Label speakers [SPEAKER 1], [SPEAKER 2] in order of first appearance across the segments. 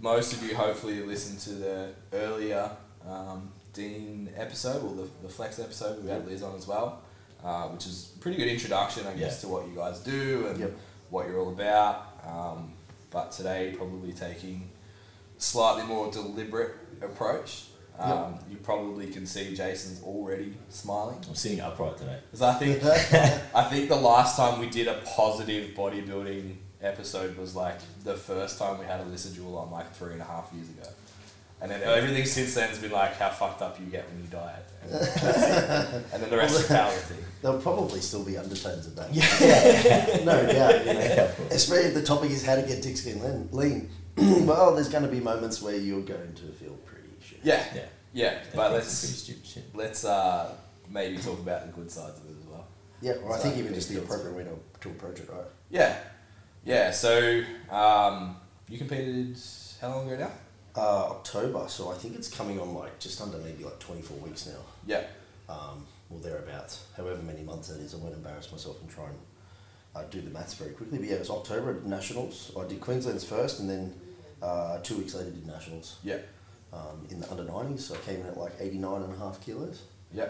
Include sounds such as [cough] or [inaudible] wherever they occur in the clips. [SPEAKER 1] most of you hopefully listened to the earlier um, Dean episode or the, the Flex episode. We had Liz on as well, uh, which is a pretty good introduction, I guess, to
[SPEAKER 2] Yeah.
[SPEAKER 1] what you guys do and
[SPEAKER 2] Yep.
[SPEAKER 1] what you're all about. Um, but today, probably taking slightly more deliberate approach. Um, You probably can see Jason's already smiling.
[SPEAKER 2] I'm sitting upright today.
[SPEAKER 1] 'Cause I think [laughs] I think the last time we did a positive bodybuilding episode was like the first time we had Alyssa Jewel on like three and a half years ago. And then everything since then has been like how fucked up you get when you diet. And, that's it. And then the rest is powerlifting.
[SPEAKER 3] There'll probably still be undertones of that.
[SPEAKER 1] Yeah.
[SPEAKER 3] no doubt. You
[SPEAKER 2] [laughs]
[SPEAKER 3] know.
[SPEAKER 2] Yeah, of course.
[SPEAKER 3] Especially if the topic is how to get thick skin lean. lean. [clears throat] well, there's going to be moments where you're going to feel pretty shit.
[SPEAKER 1] Yeah.
[SPEAKER 2] Yeah.
[SPEAKER 1] Yeah.
[SPEAKER 2] I
[SPEAKER 1] But
[SPEAKER 2] think some pretty
[SPEAKER 1] let's
[SPEAKER 2] stupid shit.
[SPEAKER 1] let's uh, maybe talk about the good sides of it as well.
[SPEAKER 3] Yeah, or I
[SPEAKER 1] So
[SPEAKER 3] think
[SPEAKER 1] I
[SPEAKER 3] even
[SPEAKER 1] think
[SPEAKER 3] just the
[SPEAKER 1] that's-
[SPEAKER 3] appropriate way to, to approach it, right?
[SPEAKER 1] Yeah. Yeah, so um, you competed how long ago now?
[SPEAKER 3] Uh, October, so I think it's coming on like just under maybe like 24 weeks now,
[SPEAKER 1] Yeah.
[SPEAKER 3] um, or thereabouts, however many months that is. I won't embarrass myself and try and uh, do the maths very quickly. But yeah, it was October at Nationals. I did Queensland's first, and then uh, two weeks later did Nationals
[SPEAKER 1] Yeah.
[SPEAKER 3] um, in the under 90s. So I came in at like 89 and a half kilos.
[SPEAKER 1] Yeah.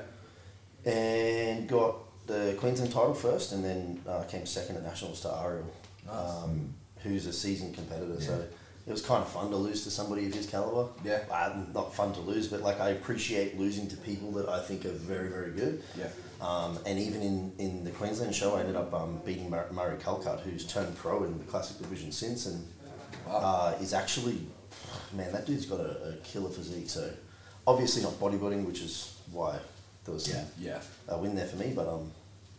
[SPEAKER 3] and got the Queensland title first, and then uh, came second at nationals to Ariel,
[SPEAKER 1] Nice.
[SPEAKER 3] um, who's a seasoned competitor. So
[SPEAKER 2] Yeah.
[SPEAKER 3] it was kind of fun to lose to somebody of his caliber.
[SPEAKER 1] Yeah.
[SPEAKER 3] Uh, not fun to lose, but like I appreciate losing to people that I think are very, very good.
[SPEAKER 1] Yeah.
[SPEAKER 3] Um, and even in, in the Queensland show, I ended up um, beating Mur- Murray Calcutt, who's turned pro in the classic division since, and
[SPEAKER 1] Wow.
[SPEAKER 3] uh, is actually, man, that dude's got a, a killer physique. So obviously not bodybuilding, which is why there was
[SPEAKER 2] Yeah.
[SPEAKER 1] Yeah.
[SPEAKER 3] a win there for me. But um,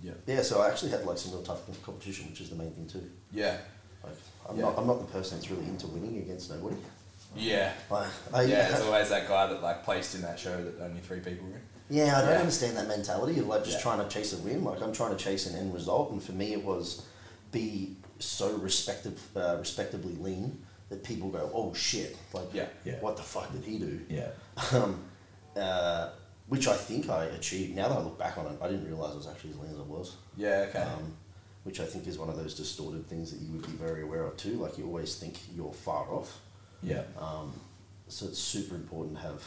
[SPEAKER 1] Yeah.
[SPEAKER 3] yeah, so I actually had like some real tough competition, which is the main thing too.
[SPEAKER 1] Yeah.
[SPEAKER 3] Like, I'm
[SPEAKER 1] Yeah.
[SPEAKER 3] not I'm not the person that's really into winning against nobody.
[SPEAKER 1] Yeah. [laughs]
[SPEAKER 3] Like, I,
[SPEAKER 1] yeah, there's
[SPEAKER 3] yeah,
[SPEAKER 1] always that guy that like placed in that show that only three people were in.
[SPEAKER 3] I don't
[SPEAKER 1] yeah.
[SPEAKER 3] understand that mentality of like just
[SPEAKER 1] Yeah.
[SPEAKER 3] trying to chase a win. Like I'm trying to chase an end result, and for me it was be so respected, uh, respectably lean that people go, oh shit, like
[SPEAKER 1] Yeah.
[SPEAKER 2] Yeah.
[SPEAKER 3] what the fuck did he do?
[SPEAKER 2] Yeah.
[SPEAKER 3] um, uh, which I think I achieved. Now that I look back on it, I didn't realize I was actually as lean as I was.
[SPEAKER 1] Yeah, okay.
[SPEAKER 3] um, which I think is one of those distorted things that you would be very aware of too. Like you always think you're far off,
[SPEAKER 2] Yeah.
[SPEAKER 3] um, so it's super important to have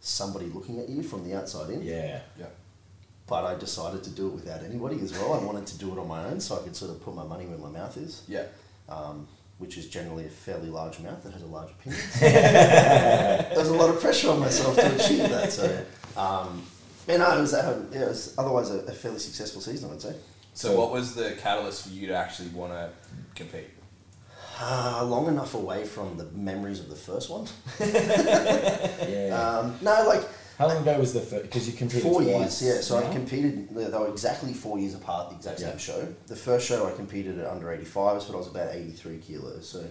[SPEAKER 3] somebody looking at you from the outside in.
[SPEAKER 2] Yeah.
[SPEAKER 1] yeah.
[SPEAKER 3] But I decided to do it without anybody as well. I wanted to do it on my own, so I could sort of put my money where my mouth is,
[SPEAKER 1] Yeah.
[SPEAKER 3] um, which is generally a fairly large mouth that has a large opinion. There's a lot of pressure on myself to achieve that. So, um, and I was, um, yeah, it was otherwise a, a fairly successful season, I'd say.
[SPEAKER 1] So, what was the catalyst for you to actually want to compete?
[SPEAKER 3] Uh, long enough away from the memories of the first one.
[SPEAKER 2] Yeah.
[SPEAKER 3] Um, no, like
[SPEAKER 2] Uh, How long ago was the first? Because you competed
[SPEAKER 3] four
[SPEAKER 2] twice
[SPEAKER 3] years. Yeah, so I've
[SPEAKER 2] now?
[SPEAKER 3] competed. They they were exactly four years apart, the exact same
[SPEAKER 2] Yeah.
[SPEAKER 3] show. The first show I competed at under 85s, but I was about 83 kilos. So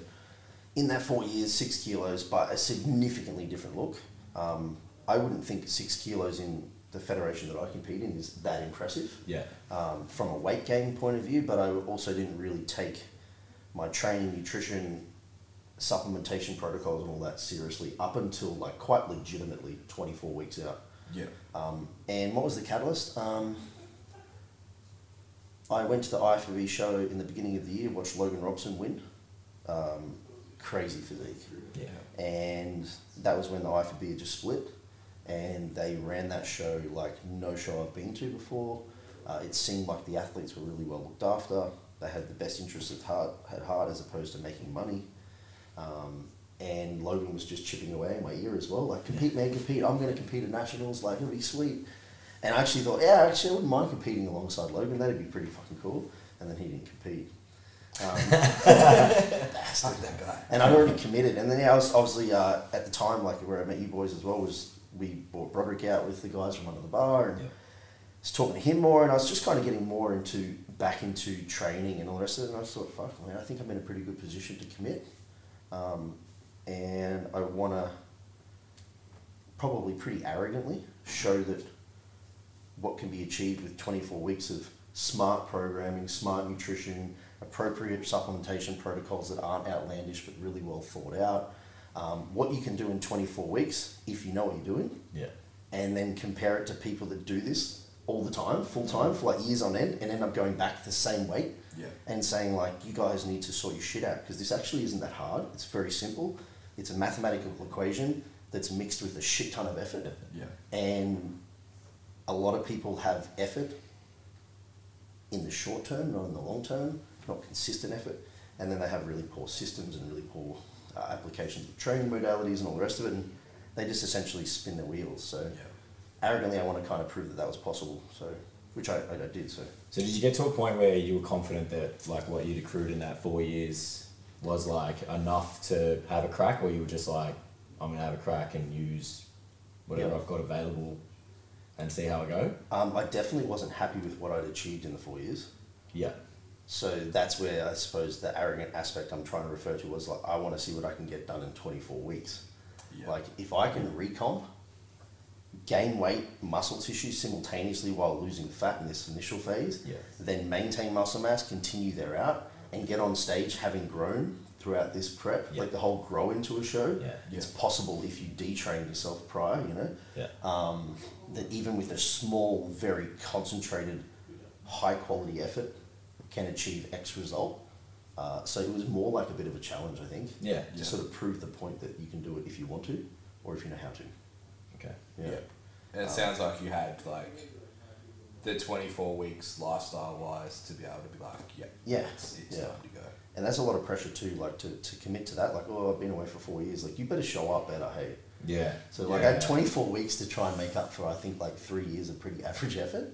[SPEAKER 3] in that four years, six kilos, but a significantly different look. Um, I wouldn't think six kilos in the federation that I compete in is that impressive
[SPEAKER 2] Yeah.
[SPEAKER 3] um, from a weight gain point of view, but I also didn't really take my training, nutrition, supplementation protocols, and all that seriously up until like quite legitimately 24 weeks out.
[SPEAKER 1] Yeah.
[SPEAKER 3] Um, and what was the catalyst? Um, I went to the IFBB show in the beginning of the year, watched Logan Robson win. Um, crazy physique
[SPEAKER 2] Yeah.
[SPEAKER 3] and that was when the IFB had just split, and they ran that show like no show I've been to before. Uh, it seemed like the athletes were really well looked after. They had the best interests at heart, at heart as opposed to making money. Um, and Logan was just chipping away in my ear as well, like compete, man, compete. I'm going to compete at nationals. Like it'll be sweet. And I actually thought, yeah, actually, I wouldn't mind competing alongside Logan. That'd be pretty fucking cool. And then he didn't compete. Um,
[SPEAKER 1] Fuck that guy.
[SPEAKER 3] and I'd already committed. And then yeah, I was obviously uh, at the time, like where I met you boys as well, was we brought Broderick out with the guys from under the bar and
[SPEAKER 2] Yeah.
[SPEAKER 3] was talking to him more. And I was just kind of getting more into back into training and all the rest of it. And I just thought, fuck, man, I think I'm in a pretty good position to commit. Um, and I want to probably pretty arrogantly show that what can be achieved with 24 weeks of smart programming, smart nutrition, appropriate supplementation protocols that aren't outlandish but really well thought out. Um, what you can do in 24 weeks if you know what you're doing,
[SPEAKER 2] Yeah.
[SPEAKER 3] and then compare it to people that do this all the time, full time, for like years on end, and end up going back the same weight
[SPEAKER 1] Yeah.
[SPEAKER 3] and saying, like, you guys need to sort your shit out because this actually isn't that hard. It's very simple. It's a mathematical equation that's mixed with a shit ton of effort.
[SPEAKER 1] Yeah.
[SPEAKER 3] And a lot of people have effort in the short term, not in the long term, not consistent effort. And then they have really poor systems and really poor uh, applications of training modalities and all the rest of it. And they just essentially spin their wheels. So arrogantly, I want to kind of prove that that was possible. So, which I, I, I did. So
[SPEAKER 2] So did you get to a point where you were confident that like what you'd accrued in that four years was like enough to have a crack, or you were just like, I'm gonna have a crack and use whatever
[SPEAKER 3] Yeah.
[SPEAKER 2] I've got available and see how I go?
[SPEAKER 3] um, I definitely wasn't happy with what I'd achieved in the four years.
[SPEAKER 2] Yeah.
[SPEAKER 3] So that's where I suppose the arrogant aspect I'm trying to refer to was like, I want to see what I can get done in 24 weeks.
[SPEAKER 1] Yeah.
[SPEAKER 3] Like, if I can recomp, gain weight, muscle tissue simultaneously while losing fat in this initial phase,
[SPEAKER 2] Yeah.
[SPEAKER 3] then maintain muscle mass, continue thereout, and get on stage having grown throughout this prep,
[SPEAKER 2] Yeah.
[SPEAKER 3] like the whole grow into a show.
[SPEAKER 2] Yeah.
[SPEAKER 1] Yeah.
[SPEAKER 3] It's possible if you detrain yourself prior, you know,
[SPEAKER 2] Yeah.
[SPEAKER 3] um, that even with a small, very concentrated, high quality effort, can achieve X result. Uh, so it was more like a bit of a challenge, I think,
[SPEAKER 2] yeah.
[SPEAKER 3] to sort of prove the point that you can do it if you want to, or if you know how to.
[SPEAKER 2] Okay.
[SPEAKER 3] Yeah.
[SPEAKER 1] And it sounds like you had like the 24 weeks lifestyle wise to be able to be like, yeah,
[SPEAKER 3] Yeah.
[SPEAKER 1] it's, it's
[SPEAKER 3] Yeah.
[SPEAKER 1] time to go.
[SPEAKER 3] And that's a lot of pressure too, like to, to commit to that. Like, oh, I've been away for four years. Like, you better show up better, hey.
[SPEAKER 2] Yeah.
[SPEAKER 3] So like I
[SPEAKER 2] Yeah.
[SPEAKER 3] had 24 weeks to try and make up for I think like three years of pretty [laughs] average effort.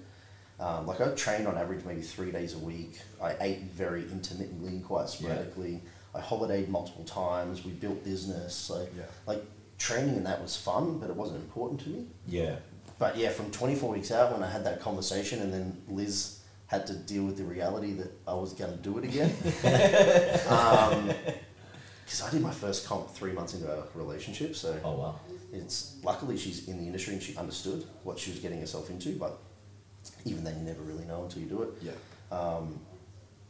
[SPEAKER 3] Um, like I trained on average maybe three days a week. I ate very intermittently and quite sporadically. I holidayed multiple times. We built business. So
[SPEAKER 1] Yeah.
[SPEAKER 3] like training and that was fun, but it wasn't important to me.
[SPEAKER 2] Yeah.
[SPEAKER 3] But yeah, from 24 weeks out when I had that conversation and then Liz had to deal with the reality that I was going to do it again. Because I did my first comp three months into our relationship. So
[SPEAKER 2] Oh wow.
[SPEAKER 3] it's luckily she's in the industry and she understood what she was getting herself into, but even then you never really know until you do it.
[SPEAKER 1] Yeah.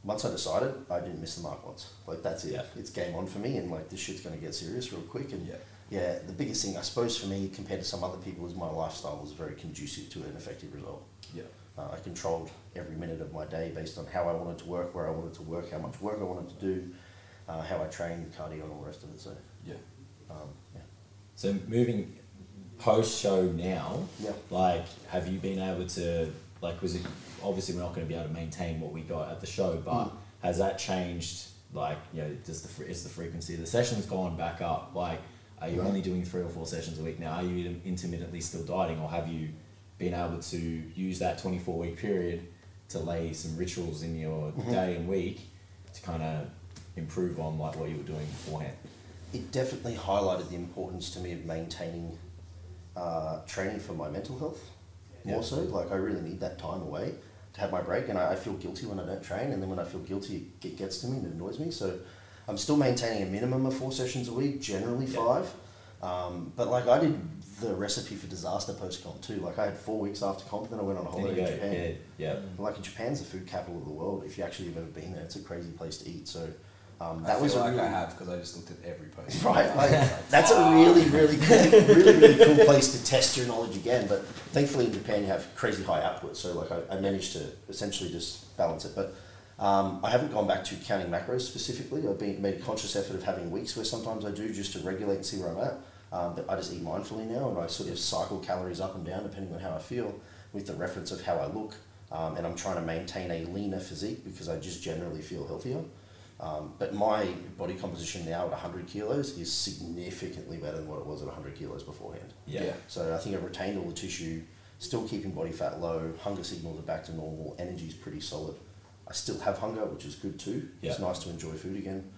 [SPEAKER 3] Once I decided, I didn't miss the mark once. Like that's it.
[SPEAKER 2] Yeah.
[SPEAKER 3] It's game on for me and like this shit's gonna get serious real quick and
[SPEAKER 1] Yeah.
[SPEAKER 3] yeah, the biggest thing I suppose for me compared to some other people is my lifestyle was very conducive to an effective result.
[SPEAKER 1] Yeah.
[SPEAKER 3] Uh, I controlled every minute of my day based on how I wanted to work, where I wanted to work, how much work I wanted to do, uh, how I trained, cardio, and all the rest of it. So,
[SPEAKER 1] Yeah.
[SPEAKER 3] um, yeah.
[SPEAKER 2] So moving post show now,
[SPEAKER 3] Yeah.
[SPEAKER 2] like have you been able to like was it obviously we're not going to be able to maintain what we got at the show, but has that changed? Like you know, does the fre- is the frequency of the sessions gone back up? Like, are you
[SPEAKER 3] Right.
[SPEAKER 2] only doing three or four sessions a week now? Are you in- intermittently still dieting, or have you been able to use that twenty four week period to lay some rituals in your
[SPEAKER 3] Mm-hmm.
[SPEAKER 2] day and week to kind of improve on like what you were doing beforehand?
[SPEAKER 3] it definitely highlighted the importance to me of maintaining uh, training for my mental health more
[SPEAKER 2] Yeah.
[SPEAKER 3] so. Like, I really need that time away to have my break, and I, I feel guilty when I don't train, and then when I feel guilty, it gets to me and it annoys me. So, I'm still maintaining a minimum of four sessions a week, generally
[SPEAKER 2] Yeah.
[SPEAKER 3] five. Um, but, like, I did the recipe for disaster post comp too. Like, I had four weeks after comp, then I went on a
[SPEAKER 2] There you
[SPEAKER 3] holiday
[SPEAKER 2] go.
[SPEAKER 3] in Japan.
[SPEAKER 2] Yeah, yeah.
[SPEAKER 3] Like, Japan's the food capital of the world. If you actually have ever been there, it's a crazy place to eat. So, um,
[SPEAKER 1] I
[SPEAKER 3] that
[SPEAKER 1] feel
[SPEAKER 3] was a
[SPEAKER 1] like I
[SPEAKER 3] really-
[SPEAKER 1] have because I just looked at every post. [laughs]
[SPEAKER 3] [laughs] Right, like, that's a really, really, cool, really, really cool place to test your knowledge again. But thankfully, in Japan, you have crazy high output, so like I, I managed to essentially just balance it. But um, I haven't gone back to counting macros specifically. I've been, made a conscious effort of having weeks where sometimes I do just to regulate and see where I'm at. Um, but I just eat mindfully now, and I sort of cycle calories up and down depending on how I feel, with the reference of how I look. Um, and I'm trying to maintain a leaner physique because I just generally feel healthier. Um, but my body composition now at 100 kilos is significantly better than what it was at 100 kilos beforehand.
[SPEAKER 2] Yeah.
[SPEAKER 1] Yeah.
[SPEAKER 3] So I think I've retained all the tissue, still keeping body fat low, hunger signals are back to normal, energy's pretty solid. I still have hunger, which is good too. It's
[SPEAKER 2] Yeah.
[SPEAKER 3] nice to enjoy food again.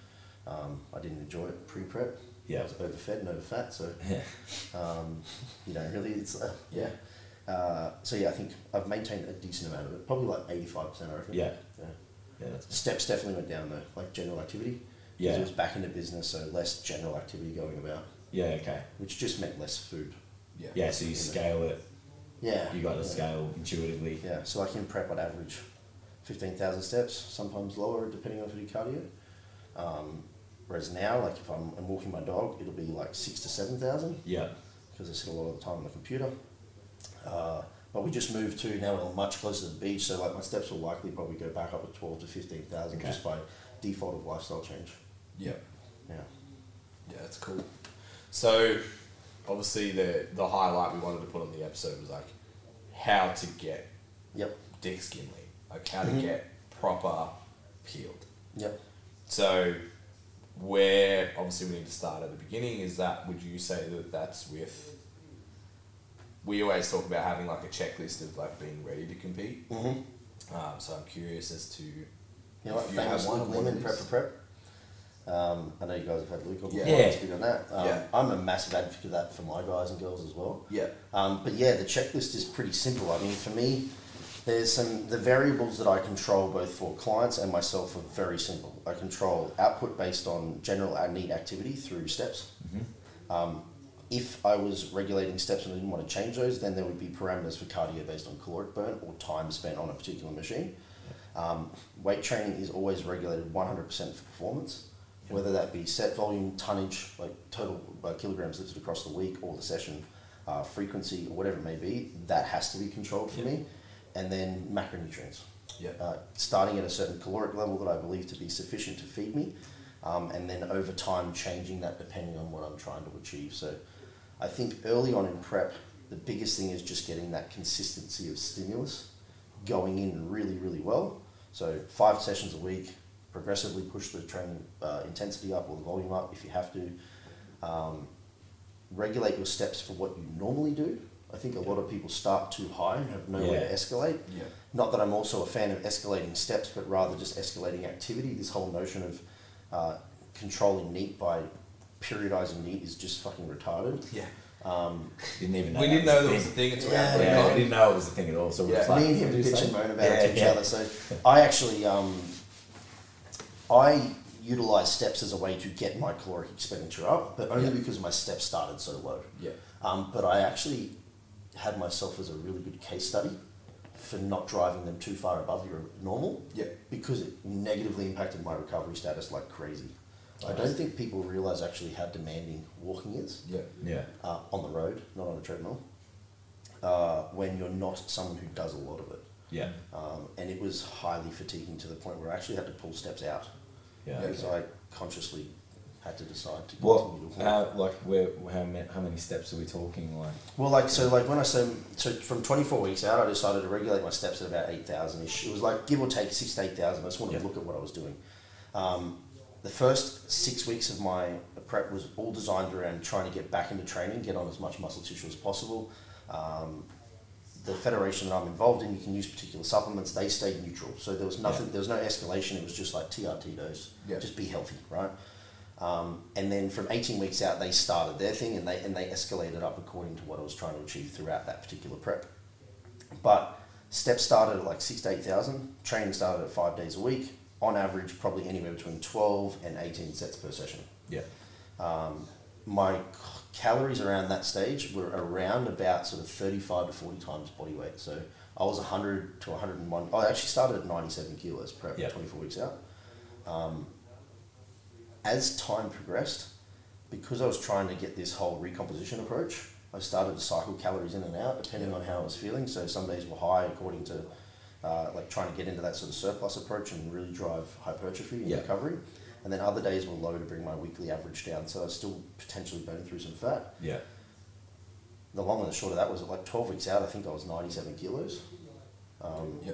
[SPEAKER 3] Um, I didn't enjoy it pre prep. I
[SPEAKER 2] Yeah.
[SPEAKER 3] was overfed and overfat, so
[SPEAKER 2] [laughs] Yeah.
[SPEAKER 3] um, you know, really, it's uh, yeah. Uh, so yeah, I think I've maintained a decent amount of it, probably like eighty-five percent, I reckon.
[SPEAKER 2] Yeah.
[SPEAKER 3] yeah.
[SPEAKER 2] Yeah, that's
[SPEAKER 3] Steps definitely went down though, like general activity. 'cause
[SPEAKER 2] Yeah.
[SPEAKER 3] It was back into business, so less general activity going about,
[SPEAKER 2] yeah, okay.
[SPEAKER 3] which just meant less food.
[SPEAKER 1] Yeah.
[SPEAKER 2] Yeah, so you scale it.
[SPEAKER 3] Yeah.
[SPEAKER 2] You got to
[SPEAKER 3] yeah.
[SPEAKER 2] scale intuitively.
[SPEAKER 3] Yeah. So like in prep, I'd average fifteen thousand steps, sometimes lower depending on if I do cardio. Um, whereas now, like if I'm, I'm walking my dog, it'll be like six to seven thousand.
[SPEAKER 2] Yeah.
[SPEAKER 3] because I sit a lot of the time on the computer. Uh, but we just moved to now we're much closer to the beach, so like my steps will likely probably go back up to twelve to fifteen thousand
[SPEAKER 2] Okay.
[SPEAKER 3] just by default of lifestyle change.
[SPEAKER 1] Yeah.
[SPEAKER 3] Yeah,
[SPEAKER 1] Yeah, that's cool. So, obviously, the the highlight we wanted to put on the episode was like how to get
[SPEAKER 3] Yep.
[SPEAKER 1] dick skin lean, like how to get proper peeled.
[SPEAKER 3] Yep.
[SPEAKER 1] So, where obviously we need to start at the beginning is that would you say that that's with? We always talk about having like a checklist of like being ready to compete.
[SPEAKER 3] Mm-hmm.
[SPEAKER 1] Um, so I'm curious as to
[SPEAKER 3] You know, like
[SPEAKER 1] If you
[SPEAKER 3] famous
[SPEAKER 1] have one,
[SPEAKER 3] Luke
[SPEAKER 1] what
[SPEAKER 3] Lehman,
[SPEAKER 1] it
[SPEAKER 3] prep
[SPEAKER 1] is.
[SPEAKER 3] for prep. Um, I know you guys have had Luke on
[SPEAKER 1] Yeah.
[SPEAKER 3] before.
[SPEAKER 2] Yeah.
[SPEAKER 3] It's big on that. Um,
[SPEAKER 1] Yeah.
[SPEAKER 3] I'm a massive advocate of that for my guys and girls as well.
[SPEAKER 1] yeah
[SPEAKER 3] Um, but yeah, the checklist is pretty simple. I mean, for me, there's some the variables that I control both for clients and myself are very simple. I control output based on general ad need activity through steps. Um, if I was regulating steps and I didn't want to change those, then there would be parameters for cardio based on caloric burn or time spent on a particular machine. Um, weight training is always regulated 100% for performance, whether that be set volume, tonnage, like total uh, kilograms lifted across the week or the session, uh, frequency, or whatever it may be, that has to be controlled for me. And then macronutrients,
[SPEAKER 1] yeah
[SPEAKER 3] uh, starting at a certain caloric level that I believe to be sufficient to feed me, um, and then over time changing that depending on what I'm trying to achieve. So I think early on in prep, the biggest thing is just getting that consistency of stimulus going in really, really well. So five sessions a week, progressively push the training uh, intensity up or the volume up if you have to. Um, regulate your steps for what you normally do. I think a lot of people start too high and have nowhere
[SPEAKER 2] Yeah.
[SPEAKER 3] to escalate
[SPEAKER 1] yeah
[SPEAKER 3] not that I'm also a fan of escalating steps, but rather just escalating activity. This whole notion of uh, controlling neat by periodizing neat is just fucking retarded.
[SPEAKER 1] yeah.
[SPEAKER 3] Um,
[SPEAKER 2] Didn't even know.
[SPEAKER 1] We
[SPEAKER 2] that
[SPEAKER 1] didn't
[SPEAKER 2] was a
[SPEAKER 1] know there
[SPEAKER 2] thing.
[SPEAKER 1] was a thing until
[SPEAKER 3] Yeah.
[SPEAKER 1] after we
[SPEAKER 2] Yeah,
[SPEAKER 1] got
[SPEAKER 2] I
[SPEAKER 1] it.
[SPEAKER 2] didn't know it was a thing at all. So we're
[SPEAKER 1] Yeah.
[SPEAKER 2] just like,
[SPEAKER 3] me and him
[SPEAKER 2] "What do you
[SPEAKER 3] bitch
[SPEAKER 2] say?"
[SPEAKER 3] and moan about it to each
[SPEAKER 2] Yeah,
[SPEAKER 3] other. So I actually, um, I utilize steps as a way to get my caloric expenditure up, but only
[SPEAKER 1] Yeah.
[SPEAKER 3] because my steps started so low.
[SPEAKER 1] yeah
[SPEAKER 3] Um, but I actually had myself as a really good case study for not driving them too far above your normal.
[SPEAKER 1] yeah
[SPEAKER 3] because it negatively impacted my recovery status like crazy. I don't think people realize actually how demanding walking is
[SPEAKER 1] yeah
[SPEAKER 2] Yeah.
[SPEAKER 3] uh, on the road, not on a treadmill, uh, when you're not someone who does a lot of it.
[SPEAKER 2] Yeah.
[SPEAKER 3] Um, and it was highly fatiguing to the point where I actually had to pull steps out
[SPEAKER 2] Yeah.
[SPEAKER 1] Yeah.
[SPEAKER 3] because I consciously had to decide to
[SPEAKER 2] What?
[SPEAKER 3] continue to walk.
[SPEAKER 2] How, like, where? How many? How many steps are we talking? Like,
[SPEAKER 3] Well, like so, like when I say so, from twenty four weeks out, I decided to regulate my steps at about eight thousand ish. It was like give or take six to eight thousand. I just wanted
[SPEAKER 2] Yeah.
[SPEAKER 3] to look at what I was doing. Um, the first six weeks of my prep was all designed around trying to get back into training, get on as much muscle tissue as possible. Um, the federation that I'm involved in, you can use particular supplements. They stayed neutral, so there was nothing.
[SPEAKER 2] Yeah.
[SPEAKER 3] There was no escalation. It was just like TRT dose.
[SPEAKER 1] Yeah.
[SPEAKER 3] Just be healthy, right? Um, and then from 18 weeks out, they started their thing and they, and they escalated up according to what I was trying to achieve throughout that particular prep. But steps started at like six to 8,000, training started at five days a week, on average, probably anywhere between 12 and 18 sets per session.
[SPEAKER 2] yeah.
[SPEAKER 3] Um, my c- calories around that stage were around about sort of 35 to 40 times body weight. So I was 100 to 101. I actually started at 97 kilos prep
[SPEAKER 2] Yeah.
[SPEAKER 3] 24 weeks out. Um, as time progressed, because I was trying to get this whole recomposition approach, I started to cycle calories in and out depending on how I was feeling. So some days were high according to uh, like trying to get into that sort of surplus approach and really drive hypertrophy and
[SPEAKER 2] Yeah.
[SPEAKER 3] recovery. And then other days were low to bring my weekly average down. So I was still potentially burning through some fat.
[SPEAKER 2] Yeah.
[SPEAKER 3] The long and the short of that was like 12 weeks out, I think I was 97 kilos um,
[SPEAKER 1] yeah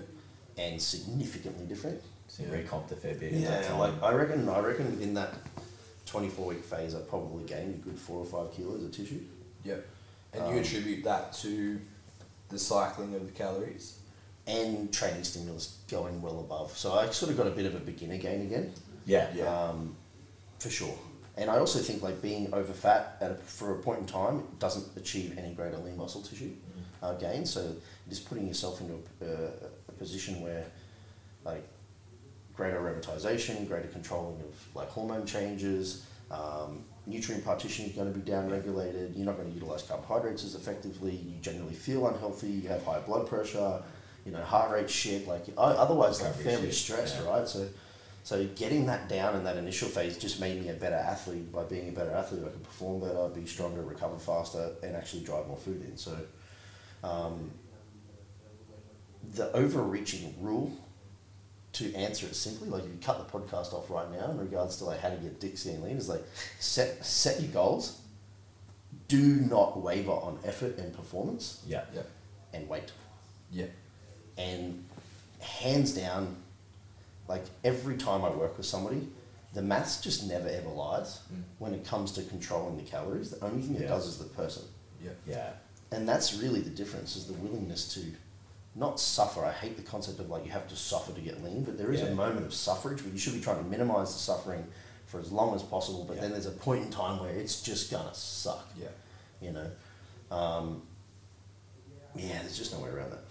[SPEAKER 3] and significantly different.
[SPEAKER 2] So you recomped a fair bit. in that
[SPEAKER 3] Yeah,
[SPEAKER 2] time.
[SPEAKER 3] like I reckon, I reckon in that 24 week phase, I probably gained a good four or five kilos of tissue.
[SPEAKER 1] yeah. And you
[SPEAKER 3] Um,
[SPEAKER 1] attribute that to the cycling of the calories.
[SPEAKER 3] And training stimulus going well above. So I sort of got a bit of a beginner gain again.
[SPEAKER 2] Yeah.
[SPEAKER 1] Yeah.
[SPEAKER 3] um, for sure. And I also think like being over fat at a, for a point in time doesn't achieve any greater lean muscle tissue uh, gain. So just putting yourself into a, a, a position where like greater aromatization, greater controlling of like hormone changes, um, nutrient partition is going to be downregulated. You're not going to utilize carbohydrates as effectively. You generally feel unhealthy. You have high blood pressure. You know, heart rate shit. Like o- otherwise, like
[SPEAKER 2] Recovery
[SPEAKER 3] fairly
[SPEAKER 2] shit,
[SPEAKER 3] stressed,
[SPEAKER 2] yeah.
[SPEAKER 3] right? So, so getting that down in that initial phase just made me a better athlete. By being a better athlete, I could perform better, be stronger, recover faster, and actually drive more food in. So, um, the overreaching rule to answer it simply, like if you cut the podcast off right now in regards to like how to get dick seen lean, is like set set your goals do not waver on effort and performance
[SPEAKER 2] Yeah.
[SPEAKER 1] Yep.
[SPEAKER 3] and weight.
[SPEAKER 1] Yep.
[SPEAKER 3] And hands down, like every time I work with somebody, the maths just never ever lies
[SPEAKER 1] Mm.
[SPEAKER 3] when it comes to controlling the calories. The only thing it
[SPEAKER 2] Yeah.
[SPEAKER 3] does is the person.
[SPEAKER 1] Yep.
[SPEAKER 2] Yeah.
[SPEAKER 3] And that's really the difference is the willingness to not suffer. I hate the concept of like you have to suffer to get lean, but there is
[SPEAKER 2] Yeah.
[SPEAKER 3] a moment of suffrage where you should be trying to minimize the suffering for as long as possible, but
[SPEAKER 2] Yeah.
[SPEAKER 3] then there's a point in time where it's just gonna suck,
[SPEAKER 1] Yep.
[SPEAKER 3] you know? Um, yeah, there's just no way around that.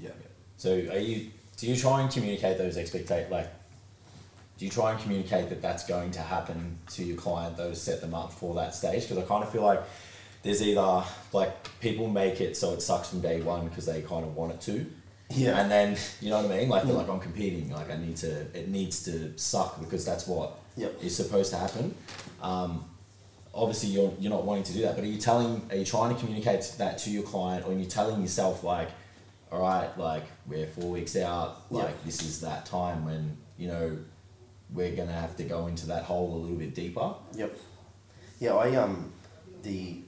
[SPEAKER 1] Yep.
[SPEAKER 2] So are you? Do you try and communicate those expectations? Like, do you try and communicate that that's going to happen to your client? Those set them up for that stage because I kind of feel like there's either like people make it so it sucks from day one because they kind of want it to.
[SPEAKER 3] Yeah.
[SPEAKER 2] And then [laughs] you know what I mean? Like they're like I'm competing. Like I need to. It needs to suck because that's what
[SPEAKER 3] Yep.
[SPEAKER 2] is supposed to happen. Um, obviously, you're you're not wanting to do that, but are you telling? Are you trying to communicate that to your client, or are you telling yourself like, all right, like we're four weeks out,
[SPEAKER 3] Yeah.
[SPEAKER 2] like this is that time when you know we're gonna have to go into that hole a little bit deeper.
[SPEAKER 3] Yep. Yeah, I um, the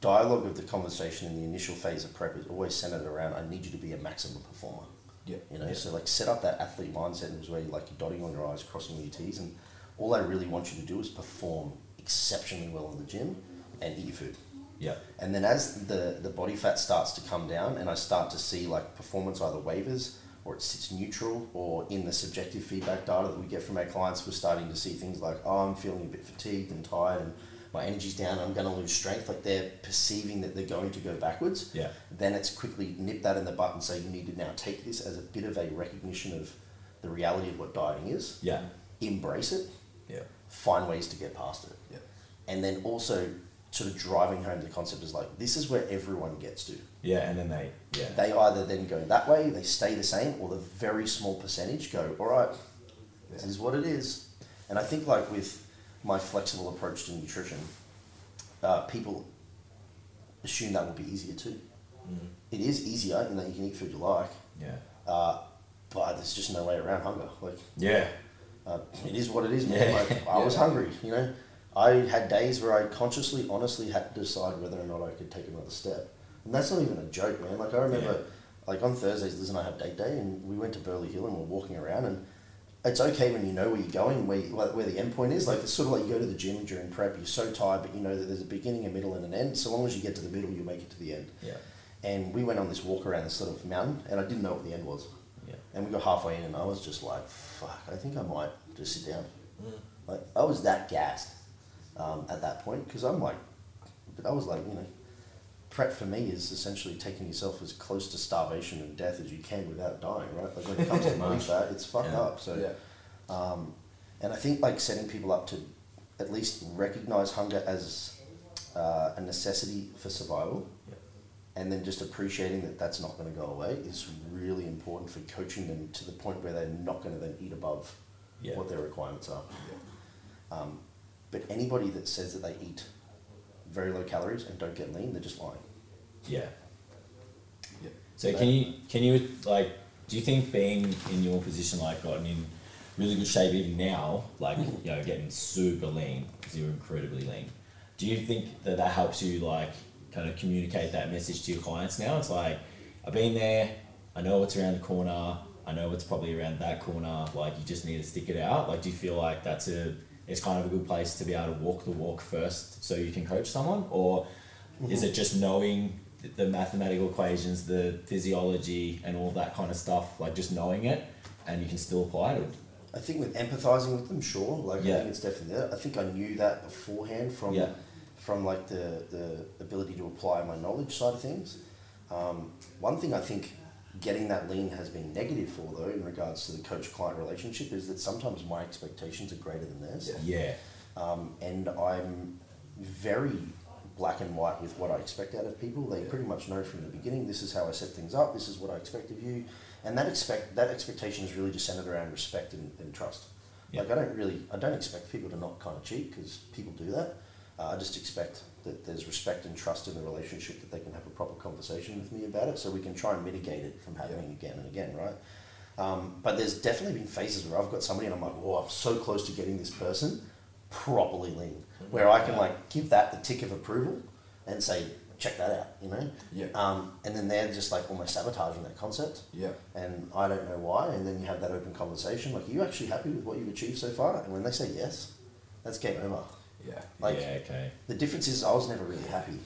[SPEAKER 3] dialogue of the conversation in the initial phase of prep is always centered around I need you to be a maximum performer.
[SPEAKER 1] Yep.
[SPEAKER 3] You know, so like set up that athlete mindset and it was where you like you're dotting on your I's, crossing your T's, and all I really want you to do is perform exceptionally well in the gym and eat your food.
[SPEAKER 2] Yeah.
[SPEAKER 3] And then as the, the body fat starts to come down and I start to see like performance either wavers or it sits neutral or in the subjective feedback data that we get from our clients, we're starting to see things like, oh, I'm feeling a bit fatigued and tired and my energy's down, I'm gonna lose strength. Like they're perceiving that they're going to go backwards.
[SPEAKER 2] Yeah.
[SPEAKER 3] Then it's quickly nip that in the butt and say you need to now take this as a bit of a recognition of the reality of what dieting is,
[SPEAKER 2] Yeah.
[SPEAKER 3] embrace it,
[SPEAKER 2] Yeah.
[SPEAKER 3] find ways to get past it
[SPEAKER 1] Yep.
[SPEAKER 3] and then also sort of driving home the concept is like this is where everyone gets to.
[SPEAKER 2] Yeah. And then they. Yeah.
[SPEAKER 3] They either then go that way, they stay the same, or the very small percentage go, all right, this is what it is. And I think like with my flexible approach to nutrition, uh, people assume that will be easier too.
[SPEAKER 1] Mm.
[SPEAKER 3] It is easier in that you can eat food you like,
[SPEAKER 2] yeah.
[SPEAKER 3] uh, but there's just no way around hunger. Like
[SPEAKER 2] Yeah.
[SPEAKER 3] uh, it is what it is, man.
[SPEAKER 2] Yeah. [laughs]
[SPEAKER 3] Like, I was
[SPEAKER 1] Yeah.
[SPEAKER 3] hungry, you know. I had days where I consciously, honestly had to decide whether or not I could take another step. And that's not even a joke, man. Like, I remember,
[SPEAKER 2] Yeah.
[SPEAKER 3] like, on Thursdays, Liz and I have date day, and we went to Burley Hill and we're walking around. And it's okay when you know where you're going, where, you, like, where the end point is. Like, it's sort of like you go to the gym during prep, you're so tired, but you know that there's a beginning, a middle, and an end. So long as you get to the middle, you make it to the end.
[SPEAKER 2] Yeah.
[SPEAKER 3] And we went on this walk around this sort of mountain, and I didn't know what the end was.
[SPEAKER 2] Yeah.
[SPEAKER 3] And we got halfway in, and I was just like, fuck, I think I might just sit down.
[SPEAKER 1] Mm.
[SPEAKER 3] Like, I was that gassed um, at that point because I'm like, I was like, you know, prep for me is essentially taking yourself as close to starvation and death as you can without dying, right? Like, when it comes to
[SPEAKER 1] [laughs]
[SPEAKER 3] body fat, it's fucked
[SPEAKER 2] Yeah.
[SPEAKER 3] up. So,
[SPEAKER 1] Yeah.
[SPEAKER 3] um, and I think like setting people up to at least recognize hunger as uh, a necessity for survival
[SPEAKER 2] Yeah.
[SPEAKER 3] and then just appreciating that that's not going to go away is really important for coaching them to the point where they're not going to then eat above
[SPEAKER 2] Yeah.
[SPEAKER 3] what their requirements are.
[SPEAKER 1] Yep.
[SPEAKER 3] Um, but anybody that says that they eat very low calories and don't get lean, they're just lying.
[SPEAKER 2] Yeah.
[SPEAKER 1] Yep.
[SPEAKER 2] So can you can you like do you think being in your position like gotten in really good shape even now like you know getting super lean because you're incredibly lean do you think that that helps you like kind of communicate that message to your clients now it's like I've been there I know what's around the corner I know what's probably around that corner like you just need to stick it out like do you feel like that's a it's kind of a good place to be able to walk the walk first so you can coach someone or Mm-hmm. is it just knowing th- the mathematical equations, the physiology, and all that kind of stuff? Like just knowing it, and you can still apply it.
[SPEAKER 3] I think with empathizing with them, sure. Like I
[SPEAKER 2] Yeah.
[SPEAKER 3] think it's definitely there. I think I knew that beforehand from
[SPEAKER 2] Yeah.
[SPEAKER 3] from like the, the ability to apply my knowledge side of things. Um, one thing I think getting that lean has been negative for though in regards to the coach client relationship is that sometimes my expectations are greater than theirs.
[SPEAKER 2] Yeah,
[SPEAKER 3] Um, and I'm very black and white with what I expect out of people. They
[SPEAKER 1] Yeah.
[SPEAKER 3] pretty much know from the beginning this is how I set things up, this is what I expect of you. And that expect that expectation is really just centered around respect and, and trust.
[SPEAKER 2] Yeah.
[SPEAKER 3] Like I don't really I don't expect people to not kind of cheat because people do that. Uh, I just expect that there's respect and trust in the relationship that they can have a proper conversation with me about it, so we can try and mitigate it from happening again and again, right? Um, but there's definitely been phases where I've got somebody and I'm like, oh, I'm so close to getting this person properly lean, where I can like give that the tick of approval and say, check that out, you know?
[SPEAKER 1] Yeah.
[SPEAKER 3] Um, and then they're just like almost sabotaging that concept.
[SPEAKER 1] Yeah.
[SPEAKER 3] And I don't know why. And then you have that open conversation like, are you actually happy with what you've achieved so far? And when they say yes, that's game over.
[SPEAKER 1] Yeah.
[SPEAKER 3] Like,
[SPEAKER 2] yeah, okay.
[SPEAKER 3] the difference is I was never really happy.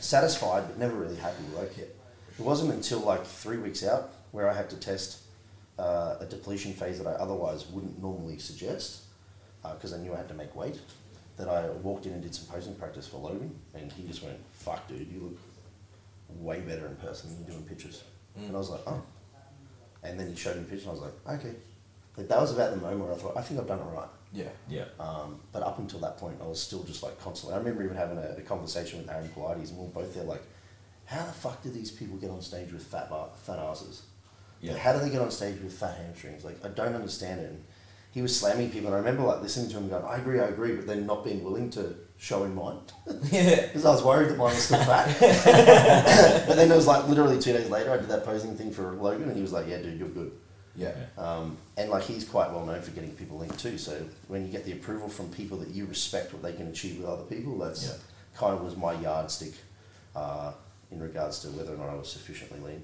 [SPEAKER 3] Satisfied, but never really happy. Like it, it wasn't until like three weeks out where I had to test uh, a depletion phase that I otherwise wouldn't normally suggest because I knew I had to make weight. That I walked in and did some posing practice for Logan, and he just went, "Fuck, dude, you look way better in person than you do in pictures." And I was like, "Oh," and then he showed me pictures, and I was like, "Okay." Like, that was about the moment where I thought, "I think I've done it right."
[SPEAKER 1] Yeah.
[SPEAKER 2] Yeah.
[SPEAKER 3] Um, but up until that point, I was still just like constantly. I remember even having a, a conversation with Aaron Pilates, and we were both there like, how the fuck do these people get on stage with fat bar, fat asses?
[SPEAKER 2] Yeah.
[SPEAKER 3] How do they get on stage with fat hamstrings? Like, I don't understand it. And he was slamming people, and I remember like listening to him going, I agree, I agree, but then not being willing to show in mine [laughs]
[SPEAKER 1] Yeah.
[SPEAKER 3] because I was worried that mine was still fat. [laughs] but then it was like literally two days later, I did that posing thing for Logan, and he was like, yeah, dude, you're good.
[SPEAKER 1] [laughs] Yeah.
[SPEAKER 3] Um, and like he's quite well known for getting people linked too. So when you get the approval from people that you respect what they can achieve with other people, that's
[SPEAKER 2] Yeah.
[SPEAKER 3] kind of was my yardstick uh, in regards to whether or not I was sufficiently lean.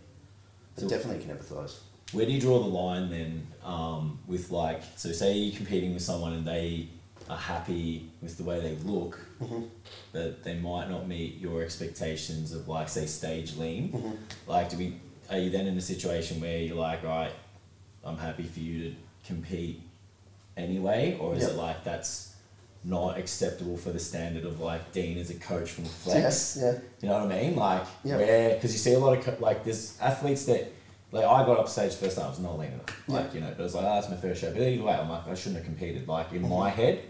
[SPEAKER 3] But
[SPEAKER 2] So-
[SPEAKER 3] definitely can empathise.
[SPEAKER 2] Where do you draw the line then um, with like, so say you're competing with someone and they are happy with the way they look, but they might not meet your expectations of like, say, stage lean? Like, do we, are you then in a situation where you're like, right, I'm happy for you to compete anyway? Or is
[SPEAKER 3] Yeah.
[SPEAKER 2] it like that's not acceptable for the standard of like Dean as a coach from Flex?
[SPEAKER 3] Yeah, yeah.
[SPEAKER 2] You know what I mean? Like,
[SPEAKER 3] Yeah.
[SPEAKER 2] where, because you see a lot of, co- like, there's athletes that, like, I got up stage first time, I was not lean enough. Like, you know, but I was like, oh, that's my first show. But either way, I'm like, I shouldn't have competed. Like, in my head,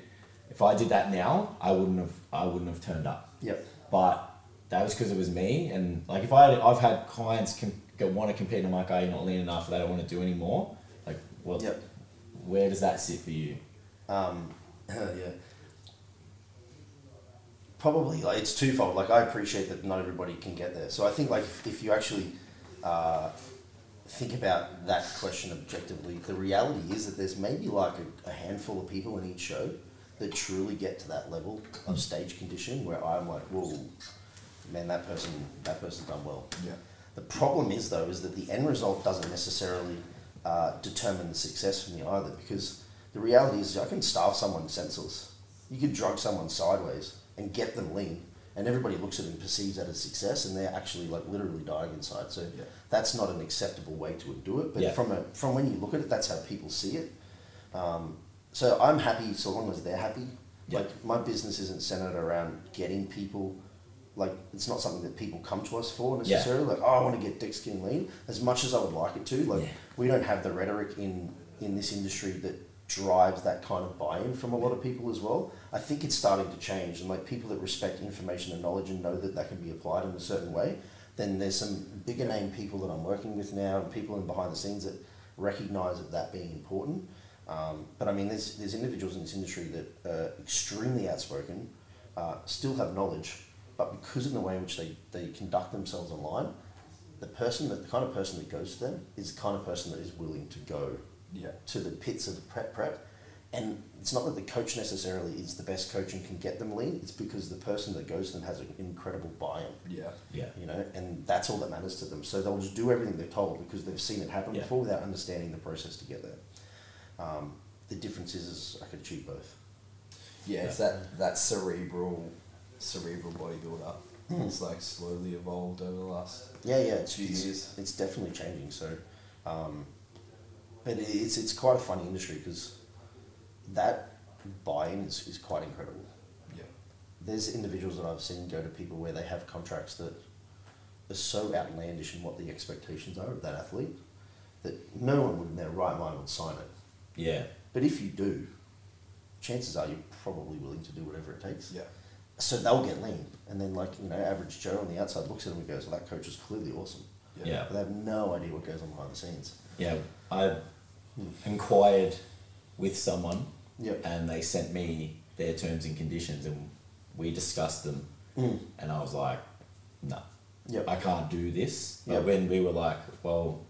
[SPEAKER 2] if I did that now, I wouldn't have, I wouldn't have turned up.
[SPEAKER 3] Yep.
[SPEAKER 2] But that was because it was me. And, like, if I had, I've had clients com- go, want to compete, and I'm like, oh, you're not lean enough, they don't want to do anymore. Like, well,
[SPEAKER 3] Yep.
[SPEAKER 2] where does that sit for you?
[SPEAKER 3] Um, [clears throat] yeah. Probably like it's twofold. Like I appreciate that not everybody can get there. So I think like if, if you actually uh, think about that question objectively, the reality is that there's maybe like a, a handful of people in each show that truly get to that level of stage condition where I'm like, whoa, man, that person, that person done well.
[SPEAKER 1] Yeah.
[SPEAKER 3] The problem is, though, is that the end result doesn't necessarily uh, determine the success for me either, because the reality is I can starve someone senseless. You could drug someone sideways and get them lean, and everybody looks at it and perceives that as success, and they're actually like literally dying inside. So
[SPEAKER 1] Yeah.
[SPEAKER 3] that's not an acceptable way to do it. But
[SPEAKER 2] Yeah.
[SPEAKER 3] from a, from when you look at it, that's how people see it. Um, so I'm happy so long as they're happy.
[SPEAKER 2] Yeah.
[SPEAKER 3] Like my business isn't centered around getting people. Like it's not something that people come to us for
[SPEAKER 2] Yeah.
[SPEAKER 3] necessarily. Like oh, I want to get dick skin lean as much as I would like it to. Like
[SPEAKER 2] Yeah.
[SPEAKER 3] we don't have the rhetoric in in this industry that drives that kind of buy-in from a lot of people as well. I think it's starting to change, and like people that respect information and knowledge and know that that can be applied in a certain way. Then there's some bigger name people that I'm working with now, and people in behind the scenes that recognise that that being important. Um, but I mean, there's, there's individuals in this industry that are extremely outspoken, uh, still have knowledge, but because of the way in which they, they conduct themselves online, the person that the kind of person that goes to them is the kind of person that is willing to go
[SPEAKER 1] Yeah.
[SPEAKER 3] to the pits of the prep prep. And it's not that the coach necessarily is the best coach and can get them lean. It's because the person that goes to them has an incredible buy-in
[SPEAKER 1] Yeah.
[SPEAKER 2] Yeah.
[SPEAKER 3] you know, and that's all that matters to them. So they'll just do everything they're told because they've seen it happen
[SPEAKER 2] Yeah.
[SPEAKER 3] before without understanding the process to get there. Um, the difference is, is I could achieve both.
[SPEAKER 1] Yeah, it's that that cerebral, cerebral bodybuilder. It's like slowly evolved over the last.
[SPEAKER 3] Yeah, yeah, it's,
[SPEAKER 1] Few years.
[SPEAKER 3] it's, it's definitely changing. So, um, but it- it's it's quite a funny industry because that buy-in is, is quite incredible.
[SPEAKER 1] Yeah.
[SPEAKER 3] There's individuals that I've seen go to people where they have contracts that are so outlandish in what the expectations are of that athlete that no one would in their right mind would sign it.
[SPEAKER 2] Yeah.
[SPEAKER 3] But if you do, chances are you're probably willing to do whatever it takes.
[SPEAKER 1] Yeah.
[SPEAKER 3] So they'll get lean. And then, like, you know, average Joe on the outside looks at them and goes, well, that coach is clearly awesome.
[SPEAKER 2] Yeah.
[SPEAKER 1] Yeah.
[SPEAKER 3] But they have no idea what goes on behind the scenes.
[SPEAKER 2] Yeah, I inquired with someone
[SPEAKER 3] Yep.
[SPEAKER 2] and they sent me their terms and conditions and we discussed them
[SPEAKER 3] Mm.
[SPEAKER 2] and I was like, no,
[SPEAKER 3] Yep.
[SPEAKER 2] I can't do this. But
[SPEAKER 3] Yep.
[SPEAKER 2] when we were like, well,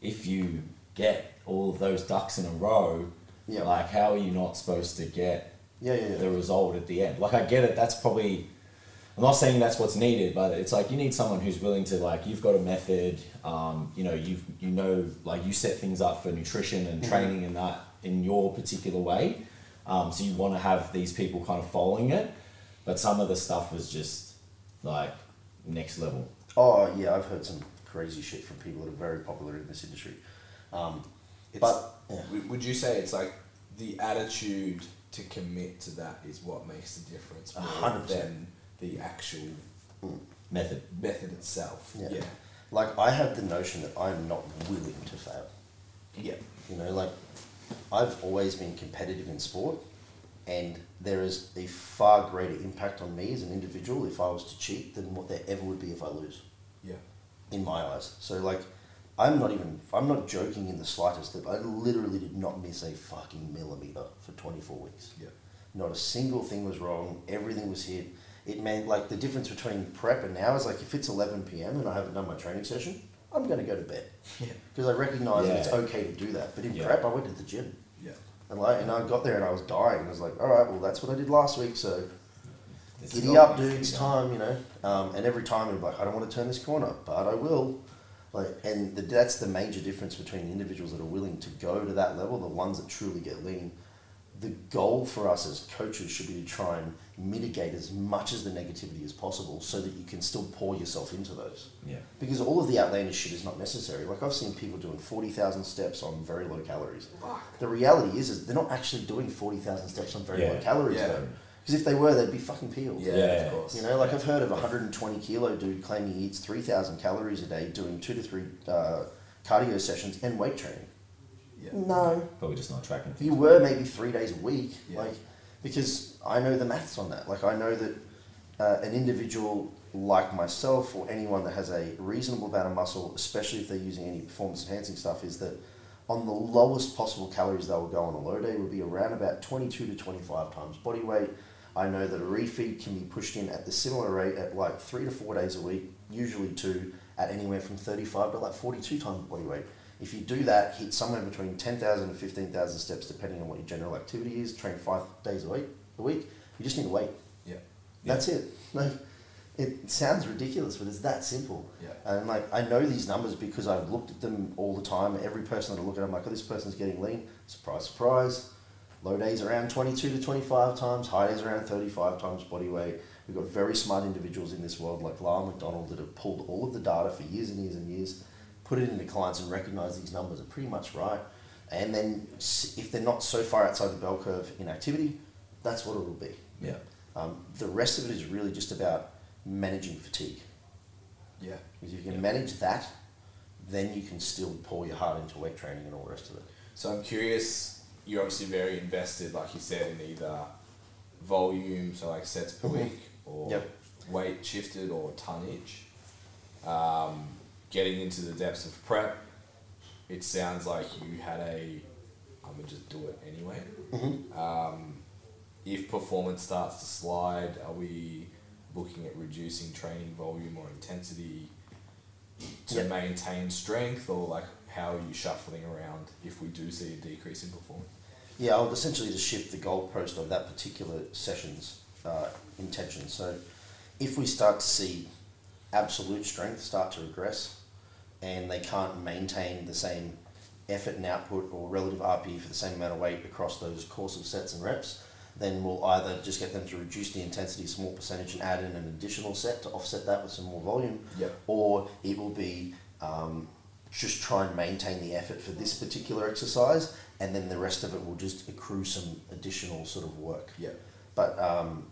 [SPEAKER 2] if you get all of those ducks in a row,
[SPEAKER 3] Yep.
[SPEAKER 2] like how are you not supposed to get
[SPEAKER 3] yeah, yeah, yeah.
[SPEAKER 2] the result at the end? Like I get it, that's probably I'm not saying that's what's needed, but it's like you need someone who's willing to like you've got a method, um, you know, you've you know like you set things up for nutrition and training and that in your particular way. Um, so you want to have these people kind of following it, but some of the stuff was just like next level.
[SPEAKER 3] Oh yeah, I've heard some crazy shit from people that are very popular in this industry. Um,
[SPEAKER 1] It's,
[SPEAKER 3] But- yeah.
[SPEAKER 1] w- would you say it's like the attitude to commit to that is what makes the difference
[SPEAKER 3] A
[SPEAKER 1] more
[SPEAKER 3] hundred percent.
[SPEAKER 1] than the actual
[SPEAKER 2] Method.
[SPEAKER 1] method itself?
[SPEAKER 3] Yeah.
[SPEAKER 1] yeah.
[SPEAKER 3] like I have the notion that I'm not willing to fail.
[SPEAKER 1] Yeah.
[SPEAKER 3] You know, like I've always been competitive in sport, and there is a far greater impact on me as an individual if I was to cheat than what there ever would be if I lose.
[SPEAKER 1] Yeah.
[SPEAKER 3] in my eyes. So like, I'm not even I'm not joking in the slightest that I literally did not miss a fucking millimeter for 24 weeks.
[SPEAKER 1] Yeah. [laughs]
[SPEAKER 3] Not a single thing was wrong. Everything was hit. It meant like the difference between prep and now is like if it's 11 p.m. and I haven't done my training session, I'm gonna go to bed
[SPEAKER 1] Yeah.
[SPEAKER 3] because I recognize that it's
[SPEAKER 2] Yeah.
[SPEAKER 3] okay to do that. But in
[SPEAKER 2] Yeah.
[SPEAKER 3] prep, I went to the gym
[SPEAKER 1] Yeah.
[SPEAKER 3] and like and I got there and I was dying. I was like, all right, well that's what I did last week, so
[SPEAKER 2] It's
[SPEAKER 3] giddy
[SPEAKER 2] got-
[SPEAKER 3] up, dude. It's time, you know. Um, and every time I'm like, I don't want to turn this corner, but I will. Like, and the, that's the major difference between individuals that are willing to go to that level, the ones that truly get lean. The goal for us as coaches should be to try and mitigate as much as the negativity as possible, so that you can still pour yourself into those.
[SPEAKER 2] Yeah.
[SPEAKER 3] Because all of the outlandish shit is not necessary. Like I've seen people doing forty thousand steps on very low calories. The reality is, is they're not actually doing forty thousand steps on very low
[SPEAKER 2] Yeah.
[SPEAKER 3] calories
[SPEAKER 1] Yeah.
[SPEAKER 3] though. Because if they were, they'd be fucking peeled.
[SPEAKER 1] Yeah,
[SPEAKER 2] Yeah.
[SPEAKER 1] Of course.
[SPEAKER 3] You know, like I've heard of a 120 kilo dude claiming he eats 3,000 calories a day doing two to three uh, cardio sessions and weight training.
[SPEAKER 1] Yeah.
[SPEAKER 3] No.
[SPEAKER 2] Probably just not tracking
[SPEAKER 3] You
[SPEAKER 2] things.
[SPEAKER 3] were maybe three days a week,
[SPEAKER 1] Yeah.
[SPEAKER 3] like, because I know the maths on that. Like, I know that uh, an individual like myself or anyone that has a reasonable amount of muscle, especially if they're using any performance enhancing stuff, is that on the lowest possible calories they will go on a low day would be around about 22 to 25 times body weight. I know that a refeed can be pushed in at the similar rate at like three to four days a week, usually two, at anywhere from 35 to like 42 times body weight. If you do that, hit somewhere between 10,000 and 15,000 steps, depending on what your general activity is, train five days a week, a week you just need to wait.
[SPEAKER 1] Yeah.
[SPEAKER 3] That's it. Like, it sounds ridiculous, but it's that simple.
[SPEAKER 1] Yeah.
[SPEAKER 3] And like, I know these numbers because I've looked at them all the time. Every person that I look at, I'm like, oh, this person's getting lean. Surprise, surprise. Low days around 22 to 25 times, high days around 35 times body weight. We've got very smart individuals in this world like Lyle McDonald that have pulled all of the data for years and years and years, put it into clients and recognize these numbers are pretty much right. And then s- if they're not so far outside the bell curve in activity, that's what it will be.
[SPEAKER 2] Yeah.
[SPEAKER 3] Um, the rest of it is really just about managing fatigue.
[SPEAKER 1] Yeah.
[SPEAKER 3] If you can manage that, then you can still pour your heart into weight training and all the rest of it.
[SPEAKER 1] So I'm curious. You're obviously very invested, like you said, in either volume, so like sets per
[SPEAKER 3] Mhm.
[SPEAKER 1] week, or
[SPEAKER 3] Yep.
[SPEAKER 1] weight shifted, or tonnage. Um, getting into the depths of prep, it sounds like you had a. I'm gonna just do it anyway. Um, if performance starts to slide, are we looking at reducing training volume or intensity to
[SPEAKER 3] Yep.
[SPEAKER 1] maintain strength, or like how are you shuffling around if we do see a decrease in performance?
[SPEAKER 3] Yeah, I'll essentially just shift the goalpost of that particular session's uh, intention. So, if we start to see absolute strength start to regress, and they can't maintain the same effort and output or relative RPE for the same amount of weight across those course of sets and reps, then we'll either just get them to reduce the intensity a small percentage and add in an additional set to offset that with some more volume,
[SPEAKER 1] Yep.
[SPEAKER 3] or it will be um, just try and maintain the effort for this particular exercise, and then the rest of it will just accrue some additional sort of work.
[SPEAKER 1] Yep.
[SPEAKER 3] But um,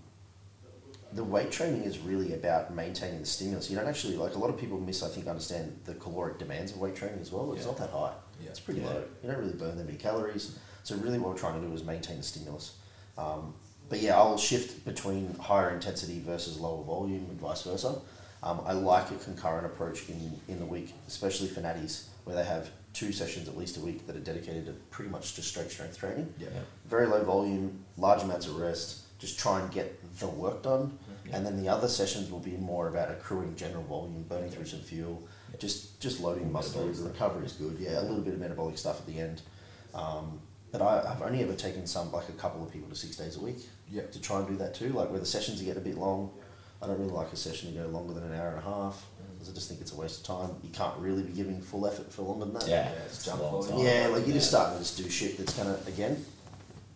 [SPEAKER 3] the weight training is really about maintaining the stimulus. You don't actually like a lot of people miss. I think understand the caloric demands of weight training as well. It's
[SPEAKER 1] Yeah.
[SPEAKER 3] not that high.
[SPEAKER 1] Yeah.
[SPEAKER 3] It's pretty
[SPEAKER 2] Yeah.
[SPEAKER 3] low. You don't really burn that many calories. So really, what we're trying to do is maintain the stimulus. Um, but yeah, I'll shift between higher intensity versus lower volume and vice versa. Um, I like a concurrent approach in, in the week, especially for natties, where they have two sessions at least a week that are dedicated to pretty much just straight strength training
[SPEAKER 1] Yep.
[SPEAKER 2] Yeah.
[SPEAKER 3] very low volume, large amounts of rest, just try and get the work done.
[SPEAKER 2] Yeah.
[SPEAKER 3] And then the other sessions will be more about accruing general volume, burning through some fuel,
[SPEAKER 2] Yeah.
[SPEAKER 3] just just loading muscle.
[SPEAKER 2] Metabolic stuff.
[SPEAKER 3] Recovery is good, yeah, a little bit of metabolic stuff at the end. Um, but I, I've only ever taken some, like a couple of people to six days a week
[SPEAKER 1] Yeah.
[SPEAKER 3] to try and do that too, like where the sessions get a bit long. I don't really like a session to go longer than an hour and a half
[SPEAKER 2] Mm.
[SPEAKER 3] because I just think it's a waste of time. You can't really be giving full effort for longer than that.
[SPEAKER 2] Yeah,
[SPEAKER 1] Yeah, it's
[SPEAKER 2] it's
[SPEAKER 1] jump
[SPEAKER 2] a long
[SPEAKER 1] forward.
[SPEAKER 2] time.
[SPEAKER 3] Yeah, like you just
[SPEAKER 1] Yeah.
[SPEAKER 3] start to just do shit that's gonna again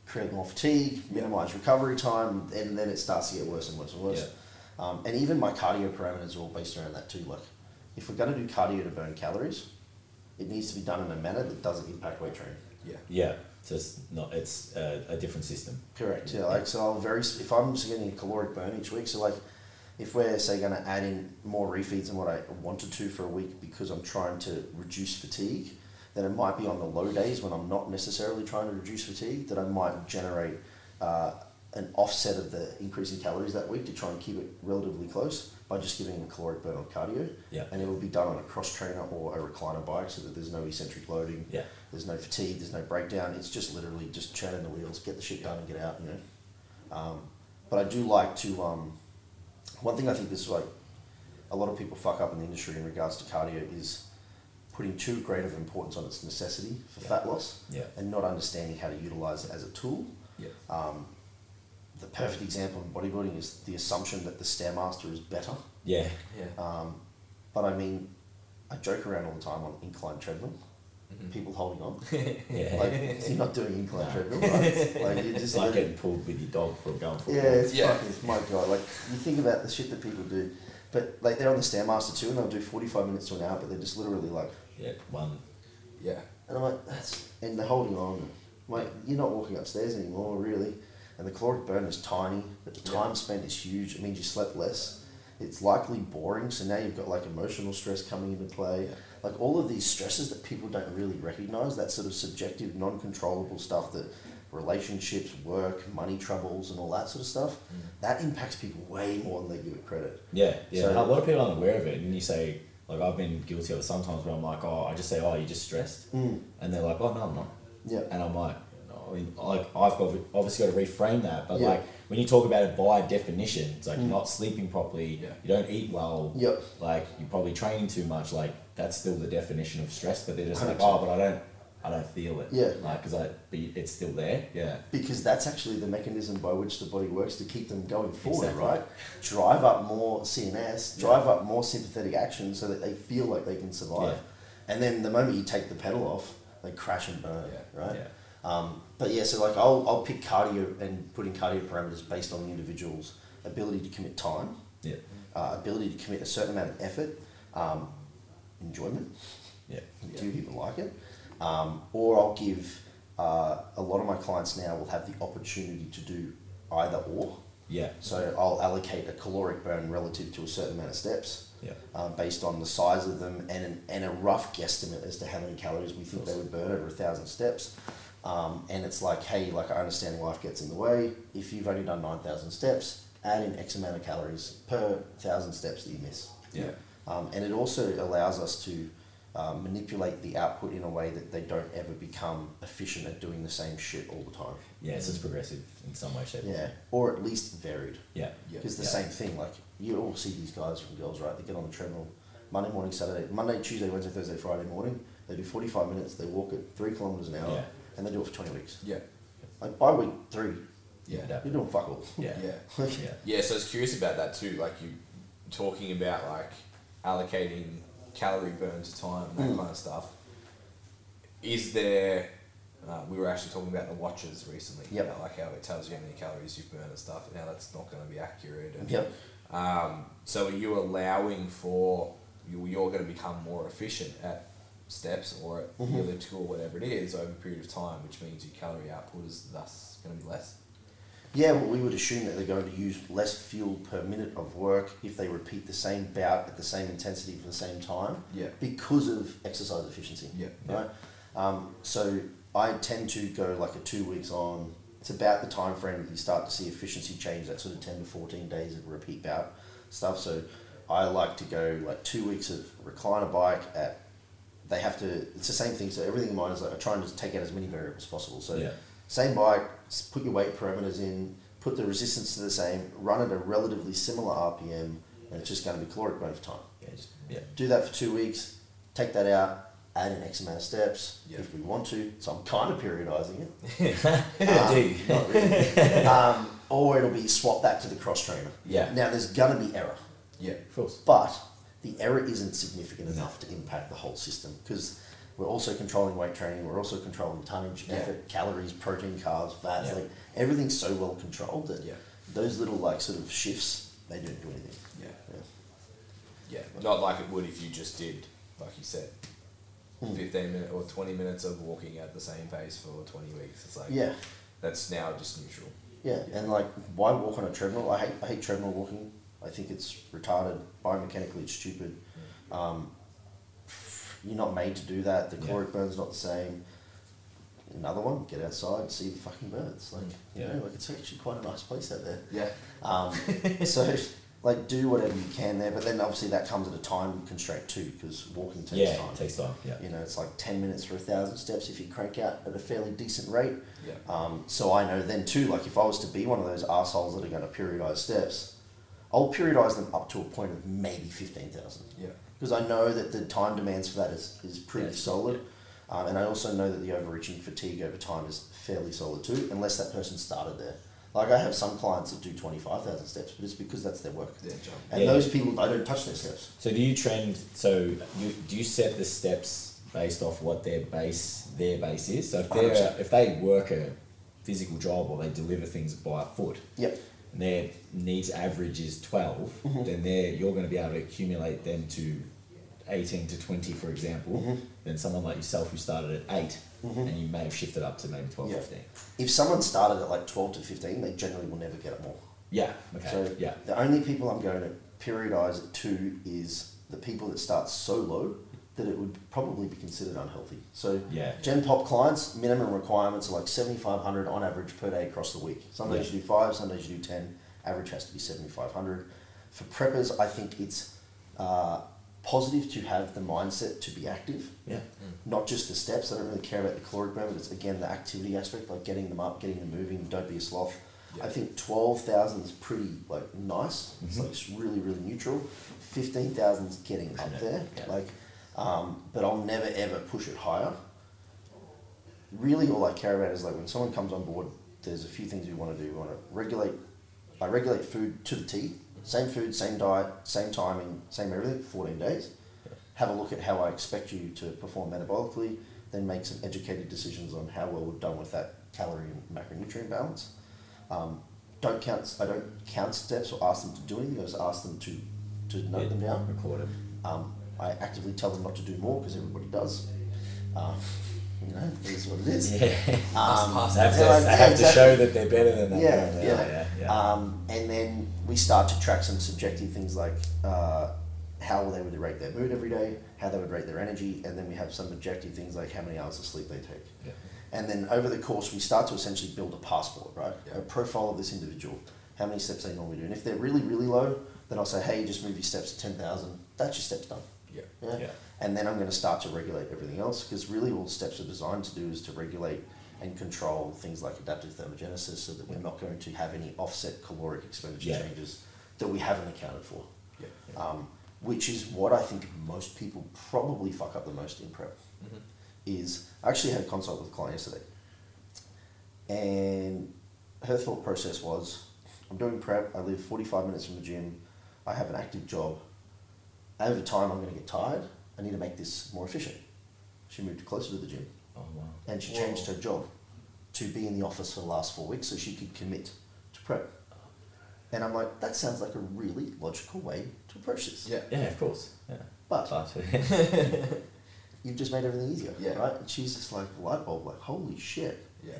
[SPEAKER 3] create more fatigue, minimize recovery time, and then it starts to get worse and worse and worse. Um, and even my cardio parameters are all based around that too. Like, if we're gonna do cardio to burn calories, it needs to be done in a manner that doesn't impact weight training.
[SPEAKER 1] Yeah.
[SPEAKER 2] Yeah, so it's not. It's a, a different system.
[SPEAKER 3] Correct. Yeah. Like so, I'll very if I'm just getting a caloric burn each week. So like, if we're say going to add in more refeeds than what I wanted to for a week because I'm trying to reduce fatigue, then it might be on the low days when I'm not necessarily trying to reduce fatigue that I might generate uh, an offset of the increase in calories that week to try and keep it relatively close by just giving a caloric burn on cardio.
[SPEAKER 2] Yeah.
[SPEAKER 3] And it will be done on a cross trainer or a recliner bike so that there's no eccentric loading.
[SPEAKER 2] Yeah.
[SPEAKER 3] There's no fatigue. There's no breakdown. It's just literally just churning the wheels, get the shit done, and get out. You know. Um, but I do like to. Um, one thing I think this is like a lot of people fuck up in the industry in regards to cardio is putting too great of importance on its necessity for
[SPEAKER 2] Yeah.
[SPEAKER 3] fat loss
[SPEAKER 2] Yeah.
[SPEAKER 3] and not understanding how to utilize it as a tool.
[SPEAKER 2] Yeah.
[SPEAKER 3] Um, the perfect example in bodybuilding is the assumption that the stairmaster is better.
[SPEAKER 2] Yeah.
[SPEAKER 1] Yeah.
[SPEAKER 3] Um, but I mean, I joke around all the time on incline treadmill,
[SPEAKER 1] Mm-hmm.
[SPEAKER 2] Mm.
[SPEAKER 3] people
[SPEAKER 2] [laughs]
[SPEAKER 3] holding on.
[SPEAKER 2] Yeah.
[SPEAKER 3] Like you're not doing incline
[SPEAKER 2] No.
[SPEAKER 3] treadmill, right? Like you're
[SPEAKER 2] it's [laughs]
[SPEAKER 3] just
[SPEAKER 2] like
[SPEAKER 3] like
[SPEAKER 2] getting pulled with your dog for going for a
[SPEAKER 3] yeah,
[SPEAKER 2] walk.
[SPEAKER 3] it's
[SPEAKER 1] Yeah.
[SPEAKER 3] fucking it's my god. Like you think about the shit that people do, but like they're on the stairmaster too, and they'll do forty five minutes to an hour, but they're just literally like,
[SPEAKER 2] Yeah, one.
[SPEAKER 1] Yeah.
[SPEAKER 3] and I'm like, that's and they're holding on. Like you're not walking upstairs anymore, really. And the caloric burn is tiny, but the time spent is huge. It means you slept less. It's likely boring, so now you've got like emotional stress coming into play. Like all of these stresses that people don't really recognize, that sort of subjective, non controllable stuff that relationships, work, money troubles, and all that sort of stuff, that impacts people way more than they give it credit.
[SPEAKER 2] Yeah, yeah.
[SPEAKER 3] So-
[SPEAKER 2] a lot of people aren't aware of it, and you say like I've been guilty of it sometimes where I'm like, oh, I just say, oh, you're just stressed,
[SPEAKER 3] Mm.
[SPEAKER 2] and they're like, oh, no, I'm not,
[SPEAKER 3] Yeah.
[SPEAKER 2] and I'm like, no, I mean, like I've got obviously got to reframe that, but
[SPEAKER 3] Yeah. Hmm.
[SPEAKER 2] like when you talk about it by definition, it's like you're not sleeping properly,
[SPEAKER 1] Yeah.
[SPEAKER 2] you don't eat well,
[SPEAKER 3] Yep.
[SPEAKER 2] like you're probably training too much, like that's still the definition of stress, but they're just like,
[SPEAKER 3] 100%.
[SPEAKER 2] oh, but I don't, I don't feel it,
[SPEAKER 3] Yeah.
[SPEAKER 2] like because I, but it's still there, yeah,
[SPEAKER 3] because that's actually the mechanism by which the body works to keep them going forward,
[SPEAKER 2] Exactly.
[SPEAKER 3] right? Drive up more CNS, drive up more sympathetic action so that they feel like they can survive. And then the moment you take the pedal off, they crash and burn,
[SPEAKER 1] Yeah.
[SPEAKER 3] right?
[SPEAKER 2] yeah,
[SPEAKER 3] Um, but yeah, so like I'll, I'll pick cardio and putting cardio parameters based on the individual's ability to commit time,
[SPEAKER 2] yeah,
[SPEAKER 3] uh, ability to commit a certain amount of effort, um, enjoyment,
[SPEAKER 2] yeah,
[SPEAKER 3] do you even like it? Um, or I'll give uh, a lot of my clients now will have the opportunity to do either or.
[SPEAKER 2] yeah,
[SPEAKER 3] So I'll allocate a caloric burn relative to a certain amount of steps
[SPEAKER 2] yeah.
[SPEAKER 3] uh, based on the size of them and, an, and a rough guesstimate as to how many calories we think they would burn over a thousand steps. Um, and it's like, hey, like I understand life gets in the way. If you've only done 9,000 steps, add in X amount of calories per thousand steps that you miss.
[SPEAKER 2] yeah.
[SPEAKER 3] Um, and it also allows us to uh, manipulate the output in a way that they don't ever become efficient at doing the same shit all the time.
[SPEAKER 2] Yeah, so it's progressive in some way, shape, or
[SPEAKER 3] Yeah,
[SPEAKER 2] form.
[SPEAKER 3] or at least varied.
[SPEAKER 2] Yeah.
[SPEAKER 1] Yeah.
[SPEAKER 3] Because the
[SPEAKER 2] Yeah.
[SPEAKER 3] same thing, like you all see these guys and girls, right? They get on the treadmill Monday morning, Saturday, Monday, Tuesday, Wednesday, Thursday, Friday morning. They do 45 minutes, they walk at three kilometers an hour,
[SPEAKER 2] Yeah.
[SPEAKER 3] and they do it for 20 weeks.
[SPEAKER 1] Yeah.
[SPEAKER 3] Like by week three,
[SPEAKER 1] Yeah.
[SPEAKER 2] Yeah.
[SPEAKER 3] you're doing fuck all.
[SPEAKER 2] Yeah.
[SPEAKER 1] Yeah.
[SPEAKER 3] Like,
[SPEAKER 2] Yeah.
[SPEAKER 1] Yeah, so I was curious about that too. Like you talking about like allocating calorie burn to time and that
[SPEAKER 3] Mm.
[SPEAKER 1] kind of stuff. Is there? Uh, we were actually talking about the watches recently.
[SPEAKER 3] Yep.
[SPEAKER 1] You know, like how it tells you how many calories you've burned and stuff. And now that's not going to be accurate. And
[SPEAKER 3] Yep.
[SPEAKER 1] um, so are you allowing for you, you're going to become more efficient at steps or at
[SPEAKER 3] Mm-hmm.
[SPEAKER 1] the elliptical or whatever it is over a period of time, which means your calorie output is thus going to be less.
[SPEAKER 3] Yeah, well, we would assume that they're going to use less fuel per minute of work if they repeat the same bout at the same intensity for the same time
[SPEAKER 1] Yeah. [laughs]
[SPEAKER 3] because of exercise efficiency.
[SPEAKER 1] Yeah.
[SPEAKER 3] Right? Um, so I tend to go like a two weeks on. It's about the time frame that you start to see efficiency change, that sort of 10 to 14 days of repeat bout stuff. So I like to go like two weeks of recliner bike at, they have to, it's the same thing. So everything in mine is like I try and just take out as many variables as possible. So
[SPEAKER 2] Yeah.
[SPEAKER 3] same bike, s- put your weight parameters in, put the resistance to the same, run at a relatively similar RPM, and it's just going to be caloric burn for time.
[SPEAKER 2] Yeah. Just, yeah.
[SPEAKER 3] Do that for two weeks, take that out, add an X amount of steps
[SPEAKER 1] Yeah.
[SPEAKER 3] if we want to. So I'm kind of periodizing it.
[SPEAKER 2] yeah.
[SPEAKER 3] Um,
[SPEAKER 2] Dude.
[SPEAKER 3] not really. [laughs] um, or it'll be swap that to the cross trainer.
[SPEAKER 2] Yeah.
[SPEAKER 3] Now there's gonna be error,
[SPEAKER 1] Yeah.
[SPEAKER 2] Of course.
[SPEAKER 3] but the error isn't significant enough to impact the whole system because we're also controlling weight training, we're also controlling tonnage,
[SPEAKER 1] Yeah.
[SPEAKER 3] effort, calories, protein, carbs, fats.
[SPEAKER 2] Yeah.
[SPEAKER 3] Like everything's so well controlled that
[SPEAKER 1] Yeah.
[SPEAKER 3] those little like sort of shifts they don't do anything.
[SPEAKER 1] Yeah.
[SPEAKER 3] Yeah.
[SPEAKER 1] Yeah. Not like it would if you just did, like you said, fifteen minute or twenty minutes of walking at the same pace for twenty weeks. It's like
[SPEAKER 3] Yeah,
[SPEAKER 1] that's now just neutral.
[SPEAKER 3] yeah, and like, why walk on a treadmill? I hate, I hate treadmill walking. I think it's retarded. Biomechanically, it's stupid. Um, you're not made to do that. The
[SPEAKER 2] Yeah.
[SPEAKER 3] caloric burn's not the same. Another one, get outside, see the fucking birds. Like, you
[SPEAKER 2] Mm, Yeah.
[SPEAKER 3] know, like it's actually quite a nice place out there.
[SPEAKER 1] Yeah.
[SPEAKER 3] Um, so, like, do whatever you can there. But then obviously that comes at a time constraint too, because walking takes
[SPEAKER 2] yeah,
[SPEAKER 3] time.
[SPEAKER 2] it takes time. Yeah.
[SPEAKER 3] you know, it's like ten minutes for a thousand steps if you crank out at a fairly decent rate.
[SPEAKER 1] Yeah.
[SPEAKER 3] Um, so I know then too, like if I was to be one of those assholes that are going to periodize steps, I'll periodize them up to a point of maybe 15,000.
[SPEAKER 1] Yeah.
[SPEAKER 3] Because I know that the time demands for that is, is pretty
[SPEAKER 2] Yeah.
[SPEAKER 3] solid. Um, and I also know that the overreaching fatigue over time is fairly solid too, unless that person started there. Like I have some clients that do 25,000 steps, but it's because that's their work.
[SPEAKER 1] Yeah. Jump.
[SPEAKER 3] And
[SPEAKER 2] Yeah.
[SPEAKER 3] those people, I don't touch their steps.
[SPEAKER 2] So do you trend? So you do you set the steps based off what their base their base is? So if they are
[SPEAKER 3] 100%.
[SPEAKER 2] if they work a physical job or they deliver things by foot,
[SPEAKER 3] Yep.
[SPEAKER 2] and their needs average is 12
[SPEAKER 3] Mm-hmm.
[SPEAKER 2] then there you're going to be able to accumulate them to eighteen to twenty, for example.
[SPEAKER 3] Mm-hmm.
[SPEAKER 2] Then someone like yourself who started at 8 and you may have shifted up to maybe 12,
[SPEAKER 3] Yeah.
[SPEAKER 2] 15.
[SPEAKER 3] If someone started at like 12 to 15, they generally will never get it more.
[SPEAKER 2] Yeah. Okay.
[SPEAKER 3] So
[SPEAKER 2] yeah.
[SPEAKER 3] the only people I'm going to periodize it to is the people that start so low that it would probably be considered unhealthy. So
[SPEAKER 2] Yeah.
[SPEAKER 3] Gen Pop clients, minimum requirements are like 7,500 on average per day across the week. Some days
[SPEAKER 2] Yeah.
[SPEAKER 3] you do five, some days you do 10. Average has to be 7,500. For preppers, I think it's uh, positive to have the mindset to be active
[SPEAKER 2] Yeah.
[SPEAKER 3] not just the steps. I don't really care about the caloric burn, but it's again the activity aspect, like getting them up, getting them moving. Don't be a sloth.
[SPEAKER 1] Yeah.
[SPEAKER 3] I think twelve thousand is pretty like nice. It's
[SPEAKER 2] Mhm.
[SPEAKER 3] like it's really really neutral. Fifteen thousand is getting up
[SPEAKER 2] Yeah,
[SPEAKER 3] there.
[SPEAKER 2] yeah.
[SPEAKER 3] Like, um, but I'll never ever push it higher. Really, all I care about is like when someone comes on board. There's a few things we want to do. We want to regulate. I regulate food to the T. Same food, same diet, same timing, same everything. Fourteen days have a look at how I expect you to perform metabolically, then make some educated decisions on how well we've done with that calorie and macronutrient balance. Um, don't count. I don't count steps or ask them to do anything. I just ask them to to note
[SPEAKER 2] Yeah,
[SPEAKER 3] them down.
[SPEAKER 2] Record it.
[SPEAKER 3] Um, I actively tell them not to do more because everybody does. Um, you know, it is what it [laughs] is.
[SPEAKER 2] Yeah.
[SPEAKER 3] Um,
[SPEAKER 1] Pass, pass
[SPEAKER 2] They have, to,
[SPEAKER 3] and I-
[SPEAKER 2] they have to
[SPEAKER 3] exactly.
[SPEAKER 2] show that they're better than that.
[SPEAKER 3] Yeah, yeah.
[SPEAKER 2] yeah, yeah.
[SPEAKER 3] Um, and then we start to track some subjective things like uh, how they would rate their mood every day, how they would rate their energy, and then we have some objective things like how many hours of sleep they take.
[SPEAKER 2] Yeah.
[SPEAKER 3] And then over the course, we start to essentially build a passport, right?
[SPEAKER 1] Yeah.
[SPEAKER 3] A profile of this individual, how many steps they normally do. And if they're really, really low, then I'll say, hey, just move your steps to 10,000. That's your steps done.
[SPEAKER 1] Yeah.
[SPEAKER 3] Yeah.
[SPEAKER 2] Yeah.
[SPEAKER 3] And then I'm going to start to regulate everything else because really all steps are designed to do is to regulate and control things like adaptive thermogenesis so that we're not going to have any offset caloric expenditure
[SPEAKER 2] Yeah.
[SPEAKER 3] changes that we haven't accounted for,
[SPEAKER 1] Yeah.
[SPEAKER 3] um, which is what I think most people probably fuck up the most in prep.
[SPEAKER 1] Mm-hmm.
[SPEAKER 3] Is I actually had a consult with a client yesterday, and her thought process was, I'm doing prep. I live 45 minutes from the gym. I have an active job over time I'm going to get tired. I need to make this more efficient. She moved closer to the gym
[SPEAKER 2] Oh, wow.
[SPEAKER 3] and she
[SPEAKER 1] Whoa.
[SPEAKER 3] changed her job to be in the office for the last four weeks so she could commit to prep. And I'm like, that sounds like a really logical way to approach this.
[SPEAKER 1] Yeah.
[SPEAKER 2] Yeah, of course. Yeah.
[SPEAKER 3] But
[SPEAKER 2] Class.
[SPEAKER 3] you've just made everything easier,
[SPEAKER 1] Yeah.
[SPEAKER 3] right? And she's just like light bulb, like holy shit.
[SPEAKER 1] Yeah.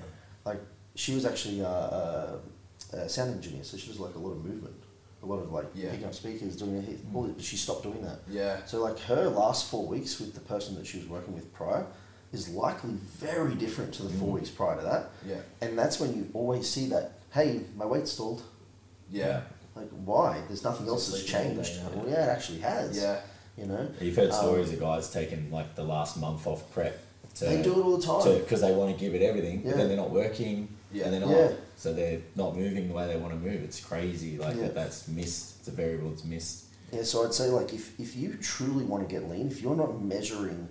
[SPEAKER 3] Like she was actually uh, uh, a sound engineer, so she does like a lot of movement, a lot of like
[SPEAKER 1] Yeah. Mm.
[SPEAKER 3] picking up speakers, doing it. All this, but she stopped doing that.
[SPEAKER 1] Yeah.
[SPEAKER 3] So like her last four weeks with the person that she was working with prior is likely very different to the four
[SPEAKER 1] Mm.
[SPEAKER 3] weeks prior to that.
[SPEAKER 1] Yeah.
[SPEAKER 3] And that's when you always see that, hey, my weight stalled.
[SPEAKER 1] Yeah.
[SPEAKER 3] Like why? There's nothing else that's
[SPEAKER 1] Sleeping all day
[SPEAKER 3] changed.
[SPEAKER 1] now.
[SPEAKER 3] Well yeah, it actually has.
[SPEAKER 1] Yeah.
[SPEAKER 3] You know?
[SPEAKER 2] [laughs] You've heard
[SPEAKER 3] Um,
[SPEAKER 2] stories of guys taking like the last month off prep to
[SPEAKER 3] They do it all the time.
[SPEAKER 2] because they want to give it everything, but
[SPEAKER 3] Oh. Yeah.
[SPEAKER 2] then they're not working,
[SPEAKER 1] Yeah.
[SPEAKER 2] and they're not,
[SPEAKER 3] Yeah.
[SPEAKER 2] so they're not moving the way they want to move. It's crazy, like
[SPEAKER 3] Yeah.
[SPEAKER 2] that that's missed. It's a variable that's missed.
[SPEAKER 3] Yeah, so I'd say like if, if you truly want to get lean, if you're not measuring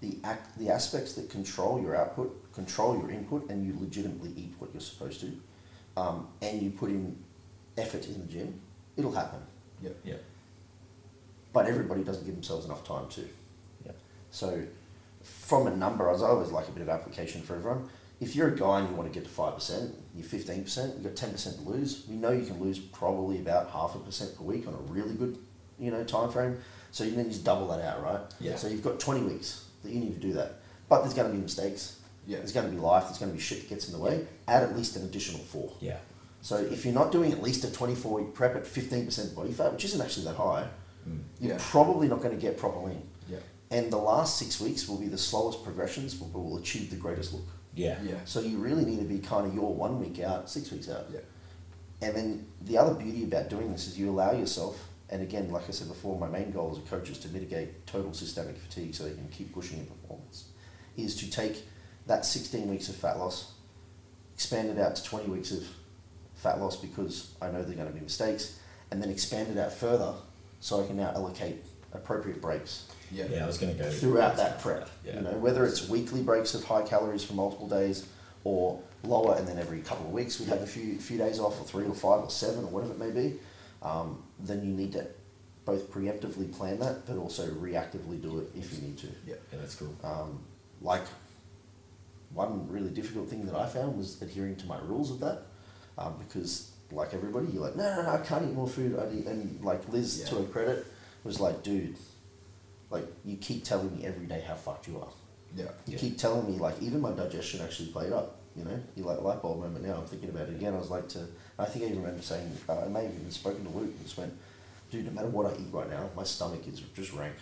[SPEAKER 3] the act, the aspects that control your output, control your input, and you legitimately eat what you're supposed to, um, and you put in effort in the gym, it'll happen.
[SPEAKER 1] Yep.
[SPEAKER 2] Yeah.
[SPEAKER 3] But everybody doesn't give themselves enough time to.
[SPEAKER 2] Yeah.
[SPEAKER 3] So, from a number, I was always like a bit of application for everyone. If you're a guy and you want to get to 5%, you're 15%, you've got 10% to lose. We know you can lose probably about half a percent per week on a really good, you know, time frame. So you then just double that out, right?
[SPEAKER 2] Yeah.
[SPEAKER 3] So you've got 20 weeks that you need to do that. But there's going to be mistakes.
[SPEAKER 1] Yeah.
[SPEAKER 3] There's going to be life. There's going to be shit that gets in the way. Add at least an additional four.
[SPEAKER 2] Yeah.
[SPEAKER 3] So if you're not doing at least a 24 week prep at 15% body fat, which isn't actually that high,
[SPEAKER 2] Mm.
[SPEAKER 3] you're
[SPEAKER 1] Yeah.
[SPEAKER 3] probably not going to get proper lean.
[SPEAKER 1] Yeah.
[SPEAKER 3] And the last six weeks will be the slowest progressions, but will achieve the greatest look.
[SPEAKER 2] Yeah.
[SPEAKER 1] Yeah.
[SPEAKER 3] So you really need to be kind of your one week out, six weeks out.
[SPEAKER 1] Yeah.
[SPEAKER 3] And then the other beauty about doing this is you allow yourself, and again, like I said before, my main goal as a coach is to mitigate total systemic fatigue so they can keep pushing in performance, is to take that 16 weeks of fat loss, expand it out to 20 weeks of fat loss because I know they're going to be mistakes, and then expand it out further so I can now allocate appropriate breaks
[SPEAKER 1] Yeah.
[SPEAKER 2] Yeah, I was going to go
[SPEAKER 3] throughout that prep.
[SPEAKER 2] Yeah.
[SPEAKER 3] You know, whether it's weekly breaks of high calories for multiple days or lower and then every couple of weeks we have a few few days off or three or five or seven or whatever it may be, um, then you need to both preemptively plan that but also reactively do it if you need to.
[SPEAKER 1] Yeah.
[SPEAKER 2] Yeah, that's cool.
[SPEAKER 3] Um, like one really difficult thing that I found was adhering to my rules of that, um, because like everybody, you're like, no, no, no, I can't eat more food. I need, and like Liz, to
[SPEAKER 1] Yeah.
[SPEAKER 3] her credit, was like, dude, like you keep telling me every day how fucked you are.
[SPEAKER 1] Yeah.
[SPEAKER 3] You
[SPEAKER 2] Yeah.
[SPEAKER 3] keep telling me like even my digestion actually played up. You know, you like light bulb moment now. I'm thinking about it again. I was like to, I think I even remember saying, uh, I may have even spoken to Luke and just went, dude, no matter what I eat right now, my stomach is just rank.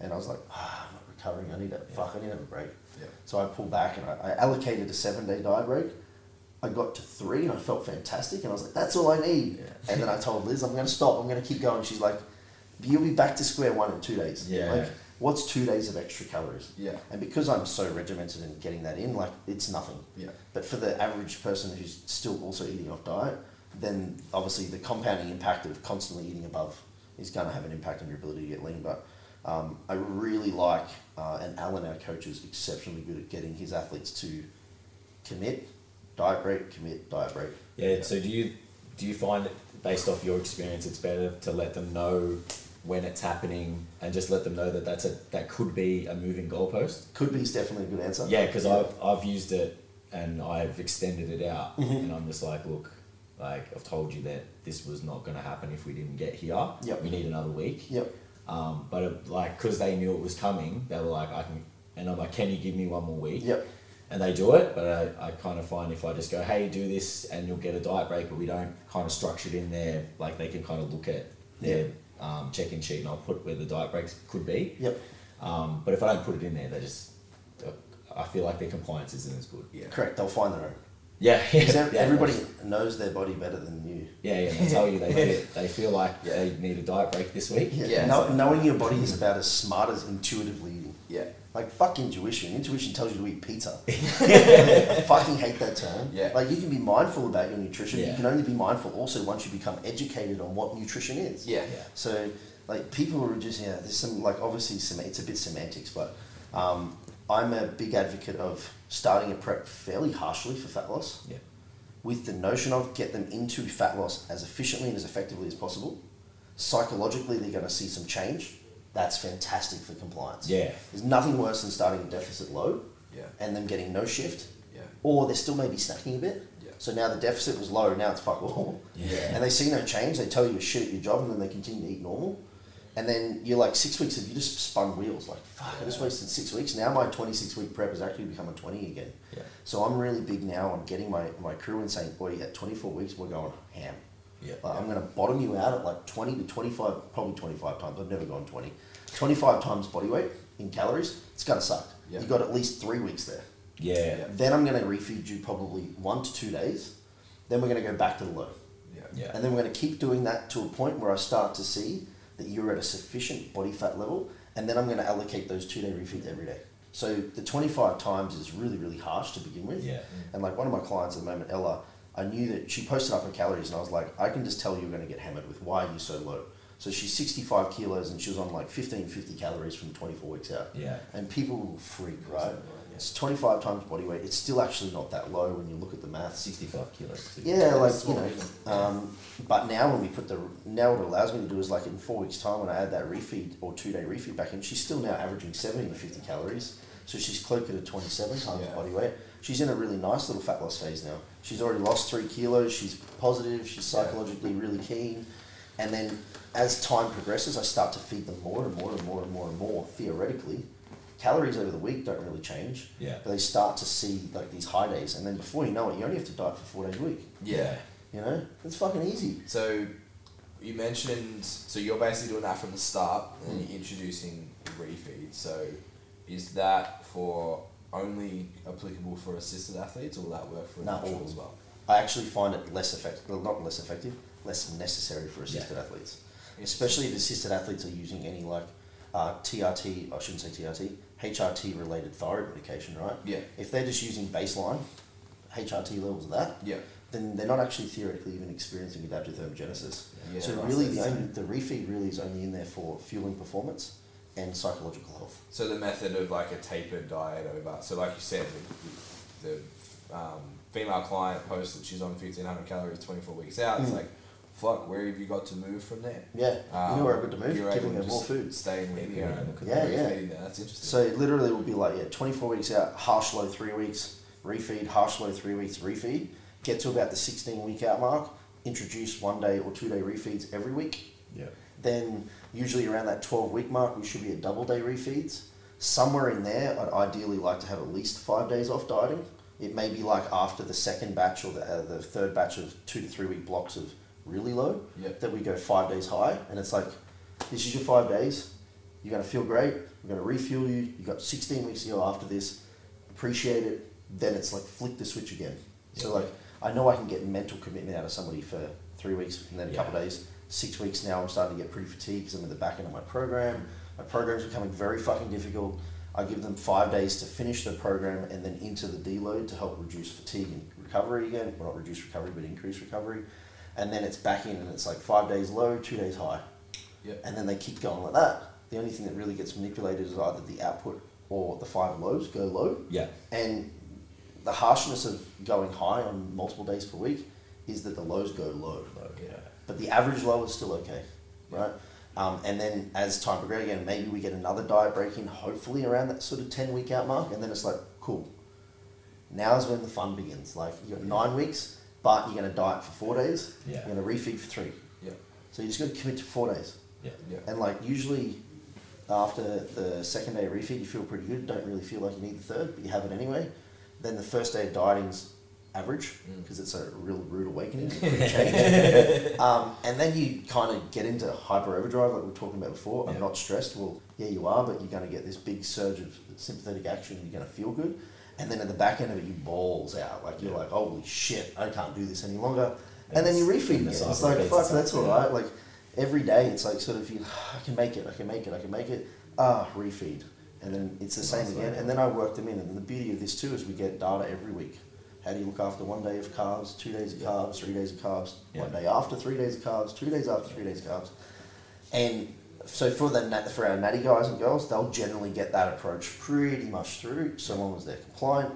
[SPEAKER 3] And I was like, ah, I'm not recovering. I need a
[SPEAKER 2] Yeah.
[SPEAKER 3] fuck. I need to have a break.
[SPEAKER 1] Yeah.
[SPEAKER 3] So I pulled back and I, I allocated a seven day diet break. I got to three and I felt fantastic and I was like, that's all I need.
[SPEAKER 2] Yeah.
[SPEAKER 3] And then I told Liz, I'm going to stop, I'm going to keep going. She's like, you'll be back to square one in two days.
[SPEAKER 2] Yeah.
[SPEAKER 3] Like, what's two days of extra calories?
[SPEAKER 1] Yeah.
[SPEAKER 3] And because I'm so regimented in getting that in, like, it's nothing.
[SPEAKER 1] Yeah.
[SPEAKER 3] But for the average person who's still also eating off diet, then obviously the compounding impact of constantly eating above is going to have an impact on your ability to get lean. But um, I really like, uh, and Alan, our coach, is exceptionally good at getting his athletes to commit, diet break, commit, diet break.
[SPEAKER 2] Yeah. So do you do you find that based off your experience, it's better to let them know when it's happening and just let them know that that's a that could be a moving goalpost?
[SPEAKER 3] Could be is definitely a good answer.
[SPEAKER 2] Yeah, because I've I've used it and I've extended it out,
[SPEAKER 3] Mm-hmm.
[SPEAKER 2] and I'm just like, look, like I've told you that this was not going to happen if we didn't get here.
[SPEAKER 3] Yep.
[SPEAKER 2] We need another week.
[SPEAKER 3] Yep.
[SPEAKER 2] Um, but it, like, cause they knew it was coming, they were like, I can, and I'm like, can you give me one more week?
[SPEAKER 3] Yep.
[SPEAKER 2] And they do it, but I, I kind of find if I just go, hey, do this, and you'll get a diet break, but we don't kind of structure it in there, like they can kind of look at their um, check-in sheet, and I'll put where the diet breaks could be.
[SPEAKER 3] Yep.
[SPEAKER 2] Um, but if I don't put it in there, they just, I feel like their compliance isn't as good.
[SPEAKER 1] Yeah.
[SPEAKER 3] Correct. They'll find their own.
[SPEAKER 2] Yeah, [laughs] yeah,
[SPEAKER 3] 'Cause
[SPEAKER 2] yeah,
[SPEAKER 3] ev- everybody knows their body better than you.
[SPEAKER 2] Yeah, yeah, they tell you
[SPEAKER 3] [laughs]
[SPEAKER 2] they feel, they feel like they need a diet break this week.
[SPEAKER 3] Yeah.
[SPEAKER 1] Yeah.
[SPEAKER 3] Know, knowing your
[SPEAKER 2] [laughs]
[SPEAKER 3] body is about as smart as intuitively eating.
[SPEAKER 1] Yeah.
[SPEAKER 3] Like fuck intuition. Intuition tells you to eat pizza. I fucking hate that term.
[SPEAKER 1] Yeah.
[SPEAKER 3] Like you can be mindful about your nutrition. but
[SPEAKER 2] Yeah.
[SPEAKER 3] You can only be mindful also once you become educated on what nutrition is.
[SPEAKER 1] Yeah.
[SPEAKER 2] Yeah.
[SPEAKER 3] So like people are just yeah. There's some like obviously sem- it's a bit semantics, but um, I'm a big advocate of starting a prep fairly harshly for fat loss
[SPEAKER 2] Yeah.
[SPEAKER 3] with the notion of get them into fat loss as efficiently and as effectively as possible. Psychologically, they're going to see some change. That's fantastic for compliance.
[SPEAKER 2] Yeah.
[SPEAKER 3] There's nothing worse than starting a deficit low
[SPEAKER 1] Yeah.
[SPEAKER 3] and them getting no shift,
[SPEAKER 1] Yeah.
[SPEAKER 3] or they're still maybe snacking a bit.
[SPEAKER 1] Yeah.
[SPEAKER 3] So now the deficit was low, now it's fuck all.
[SPEAKER 2] Yeah.
[SPEAKER 3] And they see no change, they tell you to shit at your job, and then they continue to eat normal. And then you're like, six weeks of you just spun wheels. Like, fuck, I just wasted six weeks. Now my 26 week prep has actually become a 20 again.
[SPEAKER 2] Yeah.
[SPEAKER 3] So I'm really big now on getting my, my crew and saying, boy, at 24 weeks, we're going ham.
[SPEAKER 2] Yeah.
[SPEAKER 3] Like, Uh, I'm going to bottom you out at like 20 to 25, probably 25 times. I've never gone 20. 25 times body weight in calories, it's going to suck.
[SPEAKER 1] Yeah.
[SPEAKER 3] You've got at least three weeks there.
[SPEAKER 2] Yeah.
[SPEAKER 3] Then I'm going to refeed you probably one to two days. Then we're going to go back to the low.
[SPEAKER 1] Yeah.
[SPEAKER 2] Yeah.
[SPEAKER 3] And then we're going to keep doing that to a point where I start to see that you're at a sufficient body fat level. And then I'm going to allocate those two day refeeds every day. So the 25 times is really, really harsh to begin with.
[SPEAKER 2] Yeah.
[SPEAKER 3] And like one of my clients at the moment, Ella, I knew that she posted up her calories and I was like, I can just tell you're going to get hammered with why are you so low? So she's 65 kilos and she was on like 1550 calories from 24 weeks out.
[SPEAKER 2] Yeah.
[SPEAKER 3] And people will freak, right? It's 25 times body weight. It's still actually not that low when you look at the maths.
[SPEAKER 2] 65 kilos.
[SPEAKER 3] Yeah, like you
[SPEAKER 1] what
[SPEAKER 3] know, um, but now when we put the now what it allows me to do is like in four weeks' time when I add that refeed or two day refeed back in, she's still now averaging seventy to fifty calories, so she's cloaking at twenty seven times
[SPEAKER 1] Yeah.
[SPEAKER 3] body weight. She's in a really nice little fat loss phase now. She's already lost three kilos. She's positive. She's
[SPEAKER 1] Yeah.
[SPEAKER 3] psychologically really keen, and then as time progresses, I start to feed them more and more and more and more and more. Theoretically, calories over the week don't really change.
[SPEAKER 2] Yeah.
[SPEAKER 3] But they start to see like these high days, and then before you know it, you only have to diet for four days a week.
[SPEAKER 1] Yeah.
[SPEAKER 3] You know, it's fucking easy.
[SPEAKER 1] So you mentioned so you're basically doing that from the start and
[SPEAKER 3] Mm.
[SPEAKER 1] you're introducing refeed. So is that for only applicable for assisted athletes or will that work for
[SPEAKER 3] No,
[SPEAKER 1] natural
[SPEAKER 3] all.
[SPEAKER 1] as well?
[SPEAKER 3] I actually find it less effective, well, not less effective, less necessary for assisted athletes, especially if assisted athletes are using any like uh, TRT. I shouldn't say TRT, HRT related thyroid medication, right?
[SPEAKER 1] Yeah.
[SPEAKER 3] If they're just using baseline HRT levels of that,
[SPEAKER 1] Yeah.
[SPEAKER 3] then they're not actually theoretically even experiencing adaptive thermogenesis.
[SPEAKER 1] Yeah,
[SPEAKER 3] so
[SPEAKER 1] that's
[SPEAKER 3] really,
[SPEAKER 1] the
[SPEAKER 3] the
[SPEAKER 1] same.
[SPEAKER 3] only, the refeed really is only in there for fueling performance and psychological health.
[SPEAKER 1] So the method of like a tapered diet over. So like you said, the, the um, female client posts that she's on fifteen hundred calories twenty four weeks out. It's
[SPEAKER 3] Mm.
[SPEAKER 1] like, fuck, where have you got to move from there? Um,
[SPEAKER 3] Yeah, you know where I got to
[SPEAKER 1] you're
[SPEAKER 3] move,
[SPEAKER 1] able
[SPEAKER 3] giving
[SPEAKER 1] to
[SPEAKER 3] her more
[SPEAKER 1] just
[SPEAKER 3] food. uh,
[SPEAKER 1] Stay in with
[SPEAKER 2] Maybe
[SPEAKER 1] you.
[SPEAKER 2] around the
[SPEAKER 3] Yeah, yeah.
[SPEAKER 1] That's interesting.
[SPEAKER 3] So it literally will be like, yeah, 24 weeks out, harsh low three weeks, refeed, harsh low three weeks, refeed. Get to about the 16 week out mark, introduce one day or two day refeeds every week.
[SPEAKER 2] Yeah.
[SPEAKER 3] Then, usually around that 12 week mark, we should be at double day refeeds. Somewhere in there, I'd ideally like to have at least five days off dieting. It may be like after the second batch or the, uh, the third batch of two to three week blocks of really low
[SPEAKER 1] yeah,
[SPEAKER 3] that we go five days high, and it's like, this is your five days. You're gonna feel great. We're gonna refuel you. You got 16 weeks to go after this. Appreciate it. Then it's like flick the switch again. So
[SPEAKER 2] Yeah.
[SPEAKER 3] like, I know I can get mental commitment out of somebody for three weeks, and then a
[SPEAKER 2] Yeah.
[SPEAKER 3] couple of days, six weeks. Now I'm starting to get pretty fatigued because I'm at the back end of my program. My program's becoming very fucking difficult. I give them five days to finish the program and then into the deload to help reduce fatigue and recovery again. Well, not reduce recovery, but increase recovery. And then it's back in and it's like five days low, two days high.
[SPEAKER 1] yeah.
[SPEAKER 3] And then they keep going like that. The only thing that really gets manipulated is either the output or the five lows go low.
[SPEAKER 2] Yeah.
[SPEAKER 3] And the harshness of going high on multiple days per week is that the lows go low.
[SPEAKER 1] Yeah.
[SPEAKER 3] But the average low is still okay, right? Um, and then as time progresses, again, maybe we get another diet break in, hopefully around that sort of 10 week out mark. And then it's like, cool. Now's when the fun begins. Like, you've got nine weeks, but you're going to diet for four days.
[SPEAKER 2] Yeah.
[SPEAKER 3] You're going to refeed for three.
[SPEAKER 1] Yeah.
[SPEAKER 3] So you just got to commit to four days.
[SPEAKER 2] Yeah.
[SPEAKER 1] Yeah.
[SPEAKER 3] And like usually after the second day of refeed, you feel pretty good. Don't really feel like you need the third, but you have it anyway. Then the first day of dieting's average
[SPEAKER 1] Mm.
[SPEAKER 3] because it's a real
[SPEAKER 2] [laughs]
[SPEAKER 3] rude awakening. it's a big change. um, and then you kind of get into hyper overdrive, like we were talking about before. I'm
[SPEAKER 2] Yeah.
[SPEAKER 3] not stressed. Well, yeah, you are, but you're going to get this big surge of sympathetic action. and You're going to feel good. And then at the back end of it, you balls out. Like you're
[SPEAKER 2] Yeah.
[SPEAKER 3] like, holy shit, I can't do this any longer. And,
[SPEAKER 2] And
[SPEAKER 3] then you
[SPEAKER 2] it's-
[SPEAKER 3] refeed
[SPEAKER 2] and
[SPEAKER 3] again.
[SPEAKER 2] the
[SPEAKER 3] It's
[SPEAKER 2] cycle
[SPEAKER 3] like,
[SPEAKER 2] repeats
[SPEAKER 3] fuck,
[SPEAKER 2] itself,
[SPEAKER 3] that's all
[SPEAKER 2] yeah.
[SPEAKER 3] right. Like every day, it's like sort of you, I can make it, I can make it, I can make it. Ah, refeed, and then it's the same
[SPEAKER 2] Nice
[SPEAKER 3] again.
[SPEAKER 2] way.
[SPEAKER 3] And then I work them in. And the beauty of this too is we get data every week. How do you look after one day of carbs, two days of carbs, three days of carbs, one
[SPEAKER 2] Yeah.
[SPEAKER 3] day after three days of carbs, two days after three days of carbs, and so for the nat- for our natty guys and girls, they'll generally get that approach pretty much through. Someone was there compliant.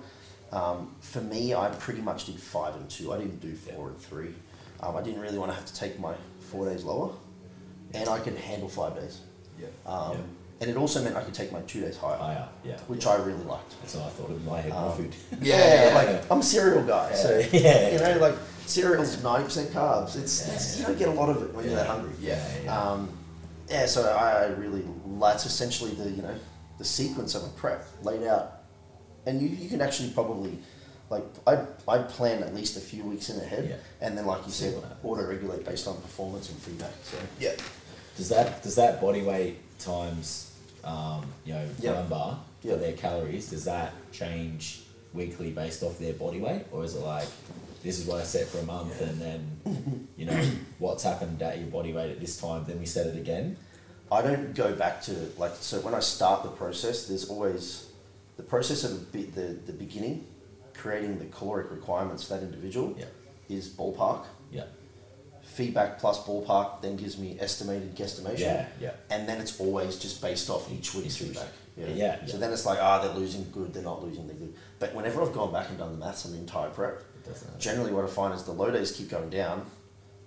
[SPEAKER 3] Um, for me, I pretty much did five and two. I didn't do four and three. Um, I didn't really want to have to take my four days lower, and I could handle five days.
[SPEAKER 1] Yeah.
[SPEAKER 3] Um,
[SPEAKER 2] Yeah.
[SPEAKER 3] And it also meant I could take my two days higher,
[SPEAKER 2] Higher. Yeah.
[SPEAKER 3] which I really liked.
[SPEAKER 2] That's what I thought in my head.
[SPEAKER 3] Um,
[SPEAKER 2] More food. [laughs]
[SPEAKER 1] Yeah,
[SPEAKER 3] like
[SPEAKER 2] yeah.
[SPEAKER 3] I'm a cereal guy, so
[SPEAKER 2] yeah.
[SPEAKER 3] [laughs] you know, like cereal's ninety percent carbs. It's, it's you don't get a lot of it when you're that
[SPEAKER 2] Yeah.
[SPEAKER 3] hungry.
[SPEAKER 1] Yeah. yeah.
[SPEAKER 3] Um, yeah, so I I really that's essentially the you know the sequence of a prep laid out, and you, you can actually probably like I I plan at least a few weeks in ahead,
[SPEAKER 2] Yeah.
[SPEAKER 3] and then like you
[SPEAKER 2] See
[SPEAKER 3] said,
[SPEAKER 2] what happens.
[SPEAKER 3] auto regulate based on performance and feedback. So
[SPEAKER 1] yeah.
[SPEAKER 2] Does that does that body weight times um, you know
[SPEAKER 3] Yeah.
[SPEAKER 2] number
[SPEAKER 3] Yeah.
[SPEAKER 2] for their calories does that change weekly based off their body weight or is it like this is what I set for a month
[SPEAKER 1] Yeah.
[SPEAKER 2] and then you
[SPEAKER 3] [coughs]
[SPEAKER 2] know what's happened at your body weight at this time then we set it again
[SPEAKER 3] I don't go back to like so when I start the process, there's always the process of a bit the the beginning, creating the caloric requirements for that individual
[SPEAKER 2] yeah
[SPEAKER 3] is ballpark.
[SPEAKER 2] yeah
[SPEAKER 3] feedback plus ballpark then gives me estimated guesstimation.
[SPEAKER 2] Yeah, yeah.
[SPEAKER 3] And then it's always just based off each week's
[SPEAKER 2] Each week.
[SPEAKER 3] feedback.
[SPEAKER 2] Yeah,
[SPEAKER 3] So
[SPEAKER 2] yeah.
[SPEAKER 3] then it's like, ah, they're losing good, they're not losing, they're good. But whenever I've gone back and done the maths on the entire prep,
[SPEAKER 2] It doesn't matter.
[SPEAKER 3] generally what I find is the low days keep going down,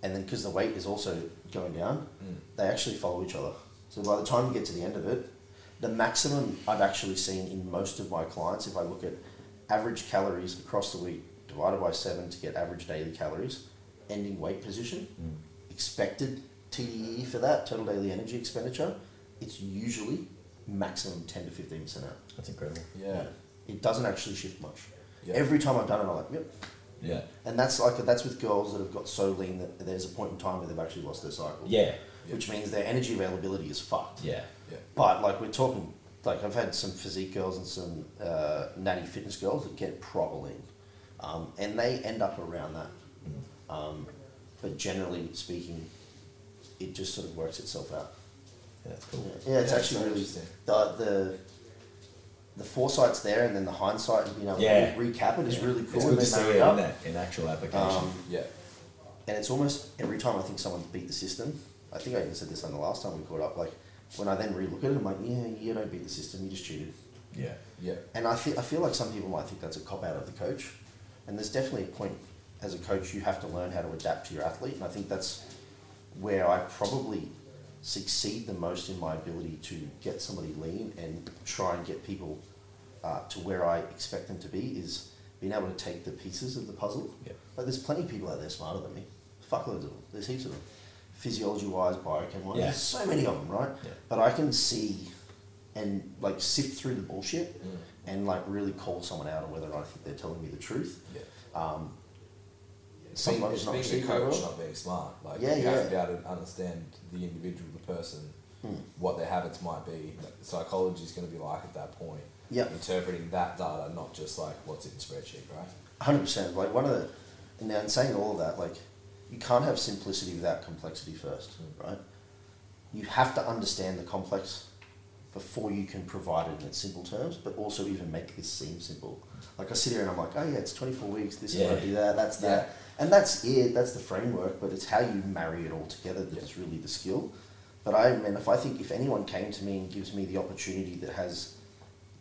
[SPEAKER 3] and then because the weight is also going down,
[SPEAKER 1] Mm.
[SPEAKER 3] they actually follow each other. So by the time you get to the end of it, the maximum I've actually seen in most of my clients, if I look at average calories across the week divided by seven to get average daily calories, ending weight position,
[SPEAKER 1] Mm.
[SPEAKER 3] expected TDE for that, total daily energy expenditure, it's usually maximum 10 to 15% out.
[SPEAKER 2] That's incredible.
[SPEAKER 1] Yeah.
[SPEAKER 3] It doesn't actually shift much.
[SPEAKER 1] Yeah.
[SPEAKER 3] Every time I've done it, I'm like, yep,
[SPEAKER 2] Yeah.
[SPEAKER 3] and that's like that's with girls that have got so lean that there's a point in time where they've actually lost their cycle.
[SPEAKER 2] Yeah.
[SPEAKER 3] Which means their energy availability is fucked.
[SPEAKER 2] Yeah.
[SPEAKER 1] Yeah.
[SPEAKER 3] But like we're talking, like I've had some physique girls and some uh, natty fitness girls that get proper lean, um, and they end up around that. Um, but generally speaking, it just sort of works itself out.
[SPEAKER 2] Yeah, That's
[SPEAKER 3] Yeah,
[SPEAKER 2] cool.
[SPEAKER 3] yeah it's
[SPEAKER 1] Yeah, it's
[SPEAKER 3] actually really
[SPEAKER 1] interesting.
[SPEAKER 3] the the. The foresight's there, and then the hindsight and being able
[SPEAKER 2] Yeah.
[SPEAKER 3] to re- recap it is
[SPEAKER 2] Yeah.
[SPEAKER 3] really cool.
[SPEAKER 2] It's
[SPEAKER 3] and
[SPEAKER 2] good to
[SPEAKER 3] then
[SPEAKER 2] see
[SPEAKER 3] marry
[SPEAKER 2] it in,
[SPEAKER 3] up.
[SPEAKER 2] that, in actual application.
[SPEAKER 3] Um,
[SPEAKER 1] Yeah.
[SPEAKER 3] and it's almost every time I think someone's beat the system. I think I even said this on the last time we caught up. Like when I then relook at it, I'm like, yeah, you don't beat the system. You just cheated.
[SPEAKER 2] yeah.
[SPEAKER 1] Yeah.
[SPEAKER 3] And I feel I feel like some people might think that's a cop out of the coach. And there's definitely a point as a coach you have to learn how to adapt to your athlete. And I think that's where I probably succeed the most in my ability to get somebody lean and try and get people uh, to where I expect them to be is being able to take the pieces of the puzzle.
[SPEAKER 2] Yeah.
[SPEAKER 3] Like there's plenty of people out there smarter than me. Fuckloads of them. There's heaps of them. Physiology wise, biochem wise,
[SPEAKER 2] Yeah.
[SPEAKER 3] there's so many of them, right?
[SPEAKER 2] Yeah.
[SPEAKER 3] But I can see and like sift through the
[SPEAKER 1] Mm.
[SPEAKER 3] bullshit and like really call someone out on whether or not I think they're telling me the truth.
[SPEAKER 1] Yeah.
[SPEAKER 3] Um,
[SPEAKER 1] It's being,
[SPEAKER 3] sometimes
[SPEAKER 1] it's
[SPEAKER 3] not
[SPEAKER 1] being a
[SPEAKER 3] received very
[SPEAKER 1] coach,
[SPEAKER 3] well.
[SPEAKER 1] not being smart. Like
[SPEAKER 3] Yeah,
[SPEAKER 1] you have to be
[SPEAKER 3] yeah.
[SPEAKER 1] able to understand the individual, the person,
[SPEAKER 3] Hmm.
[SPEAKER 1] what their habits might be. Psychology is going to be like at that point.
[SPEAKER 3] Yeah.
[SPEAKER 1] Interpreting that data, not just like what's in the spreadsheet, right?
[SPEAKER 3] Hundred percent. Like one of the, and now in saying all of that, like you can't have simplicity without complexity first,
[SPEAKER 2] Hmm.
[SPEAKER 3] right? You have to understand the complex before you can provide it in its simple terms, but also even make this seem simple. Like I sit here and I'm like, oh yeah, it's twenty four weeks. This is
[SPEAKER 2] Yeah.
[SPEAKER 3] what I do that. That's
[SPEAKER 1] Yeah.
[SPEAKER 3] that, and that's it. That's the framework, but it's how you marry it all together that is really the skill. But I mean, if I think if anyone came to me and gives me the opportunity that has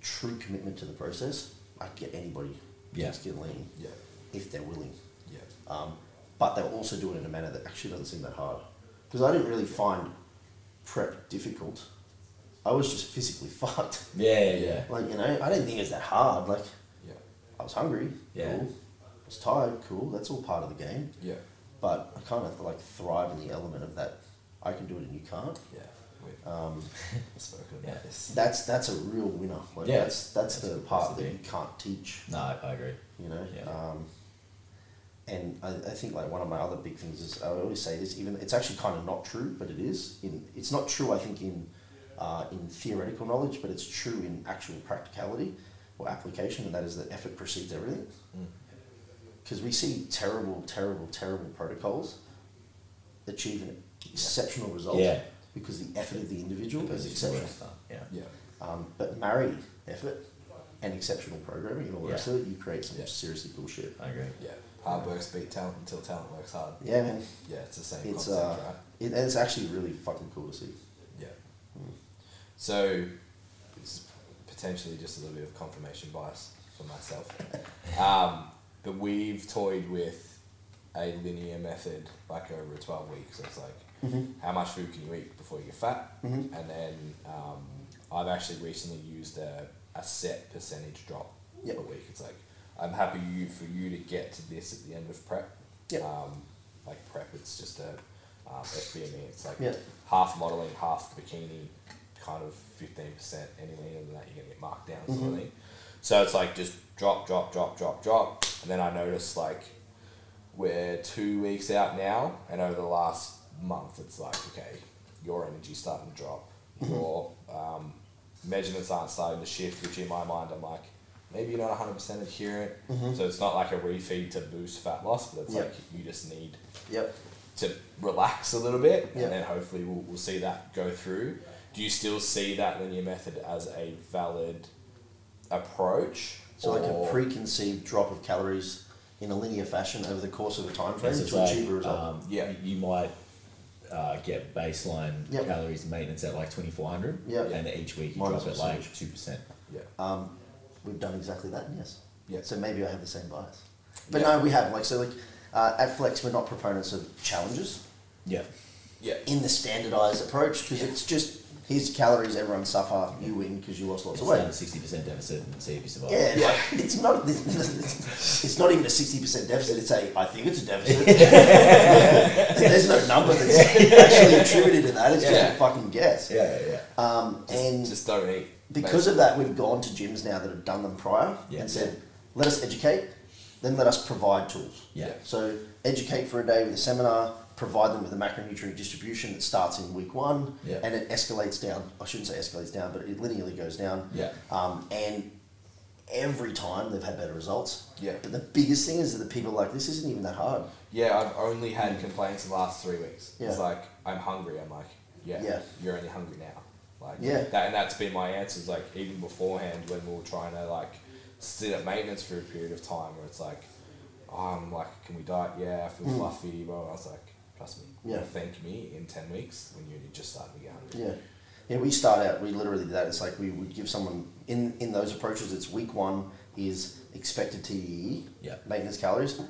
[SPEAKER 3] true commitment to the process, I'd get anybody to
[SPEAKER 2] Yeah.
[SPEAKER 3] just get lean
[SPEAKER 1] Yeah.
[SPEAKER 3] if they're willing.
[SPEAKER 1] Yeah.
[SPEAKER 3] Um, but they'll also do it in a manner that actually doesn't seem that hard. Because I didn't really find prep difficult. I was just physically [laughs] fucked.
[SPEAKER 2] Yeah. Yeah.
[SPEAKER 3] Like, you know, I didn't think it was that hard. Like,
[SPEAKER 1] Yeah.
[SPEAKER 3] I was hungry.
[SPEAKER 2] Yeah.
[SPEAKER 3] Cool. I was tired. Cool. That's all part of the game.
[SPEAKER 1] Yeah.
[SPEAKER 3] But I kind of like thrive in the element of that. I can do it and you can't.
[SPEAKER 1] Yeah. We've
[SPEAKER 3] Um,
[SPEAKER 1] spoken about
[SPEAKER 2] Yeah.
[SPEAKER 1] this.
[SPEAKER 3] that's that's a real winner. Like,
[SPEAKER 2] Yeah.
[SPEAKER 3] That's that's,
[SPEAKER 2] That's
[SPEAKER 3] the
[SPEAKER 2] good place
[SPEAKER 3] part
[SPEAKER 2] to
[SPEAKER 3] that
[SPEAKER 2] be.
[SPEAKER 3] you can't teach.
[SPEAKER 2] No, I, I agree.
[SPEAKER 3] you know.
[SPEAKER 2] Yeah.
[SPEAKER 3] Um, and I, I think like one of my other big things is I always say this, even it's actually kind of not true, but it is. In it's not true, I think in uh, in theoretical knowledge, but it's true in actual practicality or application, and that is that effort precedes everything.
[SPEAKER 1] Mm.
[SPEAKER 3] Because we see terrible, terrible, terrible protocols achieve an exceptional result
[SPEAKER 2] Yeah.
[SPEAKER 3] because the effort of the individual is
[SPEAKER 2] Because it's
[SPEAKER 3] exceptional.
[SPEAKER 2] worth stuff. Yeah.
[SPEAKER 1] Yeah.
[SPEAKER 3] Um, but marry effort and exceptional programming and all the
[SPEAKER 2] Yeah.
[SPEAKER 3] rest of it, you create some
[SPEAKER 1] Yeah.
[SPEAKER 3] seriously cool shit.
[SPEAKER 2] I agree.
[SPEAKER 1] Yeah. Hard work beat talent until talent works hard.
[SPEAKER 3] Yeah, man.
[SPEAKER 1] Yeah. It's the same
[SPEAKER 3] It's
[SPEAKER 1] concept,
[SPEAKER 3] uh,
[SPEAKER 1] right?
[SPEAKER 3] it, and it's actually really fucking cool to see.
[SPEAKER 1] Yeah. So, it's potentially just a little bit of confirmation bias for myself. um, but we've toyed with a linear method like over 12 weeks. So it's like how much food can you eat before you get fat?
[SPEAKER 3] Mhm.
[SPEAKER 1] And then um, I've actually recently used a, a set percentage drop
[SPEAKER 3] Yep.
[SPEAKER 1] a week. It's like I'm happy you for you to get to this at the end of prep.
[SPEAKER 3] Yep.
[SPEAKER 1] Um, like prep, it's just a um, FBME. It's like
[SPEAKER 3] Yeah.
[SPEAKER 1] half modeling, half bikini, kind of fifteen percent. Any leaner than that, you're gonna get marked down,
[SPEAKER 3] Mm-hmm.
[SPEAKER 1] sort of thing. So it's like just drop, drop, drop, drop, drop, and then I noticed like we're two weeks out now, and over the last month, it's like okay, your energy's starting to drop,
[SPEAKER 3] Mm-hmm.
[SPEAKER 1] your um, measurements aren't starting to shift, which in my mind, I'm like. Maybe you're not 100% adherent,
[SPEAKER 3] Mm-hmm.
[SPEAKER 1] so it's not like a refeed to boost fat loss, but it's
[SPEAKER 3] Yep.
[SPEAKER 1] like you just need
[SPEAKER 3] Yep.
[SPEAKER 1] to relax a little bit,
[SPEAKER 3] Yeah.
[SPEAKER 1] and then hopefully we'll, we'll see that go through. Do you still see that linear method as a valid approach?
[SPEAKER 3] So like
[SPEAKER 1] or-
[SPEAKER 3] a preconceived drop of calories in a linear fashion over the course of a time frame
[SPEAKER 2] It's
[SPEAKER 3] to
[SPEAKER 2] like,
[SPEAKER 3] achieve a result.
[SPEAKER 2] um,
[SPEAKER 1] Yeah.
[SPEAKER 2] You might uh, get baseline
[SPEAKER 3] Yep.
[SPEAKER 2] calories and maintenance at like 2400
[SPEAKER 3] Yep.
[SPEAKER 2] and each week you
[SPEAKER 3] Minus
[SPEAKER 2] drop it like 2%.
[SPEAKER 1] Yeah.
[SPEAKER 3] Um, we've done exactly that, yes.
[SPEAKER 1] Yeah.
[SPEAKER 3] So maybe I have the same bias. But
[SPEAKER 1] Yeah.
[SPEAKER 3] no, we have. Like so, like uh, at Flex, we're not proponents of challenges
[SPEAKER 2] Yeah.
[SPEAKER 1] Yeah.
[SPEAKER 3] in the standardized approach because it's just here's calories, everyone suffer, you win because you lost lots
[SPEAKER 2] It's
[SPEAKER 3] of
[SPEAKER 2] down a 60%
[SPEAKER 3] weight.
[SPEAKER 2] deficit and see if you survive.
[SPEAKER 3] Yeah, [laughs]
[SPEAKER 1] Yeah.
[SPEAKER 3] Like, it's not. It's not even a sixty percent deficit. It's a. I think it's a deficit. There's no number that's actually attributed to that. It's just
[SPEAKER 1] Yeah.
[SPEAKER 3] a fucking guess.
[SPEAKER 2] Yeah, yeah, yeah.
[SPEAKER 3] Um, and
[SPEAKER 1] Just don't eat.
[SPEAKER 3] because of that, we've gone to gyms now that have done them prior
[SPEAKER 2] Yeah.
[SPEAKER 3] and said, let us educate, then let us provide tools.
[SPEAKER 2] Yeah.
[SPEAKER 3] So educate for a day with a seminar, provide them with a macronutrient distribution that starts in week one
[SPEAKER 2] Yeah.
[SPEAKER 3] and it escalates down. I shouldn't say escalates down, but it linearly goes down.
[SPEAKER 2] Yeah.
[SPEAKER 3] Um, and every time they've had better results.
[SPEAKER 1] Yeah.
[SPEAKER 3] But the biggest thing is that the people are like, this isn't even that hard.
[SPEAKER 1] Yeah, I've only had complaints in the last three weeks.
[SPEAKER 3] Yeah.
[SPEAKER 1] It's like I'm hungry. I'm like, yeah,
[SPEAKER 3] Yeah.
[SPEAKER 1] you're only hungry now. Like
[SPEAKER 3] Yeah.
[SPEAKER 1] that, and that's been my answers. Like even beforehand, when we were trying to like sit at maintenance for a period of time, where it's like, oh, I'm like, can we diet? Yeah, I feel fluffy. But I was like, trust me,
[SPEAKER 3] Mm. Yeah.
[SPEAKER 1] you'll thank me in ten weeks when you're just starting to get hungry.
[SPEAKER 3] Yeah. Yeah, we start out, we literally do that. It's like we would give someone, in, in those approaches, it's week one is expected TDE,
[SPEAKER 2] Yeah.
[SPEAKER 3] maintenance calories.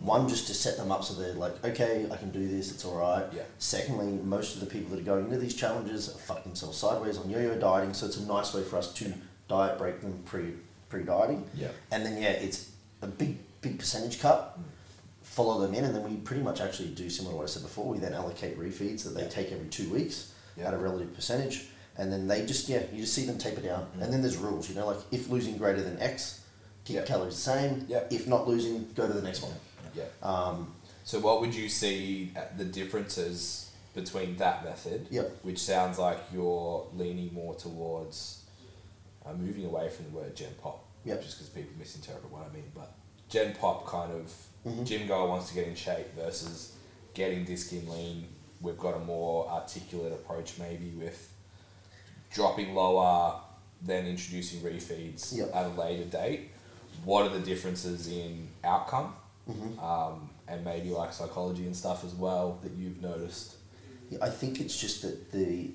[SPEAKER 3] One, just to set them up so they're like, okay, I can do this, it's all right.
[SPEAKER 1] Yeah.
[SPEAKER 3] Secondly, most of the people that are going into these challenges fuck themselves sideways on yo-yo dieting, so it's a nice way for us to diet break them pre, pre-dieting.
[SPEAKER 2] Yeah.
[SPEAKER 3] And then, yeah, it's a big, big percentage cut. Follow them in, and then we pretty much actually do similar to what I said before. We then allocate refeeds that they
[SPEAKER 2] Yeah.
[SPEAKER 3] take every two weeks
[SPEAKER 1] Yeah.
[SPEAKER 3] at a relative percentage, and then they just yeah, you just see them taper down. And then there's rules, you know, like if losing greater than X, keep
[SPEAKER 1] Yeah.
[SPEAKER 3] calories the same.
[SPEAKER 1] Yeah.
[SPEAKER 3] If not losing, go to the next one.
[SPEAKER 1] Yeah. Um, so what would you see at the differences between that method,
[SPEAKER 3] Yep.
[SPEAKER 1] which sounds like you're leaning more towards uh, moving away from the word gen pop,
[SPEAKER 3] Yep.
[SPEAKER 1] just because people misinterpret what I mean, but gen pop kind of gym goer wants to get in shape versus getting this skin lean. We've got a more articulate approach maybe with dropping lower, then introducing refeeds
[SPEAKER 3] Yep.
[SPEAKER 1] at a later date. What are the differences in outcome?
[SPEAKER 3] Mm-hmm.
[SPEAKER 1] um, and maybe like psychology and stuff as well that you've noticed. [laughs]
[SPEAKER 3] Yeah, I think it's just that the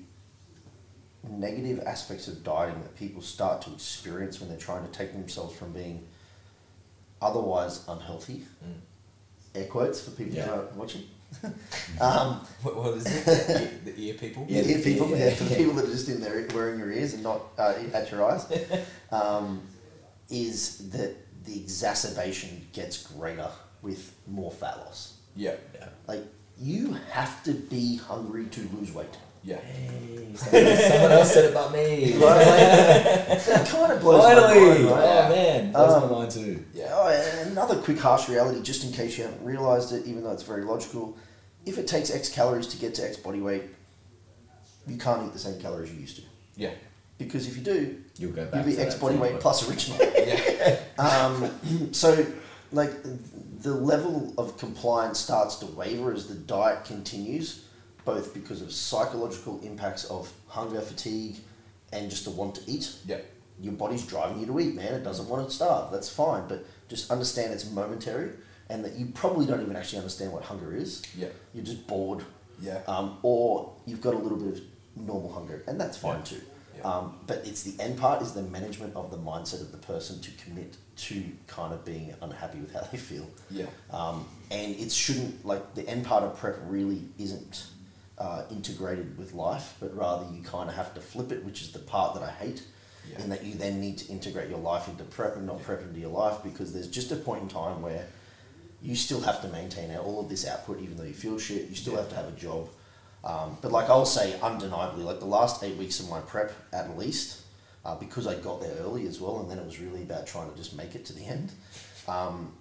[SPEAKER 3] negative aspects of dieting that people start to experience when they're trying to take themselves from being otherwise unhealthy, air quotes for people
[SPEAKER 2] Mm. Yeah.
[SPEAKER 3] who
[SPEAKER 2] [laughs]
[SPEAKER 3] aren't watching. [laughs] um,
[SPEAKER 1] What, what is
[SPEAKER 3] [laughs]
[SPEAKER 1] it? the, ear, the ear people?
[SPEAKER 2] Yeah,
[SPEAKER 3] ear
[SPEAKER 2] the-
[SPEAKER 3] people,
[SPEAKER 2] yeah,
[SPEAKER 3] yeah, for the
[SPEAKER 2] yeah.
[SPEAKER 3] people that are just in there wearing your ears and not uh, at your
[SPEAKER 2] [laughs]
[SPEAKER 3] eyes, um, is that the exacerbation gets greater with more fat loss.
[SPEAKER 1] Yeah.
[SPEAKER 2] Yeah.
[SPEAKER 3] Like, you have to be hungry to lose weight.
[SPEAKER 1] Yeah.
[SPEAKER 2] [laughs] Hey, someone, someone else said it about
[SPEAKER 3] [laughs]
[SPEAKER 2] me.
[SPEAKER 3] Right, like, that [laughs] kind of blows my
[SPEAKER 2] Finally!
[SPEAKER 3] mind, right?
[SPEAKER 2] Oh man, that's
[SPEAKER 3] Um,
[SPEAKER 2] my mind too.
[SPEAKER 1] Yeah.
[SPEAKER 3] Oh, and another quick harsh reality, just in case you haven't realised it, even though it's very logical. If it takes X calories to get to X body weight, you can't eat the same calories you used to.
[SPEAKER 1] Yeah.
[SPEAKER 3] Because if you do,
[SPEAKER 2] You'll go back.
[SPEAKER 3] you'll be
[SPEAKER 2] to
[SPEAKER 3] X
[SPEAKER 2] that
[SPEAKER 3] body
[SPEAKER 2] thing,
[SPEAKER 3] weight
[SPEAKER 2] but-
[SPEAKER 3] plus original.
[SPEAKER 1] Yeah.
[SPEAKER 3] um, so, like, the level of compliance starts to waver as the diet continues, both because of psychological impacts of hunger, fatigue, and just the want to eat
[SPEAKER 1] Yeah.
[SPEAKER 3] your body's driving you to eat, man. It doesn't want to starve. That's fine, but just understand it's momentary, and that you probably don't even actually understand what hunger is.
[SPEAKER 1] Yeah.
[SPEAKER 3] You're just bored,
[SPEAKER 1] Yeah.
[SPEAKER 3] um, or you've got a little bit of normal hunger, and that's fine
[SPEAKER 2] Yeah.
[SPEAKER 3] too.
[SPEAKER 1] Yeah.
[SPEAKER 3] Um, but it's the end part is the management of the mindset of the person to commit to kind of being unhappy with how they feel.
[SPEAKER 1] Yeah.
[SPEAKER 3] Um, and it shouldn't, like, the end part of prep really isn't uh, integrated with life, but rather you kind of have to flip it, which is the part that I hate,
[SPEAKER 1] Yeah.
[SPEAKER 3] in that you then need to integrate your life into prep and not
[SPEAKER 1] Yeah.
[SPEAKER 3] prep into your life because there's just a point in time where you still have to maintain all of this output, even though you feel shit, you still
[SPEAKER 1] Yeah.
[SPEAKER 3] have to have a job. Um, but, like, I'll say undeniably, like, the last eight weeks of my prep, at least, uh, because I got there early as well, and then it was really about trying to just make it to the end. Um,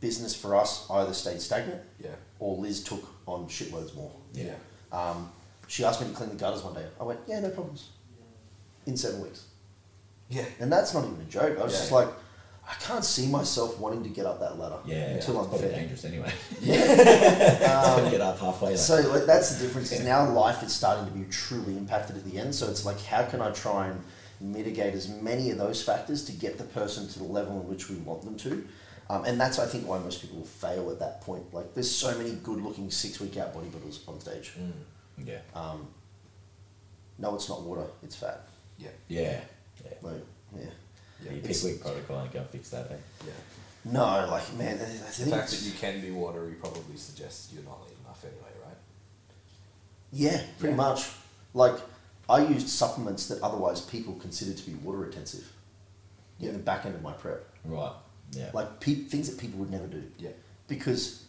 [SPEAKER 3] business for us either stayed stagnant
[SPEAKER 1] Yeah.
[SPEAKER 3] or Liz took on shitloads more.
[SPEAKER 1] Yeah.
[SPEAKER 3] Um, she asked me to clean the gutters one day. I went, yeah, no problems. In seven weeks.
[SPEAKER 1] Yeah.
[SPEAKER 3] And that's not even a joke. I was
[SPEAKER 1] Yeah.
[SPEAKER 3] just like, I can't see myself wanting to get up that ladder
[SPEAKER 2] Yeah, yeah.
[SPEAKER 3] until
[SPEAKER 2] it's
[SPEAKER 3] I'm
[SPEAKER 2] probably
[SPEAKER 3] fed.
[SPEAKER 2] dangerous
[SPEAKER 3] [laughs]
[SPEAKER 2] anyway. [laughs]
[SPEAKER 3] Um,
[SPEAKER 2] get up halfway. Like,
[SPEAKER 3] So like, that's the difference. Is now life is starting to be truly impacted at the end. So it's like, how can I try and mitigate as many of those factors to get the person to the level in which we want them to? Um, and that's, I think, why most people fail at that point. Like, there's so many good looking six week out bodybuilders on stage.
[SPEAKER 1] Mm.
[SPEAKER 2] Yeah.
[SPEAKER 3] Um, no, it's not water, it's fat.
[SPEAKER 1] Yeah.
[SPEAKER 2] Yeah. Yeah.
[SPEAKER 3] Like, yeah.
[SPEAKER 1] Yeah.
[SPEAKER 2] You pick
[SPEAKER 3] It's-
[SPEAKER 2] weak protocol and go and fix that, eh?
[SPEAKER 1] Yeah.
[SPEAKER 3] No, like, man, I
[SPEAKER 1] The
[SPEAKER 3] think.
[SPEAKER 1] fact that you can be watery probably suggests you're not lean enough anyway, right?
[SPEAKER 3] Yeah, pretty
[SPEAKER 2] Yeah.
[SPEAKER 3] much. Like, I used supplements that otherwise people consider to be water intensive in the back end of my prep.
[SPEAKER 2] Right. Yeah.
[SPEAKER 3] Like, pe- things that people would never do.
[SPEAKER 1] Yeah.
[SPEAKER 3] because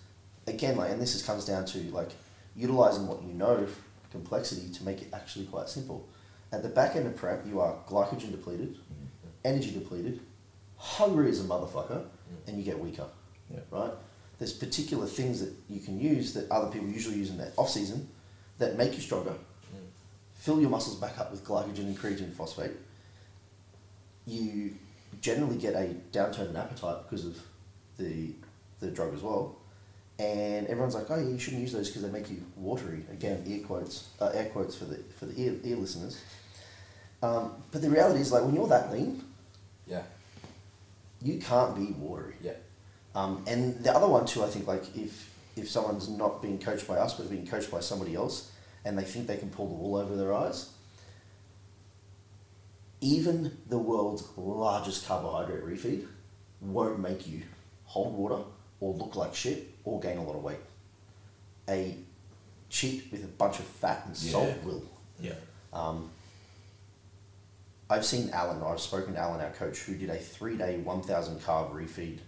[SPEAKER 3] again like and this is, comes down to like utilizing what you know of complexity to make it actually quite simple at the back end of prep you are glycogen depleted
[SPEAKER 2] Mm.
[SPEAKER 3] energy depleted hungry as a motherfucker and you get weaker
[SPEAKER 2] Yeah.
[SPEAKER 3] right there's particular things that you can use that other people usually use in their off season that make you stronger fill your muscles back up with glycogen and creatine phosphate you generally get a downturn in appetite because of the the drug as well. And everyone's like, oh, yeah, you shouldn't use those because they make you watery. Again, ear quotes, uh, air quotes for the for the ear, ear listeners. Um, but the reality is, like, when you're that lean,
[SPEAKER 1] Yeah.
[SPEAKER 3] you can't be watery.
[SPEAKER 1] Yeah.
[SPEAKER 3] Um, and the other one too, I think, like if if someone's not being coached by us but being coached by somebody else, and they think they can pull the wool over their eyes, even the world's largest carbohydrate refeed won't make you hold water or look like shit or gain a lot of weight. A cheat with a bunch of fat and salt
[SPEAKER 2] Yeah.
[SPEAKER 3] will.
[SPEAKER 2] Yeah.
[SPEAKER 3] Um, I've seen Alan, I've spoken to Alan, our coach, who did a three day 1,000 carb refeed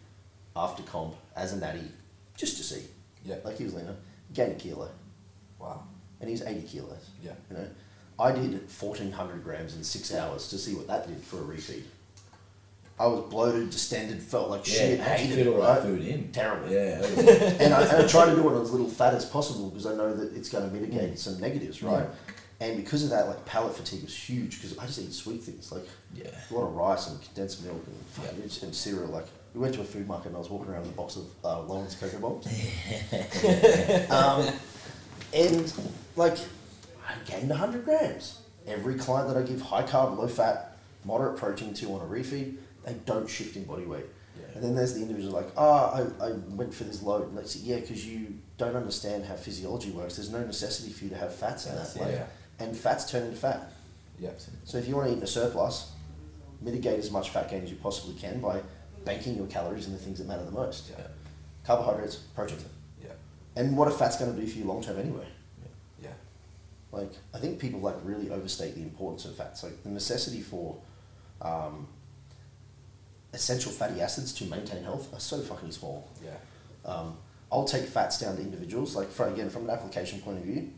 [SPEAKER 3] after comp as a natty just to see.
[SPEAKER 1] Yeah.
[SPEAKER 3] Like he was leaner, gained a kilo,
[SPEAKER 1] Wow.
[SPEAKER 3] and he was 80 kilos.
[SPEAKER 1] Yeah.
[SPEAKER 3] You know, I did 1,400 grams in six hours to see what that did for a refeed. I was bloated, distended, felt like
[SPEAKER 2] Yeah,
[SPEAKER 3] shit,
[SPEAKER 2] you actually
[SPEAKER 3] hated
[SPEAKER 2] fit
[SPEAKER 3] it,
[SPEAKER 2] all that
[SPEAKER 3] right?
[SPEAKER 2] food in.
[SPEAKER 3] Terrible. [laughs]
[SPEAKER 2] Yeah.
[SPEAKER 3] and, I, and I try
[SPEAKER 2] [laughs]
[SPEAKER 3] to do it as little fat as possible because I know that it's going to
[SPEAKER 2] Mm.
[SPEAKER 3] mitigate some negatives, right? And because of that, like palate fatigue was huge because I just eat sweet things, like
[SPEAKER 2] yeah.
[SPEAKER 3] a lot of rice and condensed milk and, fucking-
[SPEAKER 2] Yeah.
[SPEAKER 3] and, cereal. Like we went to a food market and I was walking around with a box of uh, Lawrence
[SPEAKER 2] [laughs]
[SPEAKER 3] cocoa bombs, um, and like I gained hundred grams. Every client that I give high carb, low fat, moderate protein to on a refeed, they don't shift in body weight.
[SPEAKER 1] Yeah.
[SPEAKER 3] And then there's the individual like, ah, I, I went for this load. And I said, yeah, because you don't understand how physiology works. There's no necessity for you to have fats in
[SPEAKER 2] Fats,
[SPEAKER 3] that. Like,
[SPEAKER 2] yeah.
[SPEAKER 3] And fats turn into fat.
[SPEAKER 1] Yeah.
[SPEAKER 3] So if you want to eat in a surplus, mitigate as much fat gain as you possibly can by banking your calories in the things that matter the most.
[SPEAKER 1] Yeah.
[SPEAKER 3] Carbohydrates, protein.
[SPEAKER 1] Yeah.
[SPEAKER 3] And what a fat's going to do for you long term anyway.
[SPEAKER 1] Yeah.
[SPEAKER 3] Like, I think people like really overstate the importance of fats. Like the necessity for um, essential fatty acids to maintain health are so fucking small.
[SPEAKER 1] Yeah.
[SPEAKER 3] Um, I'll take fats down to individuals. Like for, again, from an application point of view,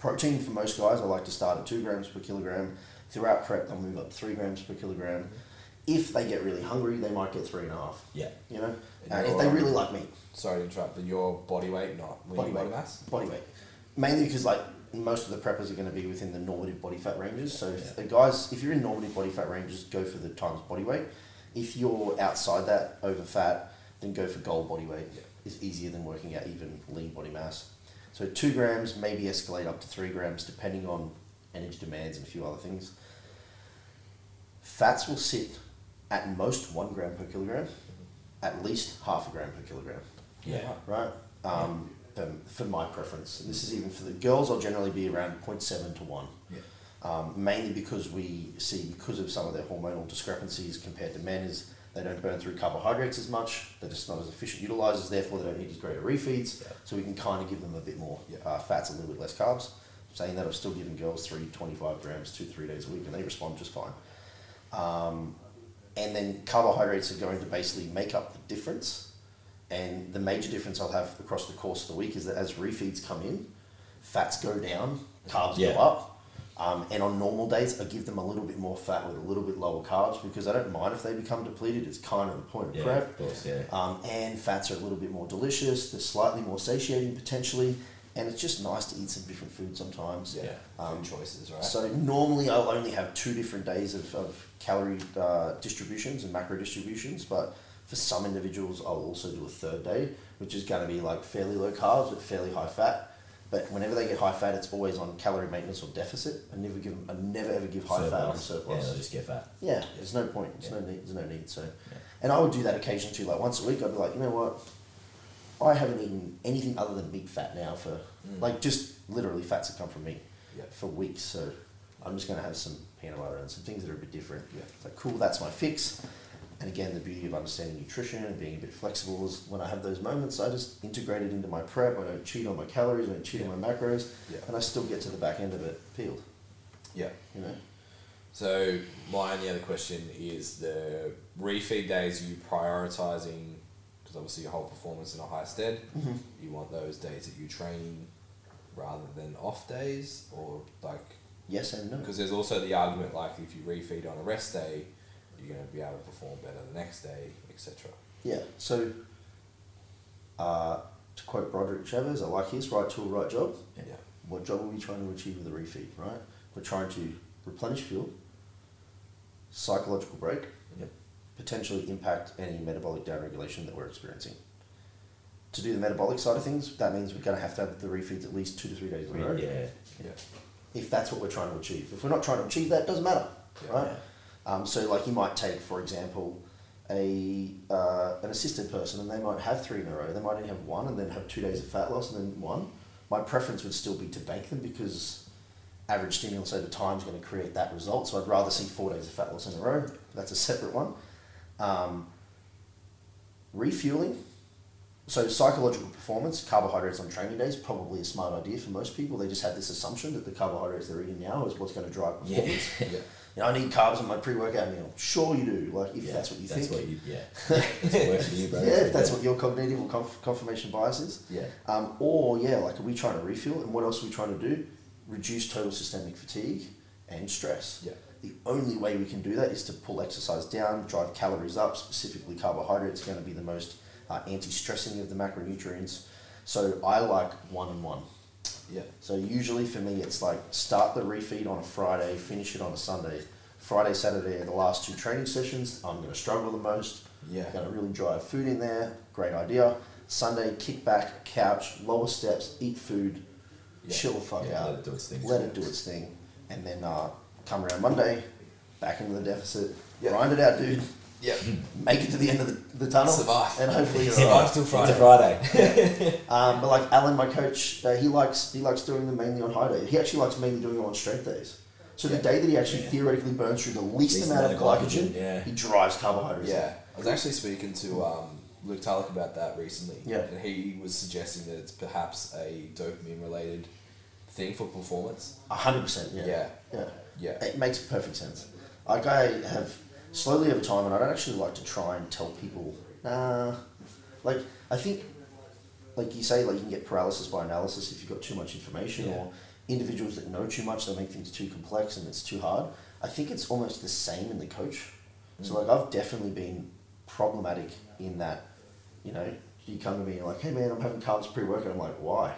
[SPEAKER 3] protein for most guys, I like to start at two grams per kilogram. Throughout prep, they'll move up to three grams per kilogram. If they get really hungry, they might get three and a half.
[SPEAKER 2] Yeah.
[SPEAKER 3] You know,
[SPEAKER 1] And
[SPEAKER 3] uh,
[SPEAKER 1] you're
[SPEAKER 3] if they
[SPEAKER 1] all-
[SPEAKER 3] really like meat,
[SPEAKER 1] Sorry to interrupt, but your body weight, not lean
[SPEAKER 3] Body
[SPEAKER 1] body,
[SPEAKER 3] weight.
[SPEAKER 1] mass.
[SPEAKER 3] body weight, mainly because like most of the preppers are going to be within the normative body fat ranges. So if
[SPEAKER 2] Yeah.
[SPEAKER 3] the guys, if you're in normative body fat ranges, go for the times body weight. If you're outside that over fat, then go for goal body weight.
[SPEAKER 1] Yeah.
[SPEAKER 3] It's easier than working out even lean body mass. So two grams, maybe escalate up to three grams, depending on energy demands and a few other things. Fats will sit at most one gram per kilogram, at least half a gram per kilogram
[SPEAKER 2] Yeah.
[SPEAKER 3] right? Um, um, for my preference, and this is even for the girls, I'll generally be around 0.7 to 1.
[SPEAKER 1] Yeah.
[SPEAKER 3] Um, mainly because we see, because of some of their hormonal discrepancies compared to men, is they don't burn through carbohydrates as much, they're just not as efficient utilizers, therefore they don't need as great a refeeds,
[SPEAKER 1] Yeah.
[SPEAKER 3] so we can kind of give them a bit more
[SPEAKER 1] Yeah.
[SPEAKER 3] uh, fats, a little bit less carbs. Saying that, I'm still giving girls three twenty-five grams two, three days a week, and they respond just fine. Um, and then carbohydrates are going to basically make up the difference. And the major difference I'll have across the course of the week is that as refeeds come in, fats go down, carbs
[SPEAKER 2] Yeah.
[SPEAKER 3] go up. Um, and on normal days, I give them a little bit more fat with a little bit lower carbs because I don't mind if they become depleted. It's kind of the point of
[SPEAKER 2] Yeah.
[SPEAKER 3] prep.
[SPEAKER 2] Of course. Yeah.
[SPEAKER 3] Um, and fats are a little bit more delicious. They're slightly more satiating potentially, and it's just nice to eat some different food sometimes.
[SPEAKER 1] Yeah.
[SPEAKER 2] Yeah.
[SPEAKER 3] Um,
[SPEAKER 1] Food choices, right?
[SPEAKER 3] So normally I'll only have two different days of, of calorie uh, distributions and macro distributions, but for some individuals I'll also do a third day, which is going to be like fairly low carbs but fairly high fat. But whenever they get high fat, it's always on calorie maintenance or deficit. I never give 'em- I never ever give Uh, high fat on
[SPEAKER 2] Surplus. Yeah,
[SPEAKER 3] surplus.
[SPEAKER 2] they'll just get fat.
[SPEAKER 3] Yeah, there's no point. There's
[SPEAKER 2] Yeah.
[SPEAKER 3] no need. There's no need. So,
[SPEAKER 2] Yeah.
[SPEAKER 3] And I would do that occasionally too. Like once a week, I'd be like, you know what? I haven't eaten anything other than meat fat now for
[SPEAKER 2] Mm.
[SPEAKER 3] like just literally fats that come from meat
[SPEAKER 2] Yep.
[SPEAKER 3] for weeks. So I'm just going to have some peanut butter and some things that are a bit different.
[SPEAKER 2] Yeah.
[SPEAKER 3] It's like, cool, that's my fix. And again, the beauty of understanding nutrition and being a bit flexible is when I have those moments, I just integrate it into my prep. I don't cheat on my calories, I don't cheat on my macros,
[SPEAKER 1] Yeah.
[SPEAKER 3] and I still get to the back end of it peeled.
[SPEAKER 1] Yeah.
[SPEAKER 3] You know,
[SPEAKER 1] So my only other question is the refeed days you prioritizing because obviously your whole performance in a high stead. You want those days that you train rather than off days or like
[SPEAKER 3] yes and no.
[SPEAKER 1] because there's also the argument like if you refeed on a rest day, you're going to be able to perform better the next day, etc.
[SPEAKER 3] Yeah. So, uh, to quote Broderick Chavez, I like his right tool, right job.
[SPEAKER 1] Yeah.
[SPEAKER 3] What job are we trying to achieve with a refeed, right? We're trying to replenish fuel, psychological break,
[SPEAKER 2] Yep.
[SPEAKER 3] potentially impact any metabolic downregulation that we're experiencing. To do the metabolic side of things, that means we're going to have to have the refeeds at least two to three days in a row.
[SPEAKER 2] Yeah.
[SPEAKER 1] Yeah.
[SPEAKER 3] If that's what we're trying to achieve. If we're not trying to achieve that, it doesn't matter,
[SPEAKER 1] Yeah.
[SPEAKER 3] right? Um, so, like, you might take, for example, a uh, an assisted person, and they might have three in a row. They might only have one, and then have two days of fat loss, and then one. My preference would still be to bank them because average stimulus over time is going to create that result. So I'd rather see four days of fat loss in a row. That's a separate one. Um, refueling. So psychological performance, carbohydrates on training days, probably a smart idea for most people. They just have this assumption that the carbohydrates they're eating now is what's going to drive
[SPEAKER 2] Yeah.
[SPEAKER 3] performance.
[SPEAKER 1] Yeah.
[SPEAKER 2] [laughs]
[SPEAKER 3] You know, I need carbs in my pre-workout meal. Sure you do, like if
[SPEAKER 2] Yeah,
[SPEAKER 3] that's what you
[SPEAKER 2] that's
[SPEAKER 3] think.
[SPEAKER 2] What you,
[SPEAKER 3] [laughs]
[SPEAKER 2] yeah. That's what works for you, bro.
[SPEAKER 3] yeah, if that's what your cognitive or conf- confirmation bias is.
[SPEAKER 2] Yeah.
[SPEAKER 3] Um, or yeah, like are we trying to refuel? And what else are we trying to do? Reduce total systemic fatigue and stress.
[SPEAKER 1] Yeah.
[SPEAKER 3] The only way we can do that is to pull exercise down, drive calories up, specifically carbohydrates, going to be the most uh, anti-stressing of the macronutrients. So I like one and one.
[SPEAKER 1] Yeah.
[SPEAKER 3] So usually for me, it's like start the refeed on a Friday, finish it on a Sunday. Friday, Saturday are the last two training sessions. I'm going to struggle the most.
[SPEAKER 1] Yeah.
[SPEAKER 3] Going to really drive food in there. Great idea. Sunday, kick back, couch, lower steps, eat food,
[SPEAKER 1] Yeah.
[SPEAKER 3] chill the fuck
[SPEAKER 2] Yeah,
[SPEAKER 3] out.
[SPEAKER 2] let it do its thing.
[SPEAKER 3] Let it do its thing. And then uh, come around Monday, back into the deficit.
[SPEAKER 1] Yeah.
[SPEAKER 3] Grind it out, dude.
[SPEAKER 1] Yeah.
[SPEAKER 3] Make it to the end of the, the tunnel.
[SPEAKER 1] Survive.
[SPEAKER 3] And
[SPEAKER 2] [laughs]
[SPEAKER 3] hopefully you're all right.
[SPEAKER 1] Survive till
[SPEAKER 2] It's a
[SPEAKER 1] Friday.
[SPEAKER 3] [laughs]
[SPEAKER 2] Friday.
[SPEAKER 3] Um, but like Alan, my coach, uh, he likes he likes doing them mainly on high days. He actually likes mainly doing them on strength days. So the
[SPEAKER 1] Yeah.
[SPEAKER 3] day that he actually
[SPEAKER 2] Yeah.
[SPEAKER 3] theoretically burns through the least,
[SPEAKER 2] Least
[SPEAKER 3] amount, of
[SPEAKER 2] amount of
[SPEAKER 3] glycogen,
[SPEAKER 2] glycogen, yeah.
[SPEAKER 3] he drives carbohydrates.
[SPEAKER 1] Yeah, I was actually speaking to um, Luke Tulloch about that recently.
[SPEAKER 3] Yeah.
[SPEAKER 1] and he was suggesting that it's perhaps a dopamine related thing for performance.
[SPEAKER 3] hundred percent. Yeah.
[SPEAKER 1] Yeah.
[SPEAKER 3] Yeah.
[SPEAKER 1] Yeah,
[SPEAKER 3] It makes perfect sense. Like I have slowly over time, and I don't actually like to try and tell people, nah. Like I think, like you say, like you can get paralysis by analysis if you've got too much information,
[SPEAKER 1] Yeah.
[SPEAKER 3] or individuals that know too much, they make things too complex and it's too hard. I think it's almost the same in the coach. So like I've definitely been problematic in that, you know. You come to me and you're like, hey man, I'm having carbs pre-workout. I'm like, why?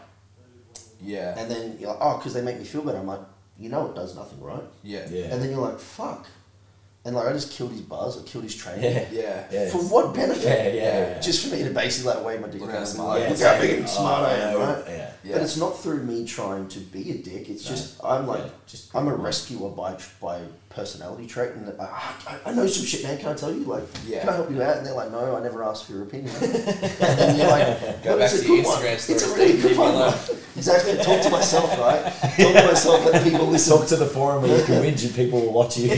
[SPEAKER 1] yeah,
[SPEAKER 3] And then you're like, oh, because they make me feel better. I'm like, you know, it does nothing, right?
[SPEAKER 1] yeah,
[SPEAKER 2] Yeah.
[SPEAKER 3] And then you're like, fuck. And like, I just killed his buzz or killed his training.
[SPEAKER 2] Yeah.
[SPEAKER 1] yeah,
[SPEAKER 2] Yeah.
[SPEAKER 3] For what benefit?
[SPEAKER 2] Yeah, yeah, yeah.
[SPEAKER 3] Just for me to basically like weigh my dick
[SPEAKER 1] Look
[SPEAKER 3] around
[SPEAKER 1] how smart I
[SPEAKER 3] and be like,
[SPEAKER 1] am.
[SPEAKER 3] look
[SPEAKER 2] Yeah,
[SPEAKER 3] how big and
[SPEAKER 2] oh,
[SPEAKER 3] smart I am,
[SPEAKER 2] no,
[SPEAKER 3] right?
[SPEAKER 2] Yeah.
[SPEAKER 1] Yeah.
[SPEAKER 3] But it's not through me trying to be a dick. It's
[SPEAKER 2] No.
[SPEAKER 3] just I'm like
[SPEAKER 2] Yeah, just-
[SPEAKER 3] I'm a rescuer by by personality trait, and like, ah, I, I know some shit, man. Can I tell you? Like,
[SPEAKER 1] Yeah.
[SPEAKER 3] can I help you out? And they're like, No, I never asked for your opinion. and then you're like,
[SPEAKER 1] Go
[SPEAKER 3] "But
[SPEAKER 1] back
[SPEAKER 3] it's a
[SPEAKER 1] to
[SPEAKER 3] good
[SPEAKER 1] your
[SPEAKER 3] one.
[SPEAKER 1] Instagram
[SPEAKER 3] It's a
[SPEAKER 1] stories,
[SPEAKER 3] really
[SPEAKER 1] leave me
[SPEAKER 3] good one.
[SPEAKER 1] alone."
[SPEAKER 3] right? exactly. Talk to myself, right? Talk to myself. Let people listen.
[SPEAKER 2] Talk to the forum where you can whinge and people will
[SPEAKER 3] [laughs]
[SPEAKER 2] watch you.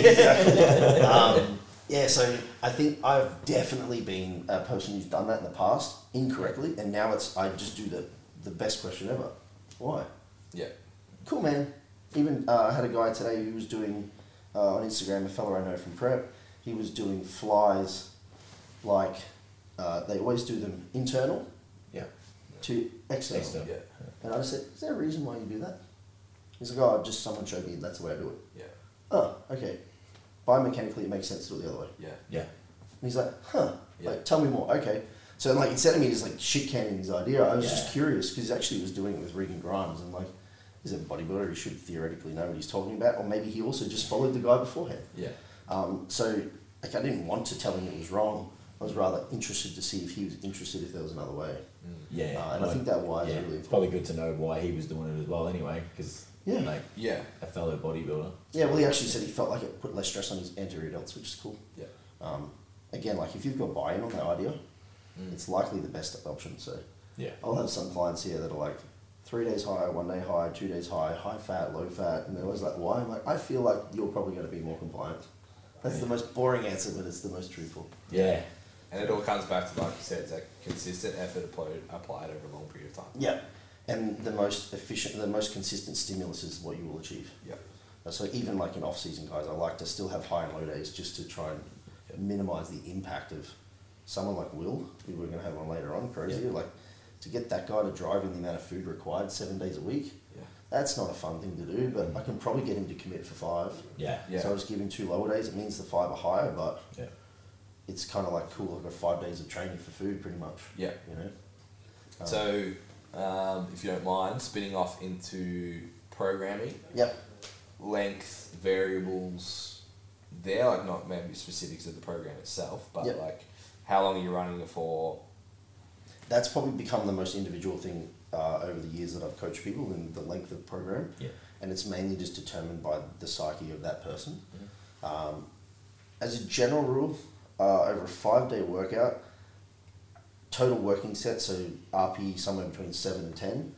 [SPEAKER 3] um, yeah, so I think I've definitely been a person who's done that in the past incorrectly, and now it's I just do the the best question ever. Why?
[SPEAKER 1] yeah,
[SPEAKER 3] Cool, man. Even uh, I had a guy today who was doing uh, on Instagram, a fellow I know from prep. He was doing flies, like uh, they always do them internal
[SPEAKER 2] Yeah.
[SPEAKER 3] to external.
[SPEAKER 2] External.
[SPEAKER 1] yeah,
[SPEAKER 3] And I just said, "Is there a reason why you do that?" He's like, "Oh, just someone showed me. That's the way I do it."
[SPEAKER 1] yeah,
[SPEAKER 3] Oh, okay. Biomechanically, it makes sense to do it the other way.
[SPEAKER 1] yeah,
[SPEAKER 2] Yeah.
[SPEAKER 3] And he's like, huh,
[SPEAKER 1] Yeah.
[SPEAKER 3] like, tell me more. Okay. So, like, instead of me just, like, shit canning his idea, I was just
[SPEAKER 2] Yeah.
[SPEAKER 3] curious because actually he was doing it with Regan Grimes and, like, he's a bodybuilder. He should theoretically know what he's talking about. Or maybe he also just followed the guy beforehand.
[SPEAKER 1] yeah,
[SPEAKER 3] Um, so, like, I didn't want to tell him it was wrong. I was rather interested to see if he was interested if there was another way.
[SPEAKER 2] Yeah.
[SPEAKER 3] Uh, and I think that why is
[SPEAKER 2] yeah,
[SPEAKER 3] really
[SPEAKER 2] It's probably good to know why he was doing it as well, anyway, because
[SPEAKER 3] Yeah.
[SPEAKER 2] like
[SPEAKER 1] yeah,
[SPEAKER 2] a fellow bodybuilder.
[SPEAKER 3] Yeah, well, he actually said he felt like it put less stress on his anterior delts, which is cool.
[SPEAKER 1] yeah.
[SPEAKER 3] Um, again, like if you've got buy-in on the idea,
[SPEAKER 2] Mm.
[SPEAKER 3] it's likely the best option. So
[SPEAKER 2] Yeah.
[SPEAKER 3] I'll have some clients here that are like three days high, one day high, two days high, high fat, low fat, and they're always like, why? I'm like, I feel like you're probably going to be more compliant. That's the most boring answer, but it's the most truthful.
[SPEAKER 2] Yeah.
[SPEAKER 1] And it all comes back to, like you said, it's like consistent effort applied, applied over a long period of time.
[SPEAKER 3] Yeah. And the most efficient, the most consistent stimulus is what you will achieve.
[SPEAKER 1] Yep.
[SPEAKER 3] Uh, So even like in off-season guys, I like to still have high and low days just to try and minimize the impact of someone like Will, who we're going to have on later on, Crozier. Like to get that guy to drive in the amount of food required seven days a week,
[SPEAKER 1] Yeah.
[SPEAKER 3] that's not a fun thing to do. But I can probably get him to commit for five.
[SPEAKER 2] Yeah.
[SPEAKER 1] Yeah.
[SPEAKER 3] So I will just give him two lower days. It means the five are higher, but
[SPEAKER 2] Yeah.
[SPEAKER 3] it's kind of like cool. I've got five days of training for food, pretty much.
[SPEAKER 1] Yeah.
[SPEAKER 3] You know. Um,
[SPEAKER 1] So, um, if you don't mind, spinning off into programming,
[SPEAKER 3] Yeah.
[SPEAKER 1] length, variables there, like not maybe specifics of the program itself, but
[SPEAKER 3] Yep.
[SPEAKER 1] like how long are you running it for?
[SPEAKER 3] that's probably become the most individual thing uh, over the years that I've coached people in the length of program.
[SPEAKER 2] Yeah.
[SPEAKER 3] And it's mainly just determined by the psyche of that person.
[SPEAKER 2] Mm-hmm.
[SPEAKER 3] Um, as a general rule, uh, over a five day workout, total working set, so RP somewhere between 7 and 10,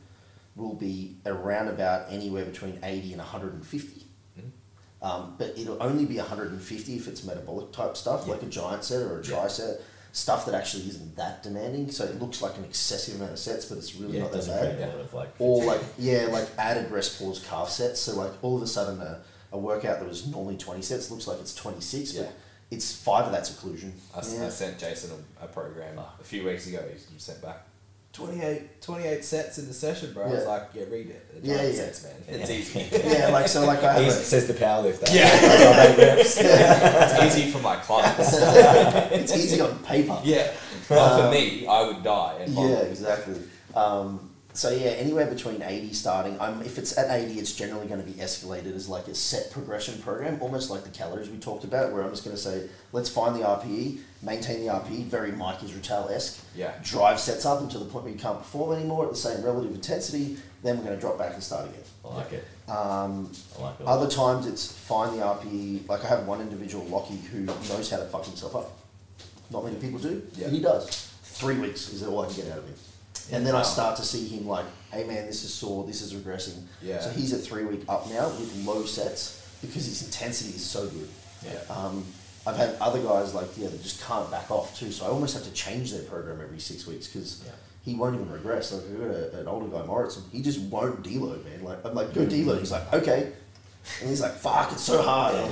[SPEAKER 3] will be around about anywhere between 80 and 150.
[SPEAKER 2] Mm-hmm.
[SPEAKER 3] Um, but it'll only be 150 if it's metabolic type stuff, like a giant set or a tri
[SPEAKER 2] Yeah.
[SPEAKER 3] set, stuff that actually isn't that demanding. So it looks like an excessive amount of sets, but it's really
[SPEAKER 2] Yeah.
[SPEAKER 3] not
[SPEAKER 2] It
[SPEAKER 3] that
[SPEAKER 2] doesn't
[SPEAKER 3] bad
[SPEAKER 2] create a lot of like.
[SPEAKER 3] or like yeah, like added rest pause calf sets. So like all of a sudden a, a workout that was normally twenty sets looks like it's twenty six,
[SPEAKER 1] Yeah.
[SPEAKER 3] but it's five of that's occlusion.
[SPEAKER 1] I, s- I
[SPEAKER 3] yeah.
[SPEAKER 1] sent Jason a, a program a few weeks ago. He just sent back 28, 28 sets in the session, bro. I was
[SPEAKER 3] Yeah.
[SPEAKER 1] like, yeah, read it.
[SPEAKER 3] Yeah,
[SPEAKER 1] Nine
[SPEAKER 3] yeah.
[SPEAKER 1] sets, man. It's easy.
[SPEAKER 3] Yeah, like so like I
[SPEAKER 2] He
[SPEAKER 3] have
[SPEAKER 2] says the
[SPEAKER 1] [laughs]
[SPEAKER 2] powerlifter.
[SPEAKER 3] [laughs]
[SPEAKER 1] Yeah, [laughs] it's easy for my
[SPEAKER 3] [laughs]
[SPEAKER 1] clients.
[SPEAKER 3] a, [laughs] it's easy on paper.
[SPEAKER 1] Yeah, well, for me, I would die. And
[SPEAKER 3] Um, Yeah, exactly. Um, so yeah, anywhere between eighty starting. Um, if it's at eighty, it's generally going to be escalated as like a set progression program, almost like the calories we talked about, where I'm just going to say, let's find the RPE, maintain the RPE, very Mike Israel esque.
[SPEAKER 1] Yeah.
[SPEAKER 3] Drive sets up until the point where you can't perform anymore at the same relative intensity. Then we're going to drop back and start again.
[SPEAKER 2] I like it.
[SPEAKER 3] Um,
[SPEAKER 2] I like it.
[SPEAKER 3] other times it's find the RPE. Like I have one individual, Lockie, who knows how to fuck himself up. Not many people do.
[SPEAKER 1] Yeah.
[SPEAKER 3] He does. Three weeks is all I can get out of him. And then I start to see him like, hey man, this is sore, this is regressing.
[SPEAKER 1] Yeah.
[SPEAKER 3] So he's at three week up now with low sets because his intensity is so good.
[SPEAKER 1] Yeah.
[SPEAKER 3] Um, I've had other guys like, yeah, that just can't back off too. So I almost have to change their program every six weeks because
[SPEAKER 2] Yeah.
[SPEAKER 3] he won't even regress. Like, I've got a, an older guy, Morrison, he just won't deload, man. Like, I'm like, go deload. He's like, okay. And he's like, fuck, it's so hard. And I'm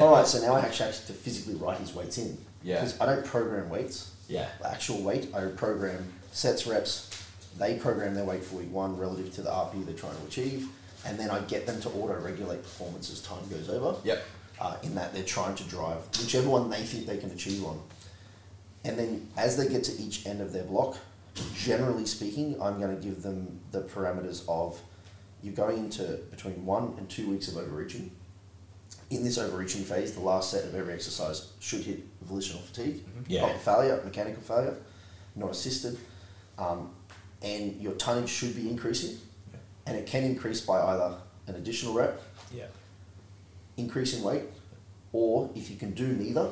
[SPEAKER 1] [laughs]
[SPEAKER 3] all right, so now I actually have to physically write his weights in.
[SPEAKER 1] Yeah.
[SPEAKER 3] Because I don't program weights
[SPEAKER 2] Yeah.
[SPEAKER 3] actual weight. I program sets, reps. They program their weight for week one relative to the RP they're trying to achieve, and then I get them to auto-regulate performance as time goes over.
[SPEAKER 1] Yep.
[SPEAKER 3] Uh, in that they're trying to drive whichever one they think they can achieve on, and then as they get to each end of their block, generally speaking, I'm going to give them the parameters of you're going into between one and two weeks of overreaching. In this overreaching phase, the last set of every exercise should hit volitional fatigue,
[SPEAKER 2] Yeah.
[SPEAKER 3] not failure, mechanical failure, not assisted, um, and your tonnage should be increasing,
[SPEAKER 2] Yeah.
[SPEAKER 3] and it can increase by either an additional rep,
[SPEAKER 2] Yeah.
[SPEAKER 3] increase in weight, or if you can do neither,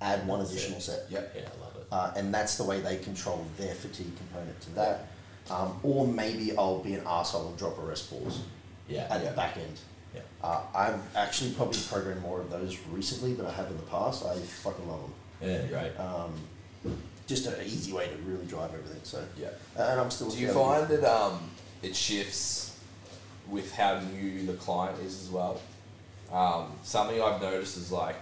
[SPEAKER 3] add one additional set.
[SPEAKER 1] Yep.
[SPEAKER 2] Yeah. I love it.
[SPEAKER 3] Uh, and that's the way they control their fatigue component to that. Um, or maybe I'll be an asshole and drop a rest pause
[SPEAKER 2] Yeah.
[SPEAKER 3] at
[SPEAKER 1] Yeah.
[SPEAKER 3] the back end.
[SPEAKER 2] Yeah.
[SPEAKER 3] Uh, I've actually probably programmed more of those recently than I have in the past. I fucking love them.
[SPEAKER 2] Yeah. Great.
[SPEAKER 3] Um, just an easy way to really drive everything. So
[SPEAKER 1] Yeah.
[SPEAKER 3] and I'm still.
[SPEAKER 1] Do you
[SPEAKER 3] fairly-
[SPEAKER 1] find that um, it shifts with how new the client is as well? Um, something I've noticed is like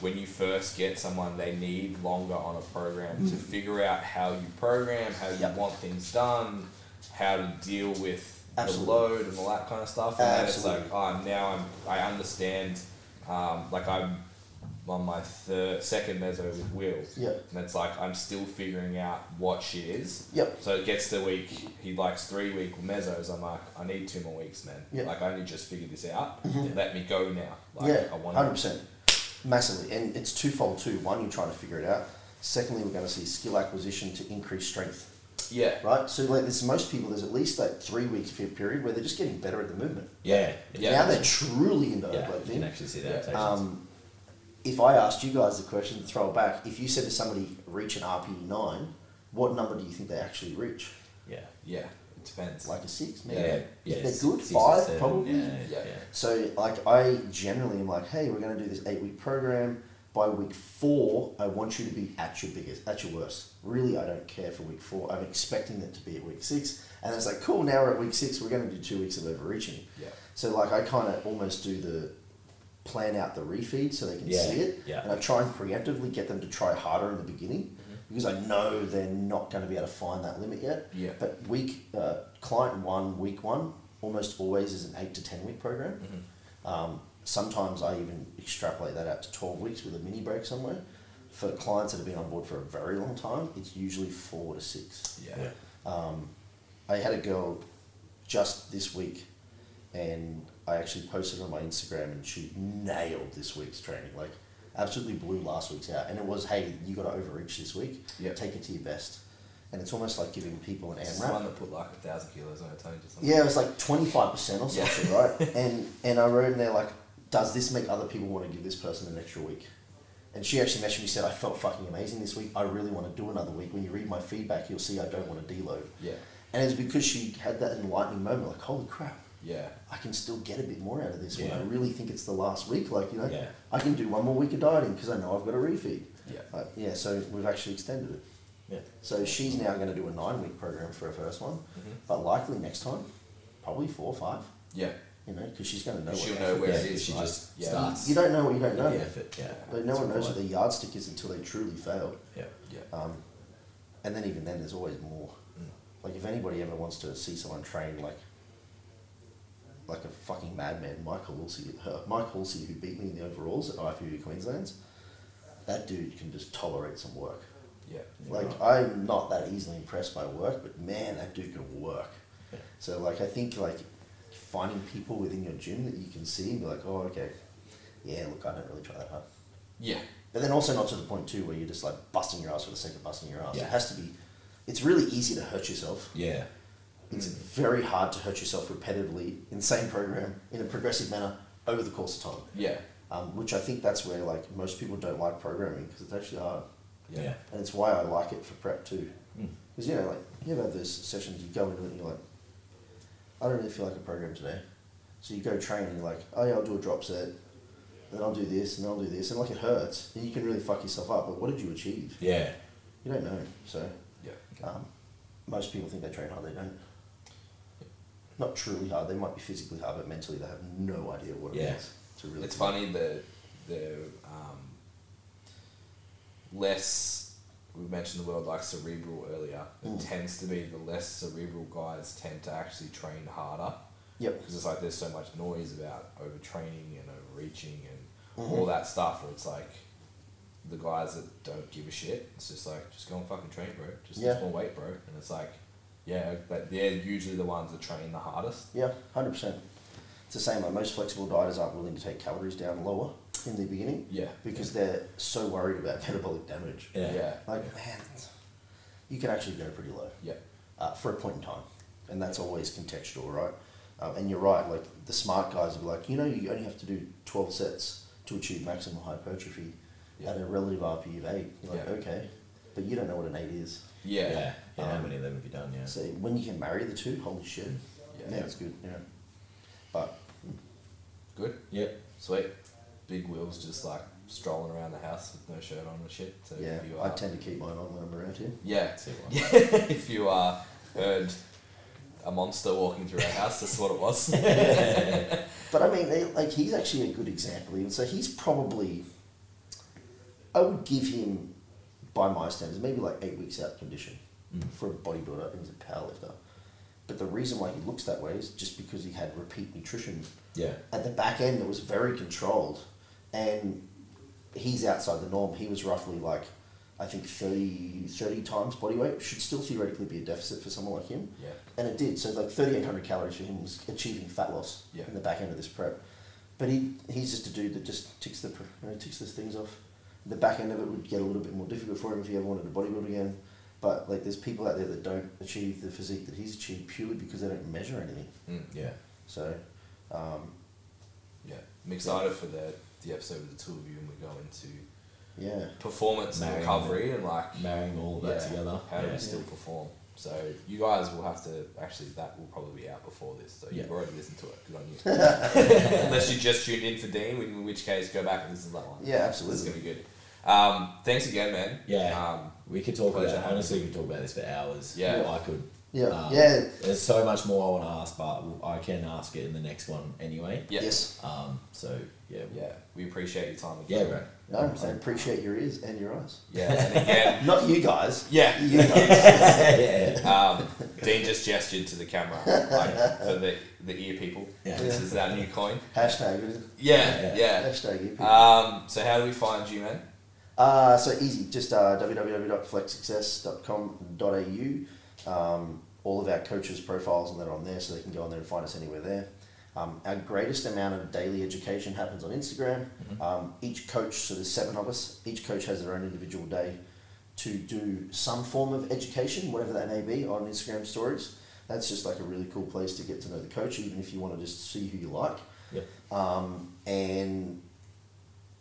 [SPEAKER 1] when you first get someone, they need longer on a program to figure out how you program, how you
[SPEAKER 3] Mm. Yep.
[SPEAKER 1] want things done, how to deal with
[SPEAKER 3] Absolutely.
[SPEAKER 1] the load and all that kind of stuff. And then it's like,
[SPEAKER 3] Absolutely.
[SPEAKER 1] oh, now I'm, I understand, um, like I'm on my third, second meso with Will.
[SPEAKER 3] Yep.
[SPEAKER 1] And it's like, I'm still figuring out what shit is.
[SPEAKER 3] Yep.
[SPEAKER 1] So it gets to week, he likes three week mezzos. I'm like, I need two more weeks, man.
[SPEAKER 3] Yeah. Mm-hmm.
[SPEAKER 1] Like, I only just figured this out. Let me go now. Like, I
[SPEAKER 3] yeah,
[SPEAKER 1] want
[SPEAKER 3] hundred percent, massively, and it's twofold too. One, you're trying to figure it out. Secondly, we're going to see skill acquisition to increase strength.
[SPEAKER 1] Yeah.
[SPEAKER 3] Right. So like, there's most people. There's at least like three week period where they're just getting better at the movement.
[SPEAKER 2] Yeah.
[SPEAKER 1] Yeah.
[SPEAKER 3] Now they're truly into
[SPEAKER 2] Yeah.
[SPEAKER 3] overload
[SPEAKER 2] You can
[SPEAKER 3] thing.
[SPEAKER 2] actually see that.
[SPEAKER 1] Yeah.
[SPEAKER 3] Um, if I asked you guys the question to throw it back, if you said to somebody reach an RPE nine, what number do you think they actually reach?
[SPEAKER 2] Yeah.
[SPEAKER 1] Yeah, it depends.
[SPEAKER 3] Like a six, maybe.
[SPEAKER 2] Yeah. Yeah.
[SPEAKER 3] If they're
[SPEAKER 2] six-
[SPEAKER 3] good,
[SPEAKER 2] six or
[SPEAKER 3] five
[SPEAKER 2] seven,
[SPEAKER 3] probably.
[SPEAKER 2] Yeah.
[SPEAKER 1] Yeah.
[SPEAKER 2] Yeah.
[SPEAKER 3] So like I generally am like, hey, we're gonna do this eight week program. By week four, I want you to be at your biggest, at your worst. Really, I don't care for week four. I'm expecting it to be at week six, and it's like, cool. Now we're at week six. We're going to do two weeks of overreaching.
[SPEAKER 1] yeah.
[SPEAKER 3] So like, I kind of almost do the plan out the refeed so they can
[SPEAKER 2] Yeah,
[SPEAKER 3] see it,
[SPEAKER 2] yeah. Mm-hmm.
[SPEAKER 3] and I try and preemptively get them to try harder in the beginning because I know they're not going to be able to find that limit yet.
[SPEAKER 1] Yeah.
[SPEAKER 3] But week uh, client one, week one, almost always is an eight to ten week program.
[SPEAKER 2] Mm-hmm.
[SPEAKER 3] Um, sometimes I even extrapolate that out to 12 weeks with a mini break somewhere. For clients that have been on board for a very long time, it's usually four to six.
[SPEAKER 1] Yeah.
[SPEAKER 2] Yeah.
[SPEAKER 3] I had a girl just this week, and I actually posted on my Instagram, and she nailed this week's training. Like, absolutely blew last week's out. And it was, hey, you got to overreach this week.
[SPEAKER 1] Yeah.
[SPEAKER 3] Take it to your best. And it's almost like giving people an
[SPEAKER 1] It's
[SPEAKER 3] AMRAP.
[SPEAKER 1] the one that put like a thousand kilos on a tongue or something.
[SPEAKER 3] Yeah, it was like twenty five percent or something,
[SPEAKER 1] [laughs]
[SPEAKER 3] right? And and I wrote in there like, does this make other people want to give this person an extra week? And she actually messaged me said, I felt fucking amazing this week. I really want to do another week. When you read my feedback, you'll see I don't want to deload.
[SPEAKER 1] Yeah.
[SPEAKER 3] And it's because she had that enlightening moment, like, holy crap,
[SPEAKER 1] Yeah.
[SPEAKER 3] I can still get a bit more out of this
[SPEAKER 2] Yeah.
[SPEAKER 3] when I really think it's the last week. Like, you know,
[SPEAKER 2] Yeah.
[SPEAKER 3] I can do one more week of dieting because I know I've got a refeed.
[SPEAKER 1] Yeah.
[SPEAKER 3] Like, yeah, so we've actually extended it.
[SPEAKER 2] Yeah.
[SPEAKER 3] So she's now going to do a nine week program for her first one,
[SPEAKER 1] Mhm.
[SPEAKER 3] but likely next time, probably four or five.
[SPEAKER 1] Yeah.
[SPEAKER 3] You know, because she's going to know.
[SPEAKER 1] She'll
[SPEAKER 3] what
[SPEAKER 1] know where
[SPEAKER 2] Yeah,
[SPEAKER 1] it is.
[SPEAKER 2] she
[SPEAKER 1] like,
[SPEAKER 2] just
[SPEAKER 1] yeah.
[SPEAKER 2] starts.
[SPEAKER 3] You don't know what you don't know.
[SPEAKER 2] The effort. Yeah.
[SPEAKER 3] Like, no
[SPEAKER 2] It's
[SPEAKER 3] one knows
[SPEAKER 2] alright.
[SPEAKER 3] what the yardstick is until they truly fail.
[SPEAKER 2] Yeah.
[SPEAKER 1] Yeah.
[SPEAKER 3] Um, and then even then, there's always more.
[SPEAKER 1] Mm.
[SPEAKER 3] Like if anybody ever wants to see someone train like, like a fucking madman, Michael Halsey, [laughs] uh, Mike Halsey, who beat me in the overalls at IPU Queensland's, that dude can just tolerate some work.
[SPEAKER 1] Yeah.
[SPEAKER 3] Like I'm not that easily impressed by work, but man, that dude can work.
[SPEAKER 2] Yeah.
[SPEAKER 3] So like I think like finding people within your gym that you can see and be like, oh okay, yeah, look, I don't really try that hard.
[SPEAKER 1] Yeah.
[SPEAKER 3] But then also not to the point too where you're just like busting your ass for the sake of busting your ass.
[SPEAKER 2] Yeah.
[SPEAKER 3] It has to be. It's really easy to hurt yourself.
[SPEAKER 2] Yeah.
[SPEAKER 3] It's very hard to hurt yourself repetitively in the same program in a progressive manner over the course of time.
[SPEAKER 1] Yeah.
[SPEAKER 3] Um, which I think that's where like most people don't like programming because it's actually hard.
[SPEAKER 1] Yeah.
[SPEAKER 2] Yeah.
[SPEAKER 3] And it's why I like it for prep too.
[SPEAKER 2] Mm.
[SPEAKER 3] Because, you know, like, you have those sessions, you go into it and you're like, I don't really feel like a program today. So you go train and you're like, oh yeah, I'll do a drop set, then I'll do this, and then I'll do this, and like it hurts. And you can really fuck yourself up, but what did you achieve?
[SPEAKER 2] Yeah.
[SPEAKER 3] You don't know. So
[SPEAKER 1] Yeah.
[SPEAKER 3] um, most people think they train hard, they don't. Not truly hard, they might be physically hard, but mentally they have no idea what it
[SPEAKER 2] Yeah.
[SPEAKER 3] is. It's, a really
[SPEAKER 1] It's funny the the um, less we mentioned the word like cerebral earlier. It
[SPEAKER 3] Mm.
[SPEAKER 1] tends to be the less cerebral guys tend to actually train harder
[SPEAKER 3] Yep.
[SPEAKER 1] because it's like there's so much noise about overtraining and overreaching and
[SPEAKER 3] Mhm.
[SPEAKER 1] all that stuff. Where it's like the guys that don't give a shit. It's just like just go and fucking train, bro. Just
[SPEAKER 3] Yeah.
[SPEAKER 1] lift more weight, bro. And it's like yeah, but they're usually the ones that train the hardest.
[SPEAKER 3] Yeah, hundred percent. It's the same. Like most flexible dieters aren't willing to take calories down lower in the beginning
[SPEAKER 1] Yeah.
[SPEAKER 3] because they're so worried about [laughs] metabolic damage.
[SPEAKER 2] Yeah.
[SPEAKER 1] Yeah.
[SPEAKER 3] Like man, you can actually go pretty low
[SPEAKER 1] Yeah.
[SPEAKER 3] uh, for a point in time, and that's always contextual, right? Um, and you're right. Like the smart guys will be like, you know, you only have to do twelve sets to achieve maximum hypertrophy
[SPEAKER 1] Yeah.
[SPEAKER 3] at a relative RPE of eight. You're like,
[SPEAKER 1] Yeah.
[SPEAKER 3] okay, but you don't know what an eight is.
[SPEAKER 1] Yeah.
[SPEAKER 2] Yeah. Yeah, How
[SPEAKER 3] Um,
[SPEAKER 2] many of them have you done? Yeah.
[SPEAKER 3] So when you can marry the two, holy shit,
[SPEAKER 1] Yeah.
[SPEAKER 3] yeah, it's good. Yeah, but
[SPEAKER 1] Good.
[SPEAKER 2] Yep.
[SPEAKER 1] Sweet. Big Will's just like strolling around the house with no shirt on and shit. So
[SPEAKER 3] yeah,
[SPEAKER 1] if you
[SPEAKER 3] I
[SPEAKER 1] are,
[SPEAKER 3] tend to keep mine on when I'm around here.
[SPEAKER 1] yeah, [laughs]
[SPEAKER 2] That's it, one.
[SPEAKER 1] yeah. if you are heard a monster walking through our house, that's what it was. [laughs]
[SPEAKER 3] But I mean, they, like he's actually a good example. Even so, he's probably I would give him by my standards maybe like eight weeks out of condition
[SPEAKER 2] Mm.
[SPEAKER 3] for a bodybuilder and he's a powerlifter. But the reason why he looks that way is just because he had repeat nutrition
[SPEAKER 2] Yeah.
[SPEAKER 3] at the back end that was very controlled, and he's outside the norm. He was roughly like. I think 30, 30 times body weight should still theoretically be a deficit for someone like him.
[SPEAKER 1] Yeah.
[SPEAKER 3] And it did. So like thirty eight hundred calories for him was achieving fat loss
[SPEAKER 1] Yeah.
[SPEAKER 3] in the back end of this prep. But he he's just a dude that just ticks the pr- you know, ticks those things off. The back end of it would get a little bit more difficult for him if he ever wanted to bodybuild again. But like there's people out there that don't achieve the physique that he's achieved purely because they don't measure anything.
[SPEAKER 1] Mm.
[SPEAKER 2] Yeah.
[SPEAKER 3] So um,
[SPEAKER 1] Yeah. I'm excited for the the episode with the two of you and we go into
[SPEAKER 3] Yeah.
[SPEAKER 1] performance and
[SPEAKER 2] Marrying
[SPEAKER 1] recovery and like
[SPEAKER 2] marrying all of that
[SPEAKER 1] yeah,
[SPEAKER 2] together.
[SPEAKER 1] How do
[SPEAKER 2] Yeah.
[SPEAKER 1] we still perform? So you guys will have to actually that will probably be out before this. So you've
[SPEAKER 2] Yeah.
[SPEAKER 1] already listened to it. Good on you.
[SPEAKER 2] [laughs]
[SPEAKER 1] Unless you just tuned in for Dean, in which case go back and listen to that one.
[SPEAKER 3] Yeah,
[SPEAKER 1] This is
[SPEAKER 3] absolutely.
[SPEAKER 1] gonna be good. Um, thanks again, man.
[SPEAKER 2] Yeah.
[SPEAKER 1] Um,
[SPEAKER 2] We could talk
[SPEAKER 1] Pleasure
[SPEAKER 2] about
[SPEAKER 1] having
[SPEAKER 2] honestly. We could talk about this for hours.
[SPEAKER 1] Yeah.
[SPEAKER 2] I could.
[SPEAKER 3] Yeah,
[SPEAKER 2] Um,
[SPEAKER 3] yeah.
[SPEAKER 2] There's so much more I want to ask, but I can ask it in the next one anyway.
[SPEAKER 1] yeah.
[SPEAKER 3] Yes.
[SPEAKER 2] Um. So yeah.
[SPEAKER 1] Yeah. We appreciate your time.
[SPEAKER 2] Yeah, bro.
[SPEAKER 1] [laughs]
[SPEAKER 2] [laughs]
[SPEAKER 3] No, I appreciate your ears and your eyes.
[SPEAKER 1] Yeah. And
[SPEAKER 3] [laughs]
[SPEAKER 1] again.
[SPEAKER 3] Not you guys.
[SPEAKER 1] yeah.
[SPEAKER 3] You guys.
[SPEAKER 2] yeah.
[SPEAKER 1] Um, Dean just gestured to the camera like, for the, the ear people.
[SPEAKER 2] Yeah.
[SPEAKER 1] This is our new coin.
[SPEAKER 3] hashtag. isn't it?
[SPEAKER 1] Yeah, yeah.
[SPEAKER 3] Hashtag you people.
[SPEAKER 1] Um, so how do we find you, man?
[SPEAKER 3] Uh, so easy, just uh, www.flexsuccess.com.au. Um, all of our coaches' profiles and they're on there, so they can go on there and find us anywhere there. Um, our greatest amount of daily education happens on Instagram. Um, each coach, so there's seven of us, each coach has their own individual day to do some form of education, whatever that may be, on Instagram stories. That's just like a really cool place to get to know the coach, even if you want to just see who you like.
[SPEAKER 2] Yep.
[SPEAKER 3] Um, and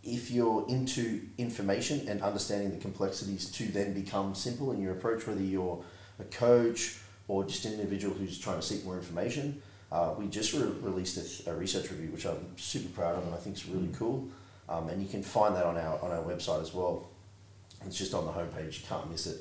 [SPEAKER 3] if you're into information and understanding the complexities to then become simple in your approach, whether you're a coach or just an individual who's trying to seek more information, uh, we just re- released a, th- a research review, which I'm super proud of and I think is really cool. Um, and you can find that on our, on our website as well. It's just on the homepage, you can't miss it.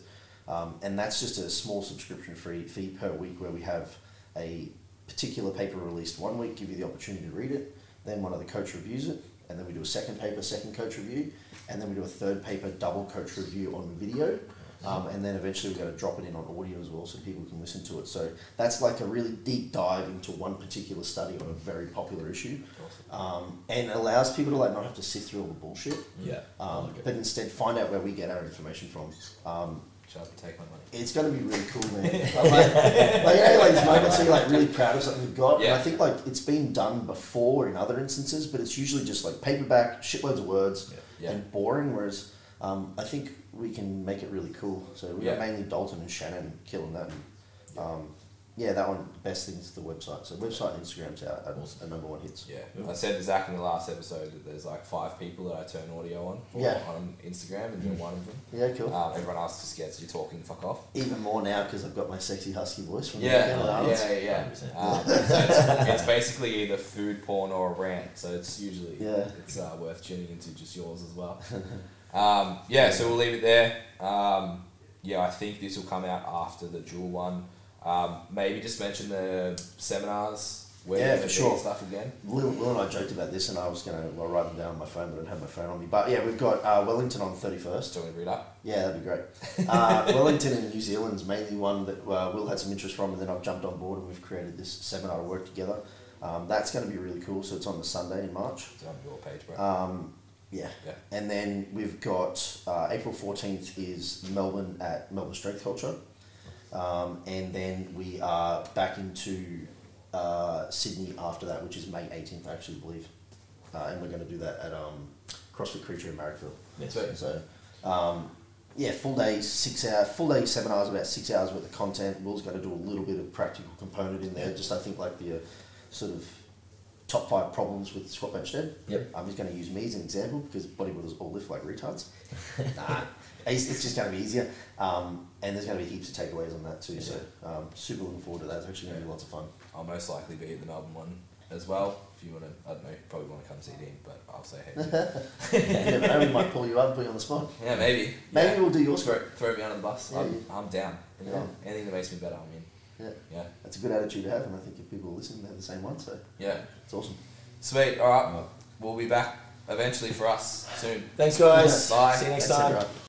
[SPEAKER 3] Um, and that's just a small subscription free fee per week where we have a particular paper released one week, give you the opportunity to read it, then one of the coach reviews it, and then we do a second paper, second coach review, and then we do a third paper, double coach review on video. Um, and then eventually we're going to drop it in on audio as well so people can listen to it. So that's like a really deep dive into one particular study on a very popular issue um, and allows people to like not have to sift through all the bullshit,
[SPEAKER 2] Yeah. I
[SPEAKER 3] um,
[SPEAKER 2] like it.
[SPEAKER 3] but instead find out where we get our information from. Um,
[SPEAKER 1] Shall I take my money?
[SPEAKER 3] it's gonna be really cool,
[SPEAKER 1] [laughs]
[SPEAKER 3] man. I like, like, you know, like these moments where you're like really proud of something you've got. And
[SPEAKER 1] Yeah.
[SPEAKER 3] I think like it's been done before in other instances, but it's usually just like paperback, shitloads of words,
[SPEAKER 1] Yeah.
[SPEAKER 3] and boring. Whereas um, I think we can make it really cool. So we
[SPEAKER 1] Yeah.
[SPEAKER 3] got mainly Dalton and Shannon killing that. And, um, yeah, that one best thing is the website. So website and Instagram's our, our,
[SPEAKER 2] Awesome.
[SPEAKER 3] our number one hits.
[SPEAKER 1] Yeah. I said to Zach in the last episode that there's like five people that I turn audio on for
[SPEAKER 3] Yeah.
[SPEAKER 1] on Instagram and you're one of them.
[SPEAKER 3] Yeah, cool.
[SPEAKER 1] Um, everyone else just gets you talking, fuck off.
[SPEAKER 3] Even more now because I've got my sexy husky voice from the
[SPEAKER 1] Yeah,
[SPEAKER 3] Weekend at
[SPEAKER 1] yeah,
[SPEAKER 3] Arnold's.
[SPEAKER 1] yeah, yeah.
[SPEAKER 2] 100%.
[SPEAKER 1] Um, so it's, it's basically either food porn or a rant, so it's usually
[SPEAKER 3] Yeah.
[SPEAKER 1] it's uh, worth tuning into just yours as well. [laughs] Um, yeah, so we'll leave it there. Um, yeah, I think this will come out after the jewel one. Um, maybe just mention the seminars where
[SPEAKER 3] Yeah,
[SPEAKER 1] yeah,
[SPEAKER 3] for
[SPEAKER 1] for
[SPEAKER 3] sure.
[SPEAKER 1] stuff again.
[SPEAKER 3] Will, Will and I joked about this, and I was going to write them down on my phone, but I didn't have my phone on me. But yeah, we've got uh, Wellington on the 31st.
[SPEAKER 1] Do you want me to read up?
[SPEAKER 3] Yeah, that'd be great. Uh, Wellington in New Zealand's mainly one that uh, Will had some interest from, and then I've jumped on board and we've created this seminar to work together. Um, that's going to be really cool, so it's on the Sunday in March.
[SPEAKER 1] It's on your page, bro.
[SPEAKER 3] Um, yeah.
[SPEAKER 1] Yeah.
[SPEAKER 3] And then we've got uh, April 14th is Melbourne at Melbourne Strength Culture. Um, and then we are back into uh, Sydney after that, which is May 18th, I actually believe. Uh, and we're going to do that at um, CrossFit Creature in Marrickville.
[SPEAKER 2] Yes.
[SPEAKER 1] So-
[SPEAKER 3] So, um, yeah, full day, six hour, full day seminars, about six hours worth of content. Will's going to do a little bit of practical component in there, just I think like the uh, sort of top five problems with squat bench dead.
[SPEAKER 2] Yep.
[SPEAKER 3] I'm just going to use me as an example because bodybuilders all lift like retards. nah, it's, it's just going to be easier. Um, and there's going to be heaps of takeaways on that too. So, um, super looking forward to that. It's actually going to be lots of fun.
[SPEAKER 1] I'll most likely be at the Melbourne one as well. If you want to, I don't know, you probably want to come see Dean, but I'll say
[SPEAKER 3] [laughs]
[SPEAKER 1] hey.
[SPEAKER 3] you never know, we might pull you up and put you on the spot.
[SPEAKER 1] yeah, maybe.
[SPEAKER 3] Maybe
[SPEAKER 1] Yeah.
[SPEAKER 3] we'll do your
[SPEAKER 1] Throw,
[SPEAKER 3] script.
[SPEAKER 1] throw me under the bus.
[SPEAKER 3] Yeah,
[SPEAKER 1] I'm,
[SPEAKER 3] you-
[SPEAKER 1] I'm down. I'm
[SPEAKER 3] Yeah.
[SPEAKER 1] down. Anything that makes me better, I'm in.
[SPEAKER 3] Yeah,
[SPEAKER 1] Yeah,
[SPEAKER 3] that's a good attitude to have, and I think if people listen, they have the same one. So,
[SPEAKER 1] yeah.
[SPEAKER 3] it's awesome.
[SPEAKER 1] Sweet. All right.
[SPEAKER 2] Well,
[SPEAKER 1] We'll be back eventually for us soon.
[SPEAKER 2] Thanks, guys.
[SPEAKER 1] Bye.
[SPEAKER 2] See you next
[SPEAKER 3] Thanks,
[SPEAKER 2] time.
[SPEAKER 3] everyone.